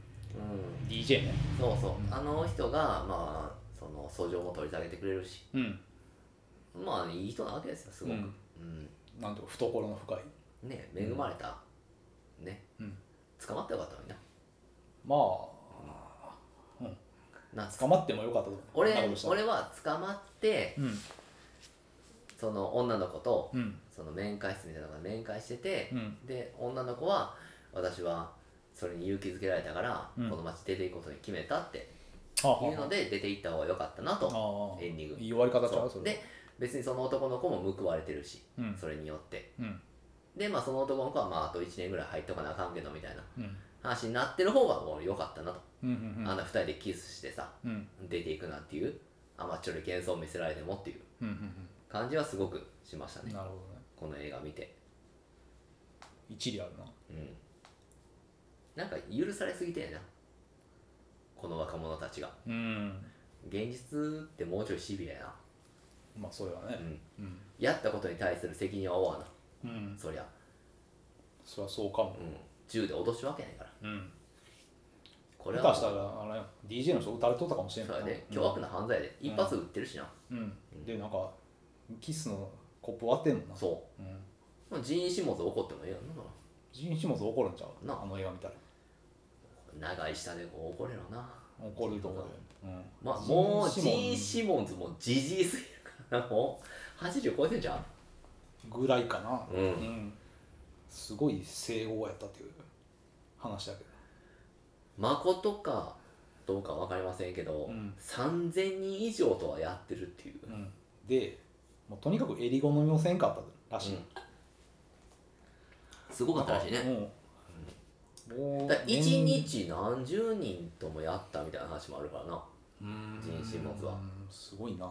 Speaker 2: DJ ね
Speaker 1: そうそう、あの人がまあその訴状も取り下げてくれるし
Speaker 2: うん
Speaker 1: まあいい人なわけですよすごく、
Speaker 2: う
Speaker 1: うん
Speaker 2: んなんとか懐の深い
Speaker 1: ね恵まれた、ね、
Speaker 2: うん
Speaker 1: 捕まってよかったのにな
Speaker 2: まあ
Speaker 1: な
Speaker 2: 捕まってもよかったと
Speaker 1: 俺
Speaker 2: なんかどうした
Speaker 1: 俺は捕まって
Speaker 2: うん
Speaker 1: その女の子と
Speaker 2: うん
Speaker 1: その面会室みたいなのが面会してて
Speaker 2: う、ん
Speaker 1: で女の子は私はそれに勇気づけられたから、
Speaker 2: うん
Speaker 1: この町出ていくことに決めたって
Speaker 2: ああ
Speaker 1: いうので出ていった方が良かったなと
Speaker 2: ああ
Speaker 1: エンディング
Speaker 2: いい終わり方ちゃう
Speaker 1: そ
Speaker 2: そうれ
Speaker 1: で別にその男の子も報われてるし、
Speaker 2: うん
Speaker 1: それによって
Speaker 2: うん
Speaker 1: でまあその男の子はまああと1年ぐらい入っとかなあかんけどみたいな
Speaker 2: うん
Speaker 1: 話になってる方がもう良かったなと、
Speaker 2: うんうん
Speaker 1: あんな2人でキスしてさ
Speaker 2: うんうん
Speaker 1: 出ていくなんていう甘っちょろい幻想を見せられてもっていう
Speaker 2: うんうん
Speaker 1: 感じはすごくしました
Speaker 2: うん
Speaker 1: ね
Speaker 2: なるほどね
Speaker 1: この映画見て
Speaker 2: 一理あるな
Speaker 1: うんなんか許されすぎてんなこの若者たちが
Speaker 2: うん
Speaker 1: 現実ってもうちょいシビアやな、
Speaker 2: まあそうや
Speaker 1: う
Speaker 2: ね
Speaker 1: ん、
Speaker 2: うん
Speaker 1: やったことに対する責任は負わな
Speaker 2: うん
Speaker 1: そりゃ、
Speaker 2: そりゃそうかも
Speaker 1: うん、銃で脅しわけないから
Speaker 2: うん
Speaker 1: これ
Speaker 2: 下
Speaker 1: は
Speaker 2: 手した
Speaker 1: もう
Speaker 2: らあれや DJ の人撃たれとったかもしれん
Speaker 1: そ
Speaker 2: もん
Speaker 1: れ
Speaker 2: な
Speaker 1: で凶悪な犯罪で一発撃ってるしな、
Speaker 2: うんでなんかキスのコップ割ってんもんな
Speaker 1: そ
Speaker 2: うん
Speaker 1: うもう人員始末起こってもいいよ
Speaker 2: ジンシモズ怒るんちゃう
Speaker 1: な
Speaker 2: あの映画見たら
Speaker 1: な長い下でこう怒れろな
Speaker 2: 怒ると思うようん
Speaker 1: まあもう
Speaker 2: ジ
Speaker 1: ジ
Speaker 2: ンシモン
Speaker 1: ーン・シモンズもじじいすぎるからもう80超えてんじゃん
Speaker 2: ぐらいかな
Speaker 1: うん
Speaker 2: んすごい整合やったっていう話だけど
Speaker 1: 誠かどうか分かりませんけど、
Speaker 2: うん
Speaker 1: 3000人以上とはやってるっていう、
Speaker 2: うんでもうとにかく襟好みをせんかったらしい、
Speaker 1: すごかったらしいね、
Speaker 2: うんもう
Speaker 1: だから
Speaker 2: 年
Speaker 1: 1日何十人ともやったみたいな話もあるからな
Speaker 2: うん
Speaker 1: 人種持つわ
Speaker 2: うんすごいな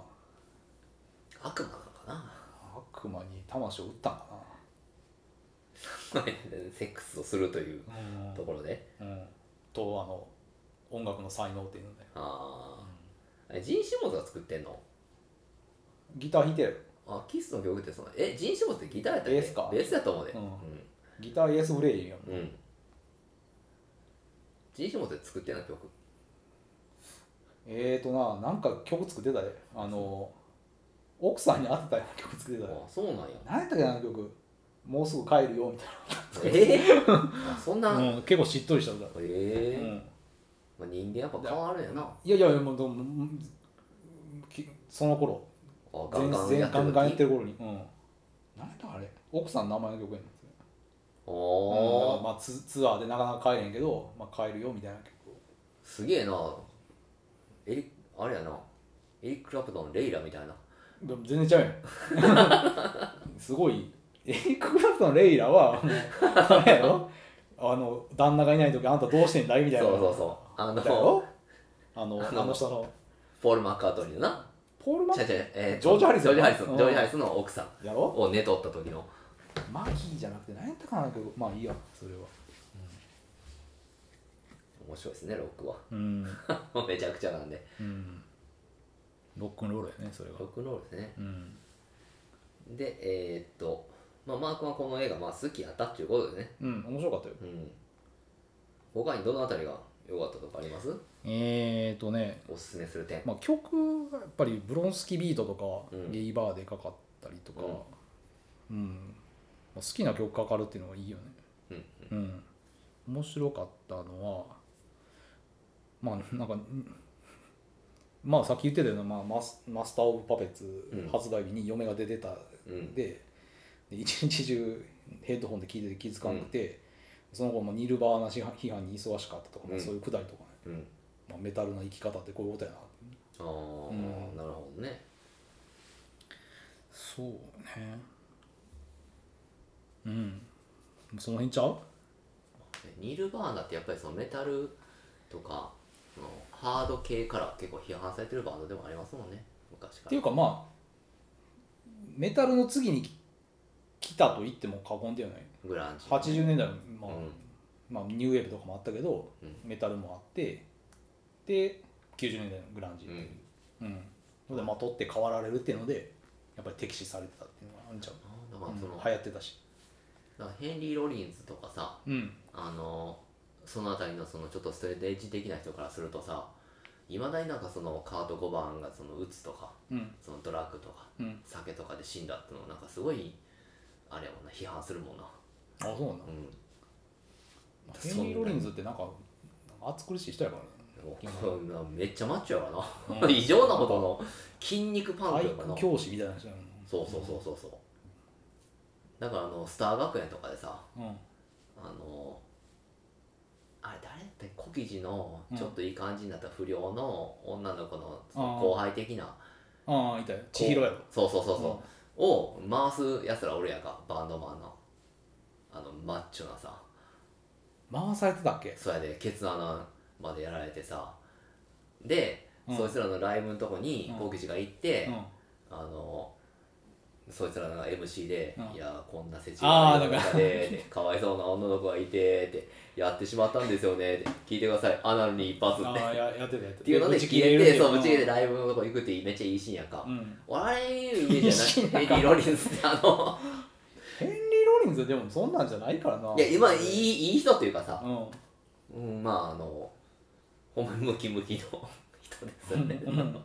Speaker 1: 悪魔なのかな
Speaker 2: 悪魔に魂を打ったんか
Speaker 1: セックスをするという
Speaker 2: な
Speaker 1: ところで
Speaker 2: うんとあの音楽の才能っていうので
Speaker 1: ああジン・シモンズが作ってんの
Speaker 2: ギター弾いてる
Speaker 1: あキスの曲ってそのえジン・シモンズってギターやったっけ
Speaker 2: ベースか
Speaker 1: ベースだと思うで
Speaker 2: う
Speaker 1: うんん、
Speaker 2: ギターイエスフレイやん
Speaker 1: うんジン・シモンズって作ってんの曲
Speaker 2: えーとななんか曲作ってたであの奥さんに当てたような曲作ってたで
Speaker 1: あそうなんや
Speaker 2: 何やったっけなあの曲もうすぐ帰るよみたい
Speaker 1: えー、 あそんな、
Speaker 2: な、
Speaker 1: え
Speaker 2: うん、結構しっとりした歌、
Speaker 1: え
Speaker 2: うん、
Speaker 1: まあ、人間やっぱ変わるんやなあ
Speaker 2: いやいやいやもうでもうんきその頃
Speaker 1: ガンガン
Speaker 2: 全
Speaker 1: や
Speaker 2: 然
Speaker 1: って
Speaker 2: ガ
Speaker 1: る
Speaker 2: ンガンやっ
Speaker 1: 時
Speaker 2: てる頃に、うん、何やったかあれ奥さんの名前の曲やねんですようんだから
Speaker 1: おー
Speaker 2: まあツツアーでなかなか帰れへんけど、まあ、帰るよみたいな曲を
Speaker 1: すげえなエリあれやなエリック・クラプトンレイラみたいな
Speaker 2: でも全然ちゃうや んすごいエリック・クラプトン・レイラはもうあれやろあの旦那がいない時あんたどうしてんだいみたいな
Speaker 1: そうそうそうあ
Speaker 2: だ
Speaker 1: の
Speaker 2: よあの
Speaker 1: あ
Speaker 2: あ
Speaker 1: の
Speaker 2: の人の
Speaker 1: ポール・マッカートニーのな
Speaker 2: ポール・マ
Speaker 1: ちゃ
Speaker 2: ッ
Speaker 1: うちゃうえ
Speaker 2: ジョージハリ
Speaker 1: ジ
Speaker 2: ソ
Speaker 1: ョ
Speaker 2: ン
Speaker 1: ージ・ハリソ
Speaker 2: う
Speaker 1: ン
Speaker 2: ん
Speaker 1: ジョージ・ハリソンの奥さん
Speaker 2: やろ
Speaker 1: を寝とった時の
Speaker 2: マキーじゃなくて何やったかな曲まあいいやそれは
Speaker 1: 面白いですねロックは
Speaker 2: うん、
Speaker 1: めちゃくちゃなんで
Speaker 2: うん、ロックンロールやねそれは
Speaker 1: ロックンロールですね
Speaker 2: うん
Speaker 1: でえーっと、まあ、マー君はこの映画、まあ、好きやったっていうことでね
Speaker 2: うん面白かったよ
Speaker 1: うん他にどのあたりが良かったとかあります
Speaker 2: えーとね
Speaker 1: おすすめする点
Speaker 2: まあ、曲がやっぱりブロンスキービートとか、
Speaker 1: うん
Speaker 2: ゲイバーでかかったりとか、うんまあ、好きな曲かかるっていうのがいいよね、
Speaker 1: うん
Speaker 2: うん面白かったのはまあなんかうんまあさっき言ってたような、まあ、マスマスター・オブ・パペッ
Speaker 1: うん
Speaker 2: ツ発売日に嫁が出てた
Speaker 1: うん
Speaker 2: でで一日中ヘッドホンで聴いてて気づかなくて、その後もニルバーナ批判批判に忙しかったとか、まあ
Speaker 1: うん
Speaker 2: そういうくだりとかね、
Speaker 1: うん
Speaker 2: まあ、メタルな生き方ってこういうことやなって
Speaker 1: ああ、
Speaker 2: うん
Speaker 1: なるほどね
Speaker 2: そうねうんその辺ちゃう
Speaker 1: ニルバーナってやっぱりそのメタルとかそのハード系から結構批判されてるバンドでもありますもんね昔か
Speaker 2: ってい
Speaker 1: ら
Speaker 2: うかまあメタルの次に来たと言っても過言ではない
Speaker 1: グランジ、
Speaker 2: 80年代も、まあ
Speaker 1: うん
Speaker 2: まあ、ニューウェーブとかもあったけど、
Speaker 1: うん
Speaker 2: メタルもあってで90年代のグランジ、
Speaker 1: うん
Speaker 2: うん、のでまあ取って変わられるっていうのでやっぱり敵視されてたっていうのがあるんちゃう、
Speaker 1: だから
Speaker 2: うん
Speaker 1: その、
Speaker 2: 流行ってたし、
Speaker 1: だからヘンリー・ロリンズとかさ
Speaker 2: うん、
Speaker 1: あのそのあたりのそのちょっとストレージ的な人からするとさいまだになんかそのカート・コバーンがそのうつとか
Speaker 2: うん
Speaker 1: そのドラッグとか
Speaker 2: うん
Speaker 1: 酒とかで死んだってのをなんかすごいあれやもんな批判するもんな
Speaker 2: あそうなんだ
Speaker 1: うん
Speaker 2: ヘンリー・ロリンズってなんか暑苦しい人やからね
Speaker 1: こんなめっちゃマッチョやわな、
Speaker 2: うん
Speaker 1: 異常なほどの筋肉パンク
Speaker 2: 体
Speaker 1: やからな
Speaker 2: 育
Speaker 1: そう
Speaker 2: 教師みたいな人やもん
Speaker 1: そうそうそうそうだからあのスター学園とかでさ
Speaker 2: うん、うん
Speaker 1: あのあれ誰だって小生地のちょっといい感じになった不良の女の子のその
Speaker 2: あー
Speaker 1: 後輩的な
Speaker 2: ああいたよ千尋やろ
Speaker 1: そうそうそうそう、を回すやつら俺やんかバンドマンのあのマッチョなさ
Speaker 2: 回されてたっけ
Speaker 1: それでケツ穴までやられてさで、
Speaker 2: うん
Speaker 1: そいつらのライブのとこに
Speaker 2: うん
Speaker 1: 小口が行って、
Speaker 2: うん
Speaker 1: あのそいつらが MC で「
Speaker 2: うん
Speaker 1: いやーこんな世知
Speaker 2: あー
Speaker 1: 辛い中で でかわいそうな女の子がいて」って「やってしまったんですよね」って「聞いてくださいアナルに一発」って
Speaker 2: あ あ
Speaker 1: っ
Speaker 2: ややってたやってた
Speaker 1: ていうので
Speaker 2: ぶち切
Speaker 1: 消
Speaker 2: れ
Speaker 1: え
Speaker 2: るってい
Speaker 1: そうぶち切れてライブのとこ行くってめっちゃいいシーンやんか、
Speaker 2: うん
Speaker 1: 笑えるイメージじゃないエディ・ロリンスってあ の
Speaker 2: ヘンリー・ロリンズでもそんなんじゃないからない
Speaker 1: いや今い
Speaker 2: い
Speaker 1: いいい人というかさ
Speaker 2: う、ん
Speaker 1: うん、まああのほんまにムキムキの人ですよね
Speaker 2: うん
Speaker 1: っ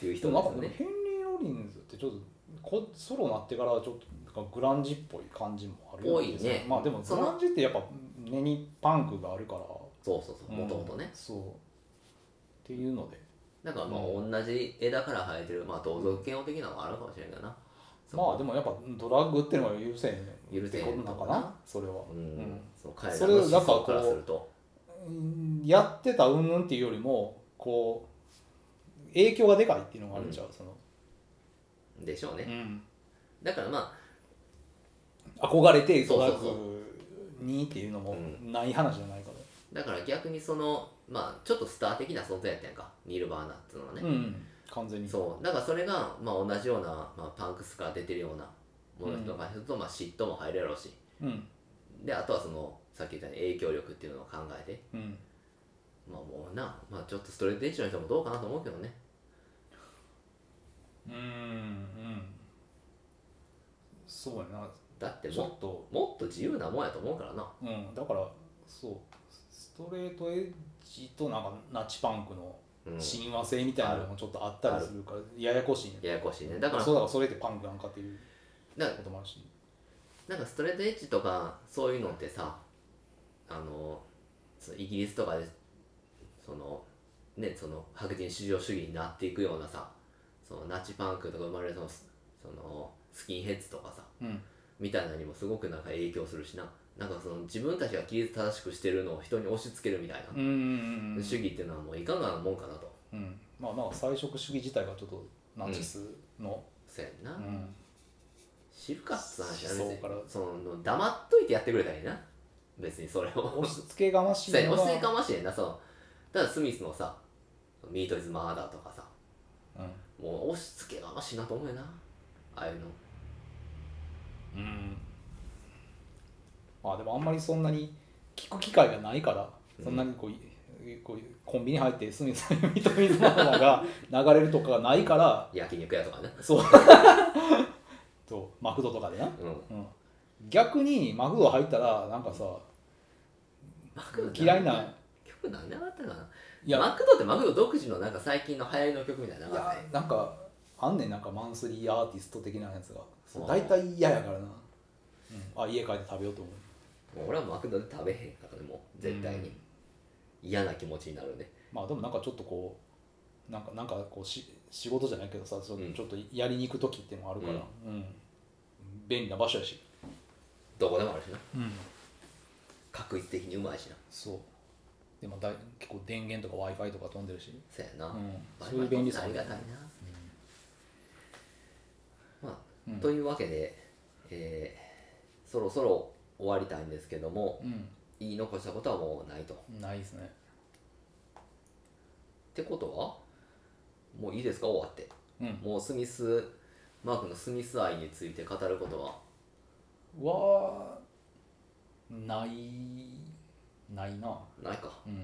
Speaker 1: ていう
Speaker 2: で
Speaker 1: 人
Speaker 2: も
Speaker 1: です
Speaker 2: なんか
Speaker 1: よね
Speaker 2: このヘンリー・ロリンズってちょっとこソロになってからちょっとなんかグランジっぽい感じもあるよ
Speaker 1: ぽいね
Speaker 2: まあでも
Speaker 1: そ
Speaker 2: グ
Speaker 1: の
Speaker 2: ランジってやっぱ根にパンクがあるから
Speaker 1: そうそうそうもともとね、
Speaker 2: うんそうっていうので
Speaker 1: なんかまあ同じ枝から生えてる、まあ同族嫌悪的なのもあるかもしれんけどな。
Speaker 2: まあでもやっぱドラッグっていうのが優先
Speaker 1: 許せ
Speaker 2: って
Speaker 1: へん
Speaker 2: ことなのかなそれは
Speaker 1: うん、
Speaker 2: うん
Speaker 1: その彼ら
Speaker 2: それを
Speaker 1: の思
Speaker 2: なんかこ
Speaker 1: 想
Speaker 2: う
Speaker 1: からすると。
Speaker 2: うんやってたうんぬんっていうよりもこう影響がでかいっていうのがあるんちゃう、その、
Speaker 1: でしょうね。
Speaker 2: うん
Speaker 1: だからま
Speaker 2: 憧れて
Speaker 1: そう
Speaker 2: ド
Speaker 1: そ
Speaker 2: ラ
Speaker 1: う
Speaker 2: ッ
Speaker 1: そう
Speaker 2: グにっていうのも
Speaker 1: う
Speaker 2: ない話じゃないから、
Speaker 1: あ、だから逆にその、まあちょっとスター的な存在やったやんか、ニルバーナっていうのはね。
Speaker 2: うん、完全に
Speaker 1: そう、だからそれが、まあ同じような、まあパンクスから出てるようなものとかすると、まあ嫉妬も入るやろうし。
Speaker 2: うん
Speaker 1: で、あとはその、さっき言ったように影響力っていうのを考えて、
Speaker 2: うん
Speaker 1: まあもうな、まあちょっとストレート電子の人もどうかなと思うけどね。
Speaker 2: うんうんそうやな
Speaker 1: だって
Speaker 2: ちょ
Speaker 1: も
Speaker 2: っと
Speaker 1: う、もっと自由なもんやと思うからな。
Speaker 2: うんだからそうストレートエッジとなんかナチパンクの
Speaker 1: うん
Speaker 2: 親和性みたいなのもちょっとあったりするからややこしいね
Speaker 1: ややこしいねだから
Speaker 2: そうだからそれってパンクなんかっていう
Speaker 1: なん
Speaker 2: こ
Speaker 1: か
Speaker 2: ともあるし
Speaker 1: なんかストレートエッジとかそういうのってさあのそのイギリスとかでそのねその白人至上主義になっていくようなさそのナチパンクとか生まれるそのそのスキンヘッズとかさ
Speaker 2: うん
Speaker 1: みたいなのにもすごくなんか影響するしななんかその自分たちが規律正しくしてるのを人に押し付けるみたいな
Speaker 2: う、んうんうん
Speaker 1: 主義っていうのはもういかがなもんかなと
Speaker 2: うんまあまあ菜食主義自体がちょっとナチスの、
Speaker 1: せやんな、
Speaker 2: うん
Speaker 1: 知るかって話やね
Speaker 2: 思想から
Speaker 1: その黙っといてやってくれたらいいな別にそれを
Speaker 2: 押し付けがましい
Speaker 1: そうやね
Speaker 2: のが
Speaker 1: おせかましいねんなそのただスミスのさ「ミート・イズ・マーダー」とかさもう押し付けがましいなと思うよなああいうの
Speaker 2: うん、うん、まあでもあんまりそんなに聞く機会がないからそんなにこう,、こうコンビニ入ってスミスの認めるものが流れるとかがないから
Speaker 1: 焼肉屋とかね
Speaker 2: そうとマクドとかでな、
Speaker 1: うん
Speaker 2: うん、逆にマクド入ったらなんかさ
Speaker 1: マクドって
Speaker 2: 嫌いな
Speaker 1: 曲なんであったかない
Speaker 2: や
Speaker 1: マクドってマクド独自のなんか最近の流行りの曲みたいなの
Speaker 2: い
Speaker 1: なかっ
Speaker 2: や
Speaker 1: たね
Speaker 2: なんかあんねんなんかマンスリーアーティスト的なやつが
Speaker 1: あー
Speaker 2: 大体嫌やからな、うん、あ家帰って食べようと思う
Speaker 1: もう俺はマクドで食べへんからねもう絶対
Speaker 2: う
Speaker 1: に
Speaker 2: ん
Speaker 1: 嫌な気持ちになるね
Speaker 2: まあでもなんかちょっとこうなんかなんかこうし仕事じゃないけどさちょ,、
Speaker 1: うん
Speaker 2: ちょっとやりに行く時っていうのもあるから、うん便利な場所やし、
Speaker 1: どこでもあるしな
Speaker 2: うん、
Speaker 1: 確率的にうまいしな
Speaker 2: そうでもだい結構電源とか w i f i とか飛んでるし、
Speaker 1: そうやな、
Speaker 2: うん、
Speaker 1: まあ
Speaker 2: そういう便利さ
Speaker 1: あ
Speaker 2: も
Speaker 1: り
Speaker 2: ね
Speaker 1: がたいな、まあ、
Speaker 2: うん
Speaker 1: というわけで、えーそろそろ終わりたいんですけども
Speaker 2: う
Speaker 1: 言い残したことはもうないとっ
Speaker 2: んないですね
Speaker 1: てことはもういいですか終わって
Speaker 2: うん
Speaker 1: もうスミスマークのスミス愛について語ることは
Speaker 2: はないないな
Speaker 1: ないか、
Speaker 2: うん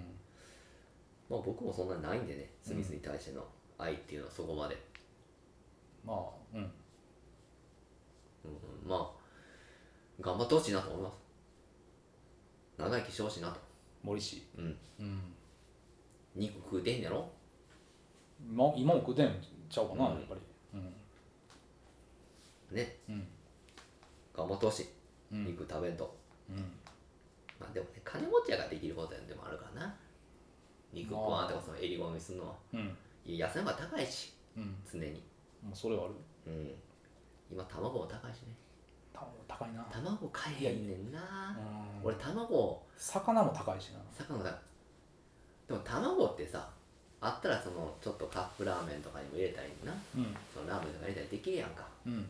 Speaker 1: まあ、僕もそんなにないんでねスミスに対しての愛っていうのはそこまで、
Speaker 2: まあうん
Speaker 1: うんまあ頑張ってほしいなと思います長生きしてほしいなと
Speaker 2: 森氏
Speaker 1: うん
Speaker 2: うん
Speaker 1: 肉食うてんやろ
Speaker 2: 今今も食うてんちゃうかな、
Speaker 1: うん
Speaker 2: やっぱりうん
Speaker 1: ね
Speaker 2: うん
Speaker 1: 頑張ってほしい
Speaker 2: うん、
Speaker 1: 肉食べんと、
Speaker 2: うん、
Speaker 1: まあでもね金持ちやができることやんでもあるからな肉食わんとかその襟好みするのは
Speaker 2: うん、
Speaker 1: いや野菜も高いし
Speaker 2: うん、
Speaker 1: 常に
Speaker 2: もうそれはある。
Speaker 1: うん今卵も高いしね
Speaker 2: た高いな。
Speaker 1: 卵買えへんねんな
Speaker 2: うん、
Speaker 1: 俺卵
Speaker 2: 魚も高いしな。
Speaker 1: 魚だでも卵ってさあったらそのちょっとカップラーメンとかにも入れたりな
Speaker 2: うん、
Speaker 1: そのラーメンとか入れたりできるやんか
Speaker 2: うん、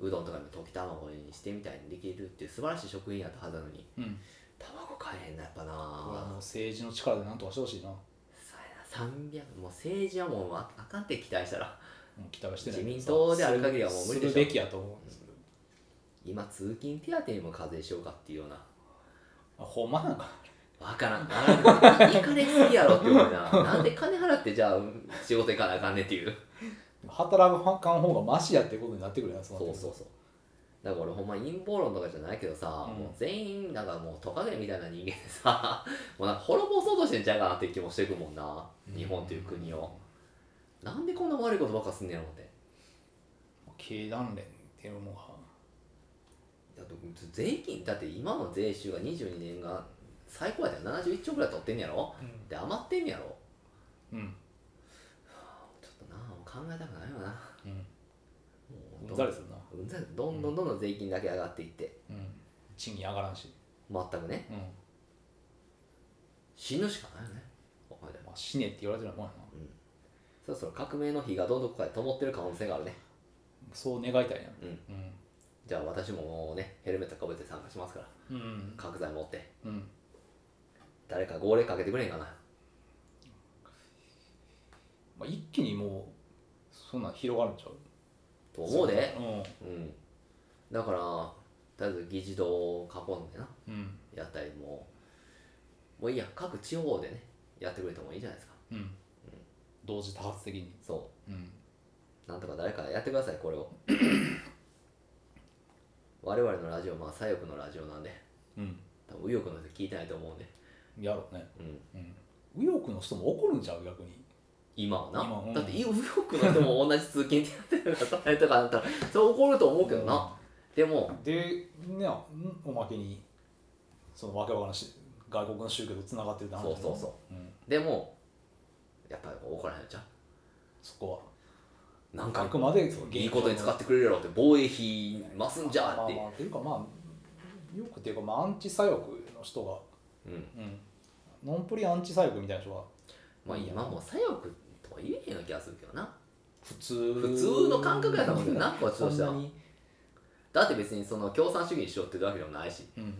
Speaker 1: うどんとかにも溶き卵にしてみたいにできるっていう素晴らしい食品やったはずなのに
Speaker 2: うん。
Speaker 1: 卵買えへんなやっぱな
Speaker 2: これはもう政治の力でなんとかしてほしいな。も
Speaker 1: そうやな300もう政治はもうああかんって期待したら
Speaker 2: う期待はしてない。
Speaker 1: 自民党である限りはもう無理でしょ
Speaker 2: するべきやと思う。
Speaker 1: 今通勤手当にも課税しようかっていうような
Speaker 2: あほんまなんか。
Speaker 1: わからんからん行かれすぎやろって思うななんで金払ってじゃあ仕事行かなあかんねっていう
Speaker 2: 働かん方がマシやってことになってくるやん、そ
Speaker 1: そうそうそうだから俺ほんま陰謀論とかじゃないけどさ、
Speaker 2: うん
Speaker 1: もう全員なんかもうトカゲみたいな人間でさ もうなんか滅ぼそうとしてんちゃうかなっていう気もしてくもんな
Speaker 2: うん
Speaker 1: 日本っていう国を、なんでこんな悪いことばっかすんねやろって
Speaker 2: う。経団連っていうのが。
Speaker 1: だって税金だって今の税収が22年が最高やったよ71兆ぐらい取ってんねやろ
Speaker 2: うん。
Speaker 1: で余ってんねやろ
Speaker 2: うん。
Speaker 1: ちょっとなもう考えたくないよな
Speaker 2: うん。
Speaker 1: もど
Speaker 2: うん
Speaker 1: ん
Speaker 2: ざりするな。
Speaker 1: うんざりどんどんどんどん税金だけ上がっていって
Speaker 2: うん。賃金上がらんし。
Speaker 1: 全くね
Speaker 2: うん。
Speaker 1: 死ぬしかないよねお前ら
Speaker 2: まあ、死ねって言われてるもんやな。
Speaker 1: そろそろ革命の火がどこかで灯ってる可能性があるね
Speaker 2: そう願いたいな。
Speaker 1: うん。
Speaker 2: うん。
Speaker 1: じゃあ私ももうねヘルメットかぶって参加しますから
Speaker 2: うん。
Speaker 1: 角材持って
Speaker 2: うん。
Speaker 1: 誰か号令かけてくれへんかな
Speaker 2: まあ、一気にもうそんなん広がるんちゃう
Speaker 1: と思うで
Speaker 2: うん
Speaker 1: うんだからとりあえず議事堂を囲んでな
Speaker 2: うん
Speaker 1: やったりもうもういいや各地方でねやってくれてもいいじゃないですか
Speaker 2: うん、同時多発的に
Speaker 1: そ
Speaker 2: うん
Speaker 1: うなんとか誰かやってくださいこ れを我々のラジオまあ左翼のラジオなんで
Speaker 2: うん
Speaker 1: 多分右翼の人聞いてないと思うんで、
Speaker 2: やろうね
Speaker 1: うん、
Speaker 2: うん右翼の人も怒るんちゃう逆に
Speaker 1: 今はな
Speaker 2: 今はうん
Speaker 1: だって右翼の人も同じ通勤手当とか働いとかだったらそれ怒ると思うけどな、でも
Speaker 2: でねうんおまけにそのわけわからんし外国の宗教とつながってるって話、
Speaker 1: そうそうそう
Speaker 2: うん、
Speaker 1: でもやっぱり怒らへんじゃん
Speaker 2: そこ
Speaker 1: なん
Speaker 2: はあ
Speaker 1: か
Speaker 2: くまで
Speaker 1: いいことに使っててくれるやろって防衛費増すんじゃ
Speaker 2: ま
Speaker 1: っ
Speaker 2: あ
Speaker 1: て、
Speaker 2: まあっていうかまあ右翼っていうかまあアンチ左翼の人が
Speaker 1: うん
Speaker 2: うんノンプリアンチ左翼みたいな人が
Speaker 1: まあ今も左翼とは言えへんような気がするけどな
Speaker 2: 普通
Speaker 1: 普通の感覚やと思うけどなこっち
Speaker 2: そ
Speaker 1: と
Speaker 2: ん
Speaker 1: して
Speaker 2: な
Speaker 1: は
Speaker 2: に
Speaker 1: だって別にその共産主義にしようって言うわけでもないし
Speaker 2: うん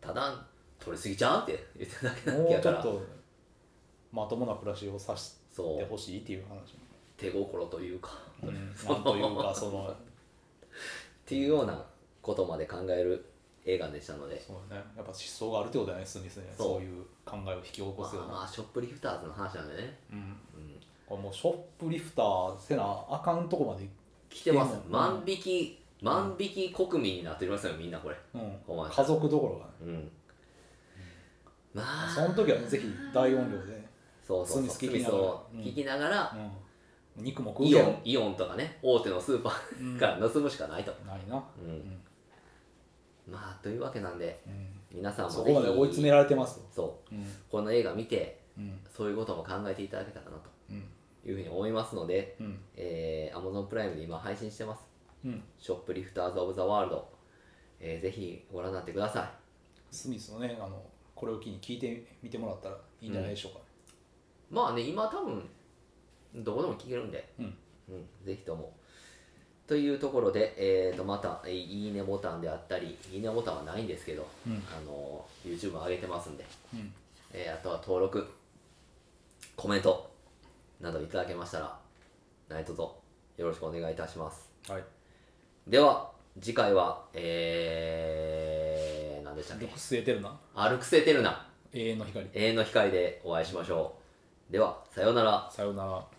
Speaker 1: ただ取りすぎちゃうって言ってるだけなわ
Speaker 2: も
Speaker 1: け
Speaker 2: う
Speaker 1: や
Speaker 2: ち
Speaker 1: か
Speaker 2: ょっ
Speaker 1: ら
Speaker 2: とまともな暮らしをさせ
Speaker 1: そ
Speaker 2: て
Speaker 1: う
Speaker 2: ほしいっていう話、
Speaker 1: 手心というか
Speaker 2: うん、
Speaker 1: そう
Speaker 2: なんというかその
Speaker 1: っていうようなことまで考える映画でしたので
Speaker 2: そう、ね、やっぱ思想があるってことだよねスミスね
Speaker 1: そう
Speaker 2: そういう考えを引き起こすような、
Speaker 1: まあ、ショップリフターズの話なんでね、
Speaker 2: うん、
Speaker 1: うん、
Speaker 2: これもうショップリフターせなあかんとこまで、
Speaker 1: 来てます
Speaker 2: 来てんの
Speaker 1: 万引き万引き国民になってますよみんなこれお
Speaker 2: う
Speaker 1: 前
Speaker 2: ん、家族どころがね
Speaker 1: うんまあ
Speaker 2: その時はねぜひ大音量で、
Speaker 1: そうそうそう
Speaker 2: スミス聞きな
Speaker 1: スミス
Speaker 2: がら
Speaker 1: を
Speaker 2: うん
Speaker 1: 聞きながら、
Speaker 2: うん、肉も食う
Speaker 1: イオ
Speaker 2: けど
Speaker 1: ンイオンとかね大手のスーパーから盗むしかないと、
Speaker 2: ないな、
Speaker 1: うん
Speaker 2: うん
Speaker 1: まあというわけなんで
Speaker 2: うん、
Speaker 1: 皆さん
Speaker 2: そ
Speaker 1: も
Speaker 2: こ
Speaker 1: ぜ
Speaker 2: まで追い
Speaker 1: ひ
Speaker 2: 詰められてますよ、
Speaker 1: そ
Speaker 2: うん
Speaker 1: うこの映画見て
Speaker 2: うん
Speaker 1: そういうことも考えていただけたらな
Speaker 2: うん
Speaker 1: というふうに思いますので、
Speaker 2: うん
Speaker 1: えー、Amazon プライムで今配信してます
Speaker 2: うん
Speaker 1: ショップリフターズ・オブ・ザ・ワールド、えーぜひご覧になってくださ
Speaker 2: スミスのねあのこれを機に聞いてみてもらったらいいんじゃないでしょうか、
Speaker 1: いまあね今多分どこでも聞けるんで、
Speaker 2: うん
Speaker 1: うんぜひともというところで、えー、とまたえーいいねボタンであったりいいねボタンはないんですけど、
Speaker 2: うん
Speaker 1: あのー YouTube も上げてますんで、
Speaker 2: うん
Speaker 1: えーあとは登録コメントなどいただけましたら何卒よろしくお願いいたします
Speaker 2: はい
Speaker 1: では次回はえー、何でしたっけ
Speaker 2: 毒据えてるな
Speaker 1: 歩くせてるな
Speaker 2: 永遠の光
Speaker 1: 永遠の光でお会いしましょうではさようなら
Speaker 2: さようなら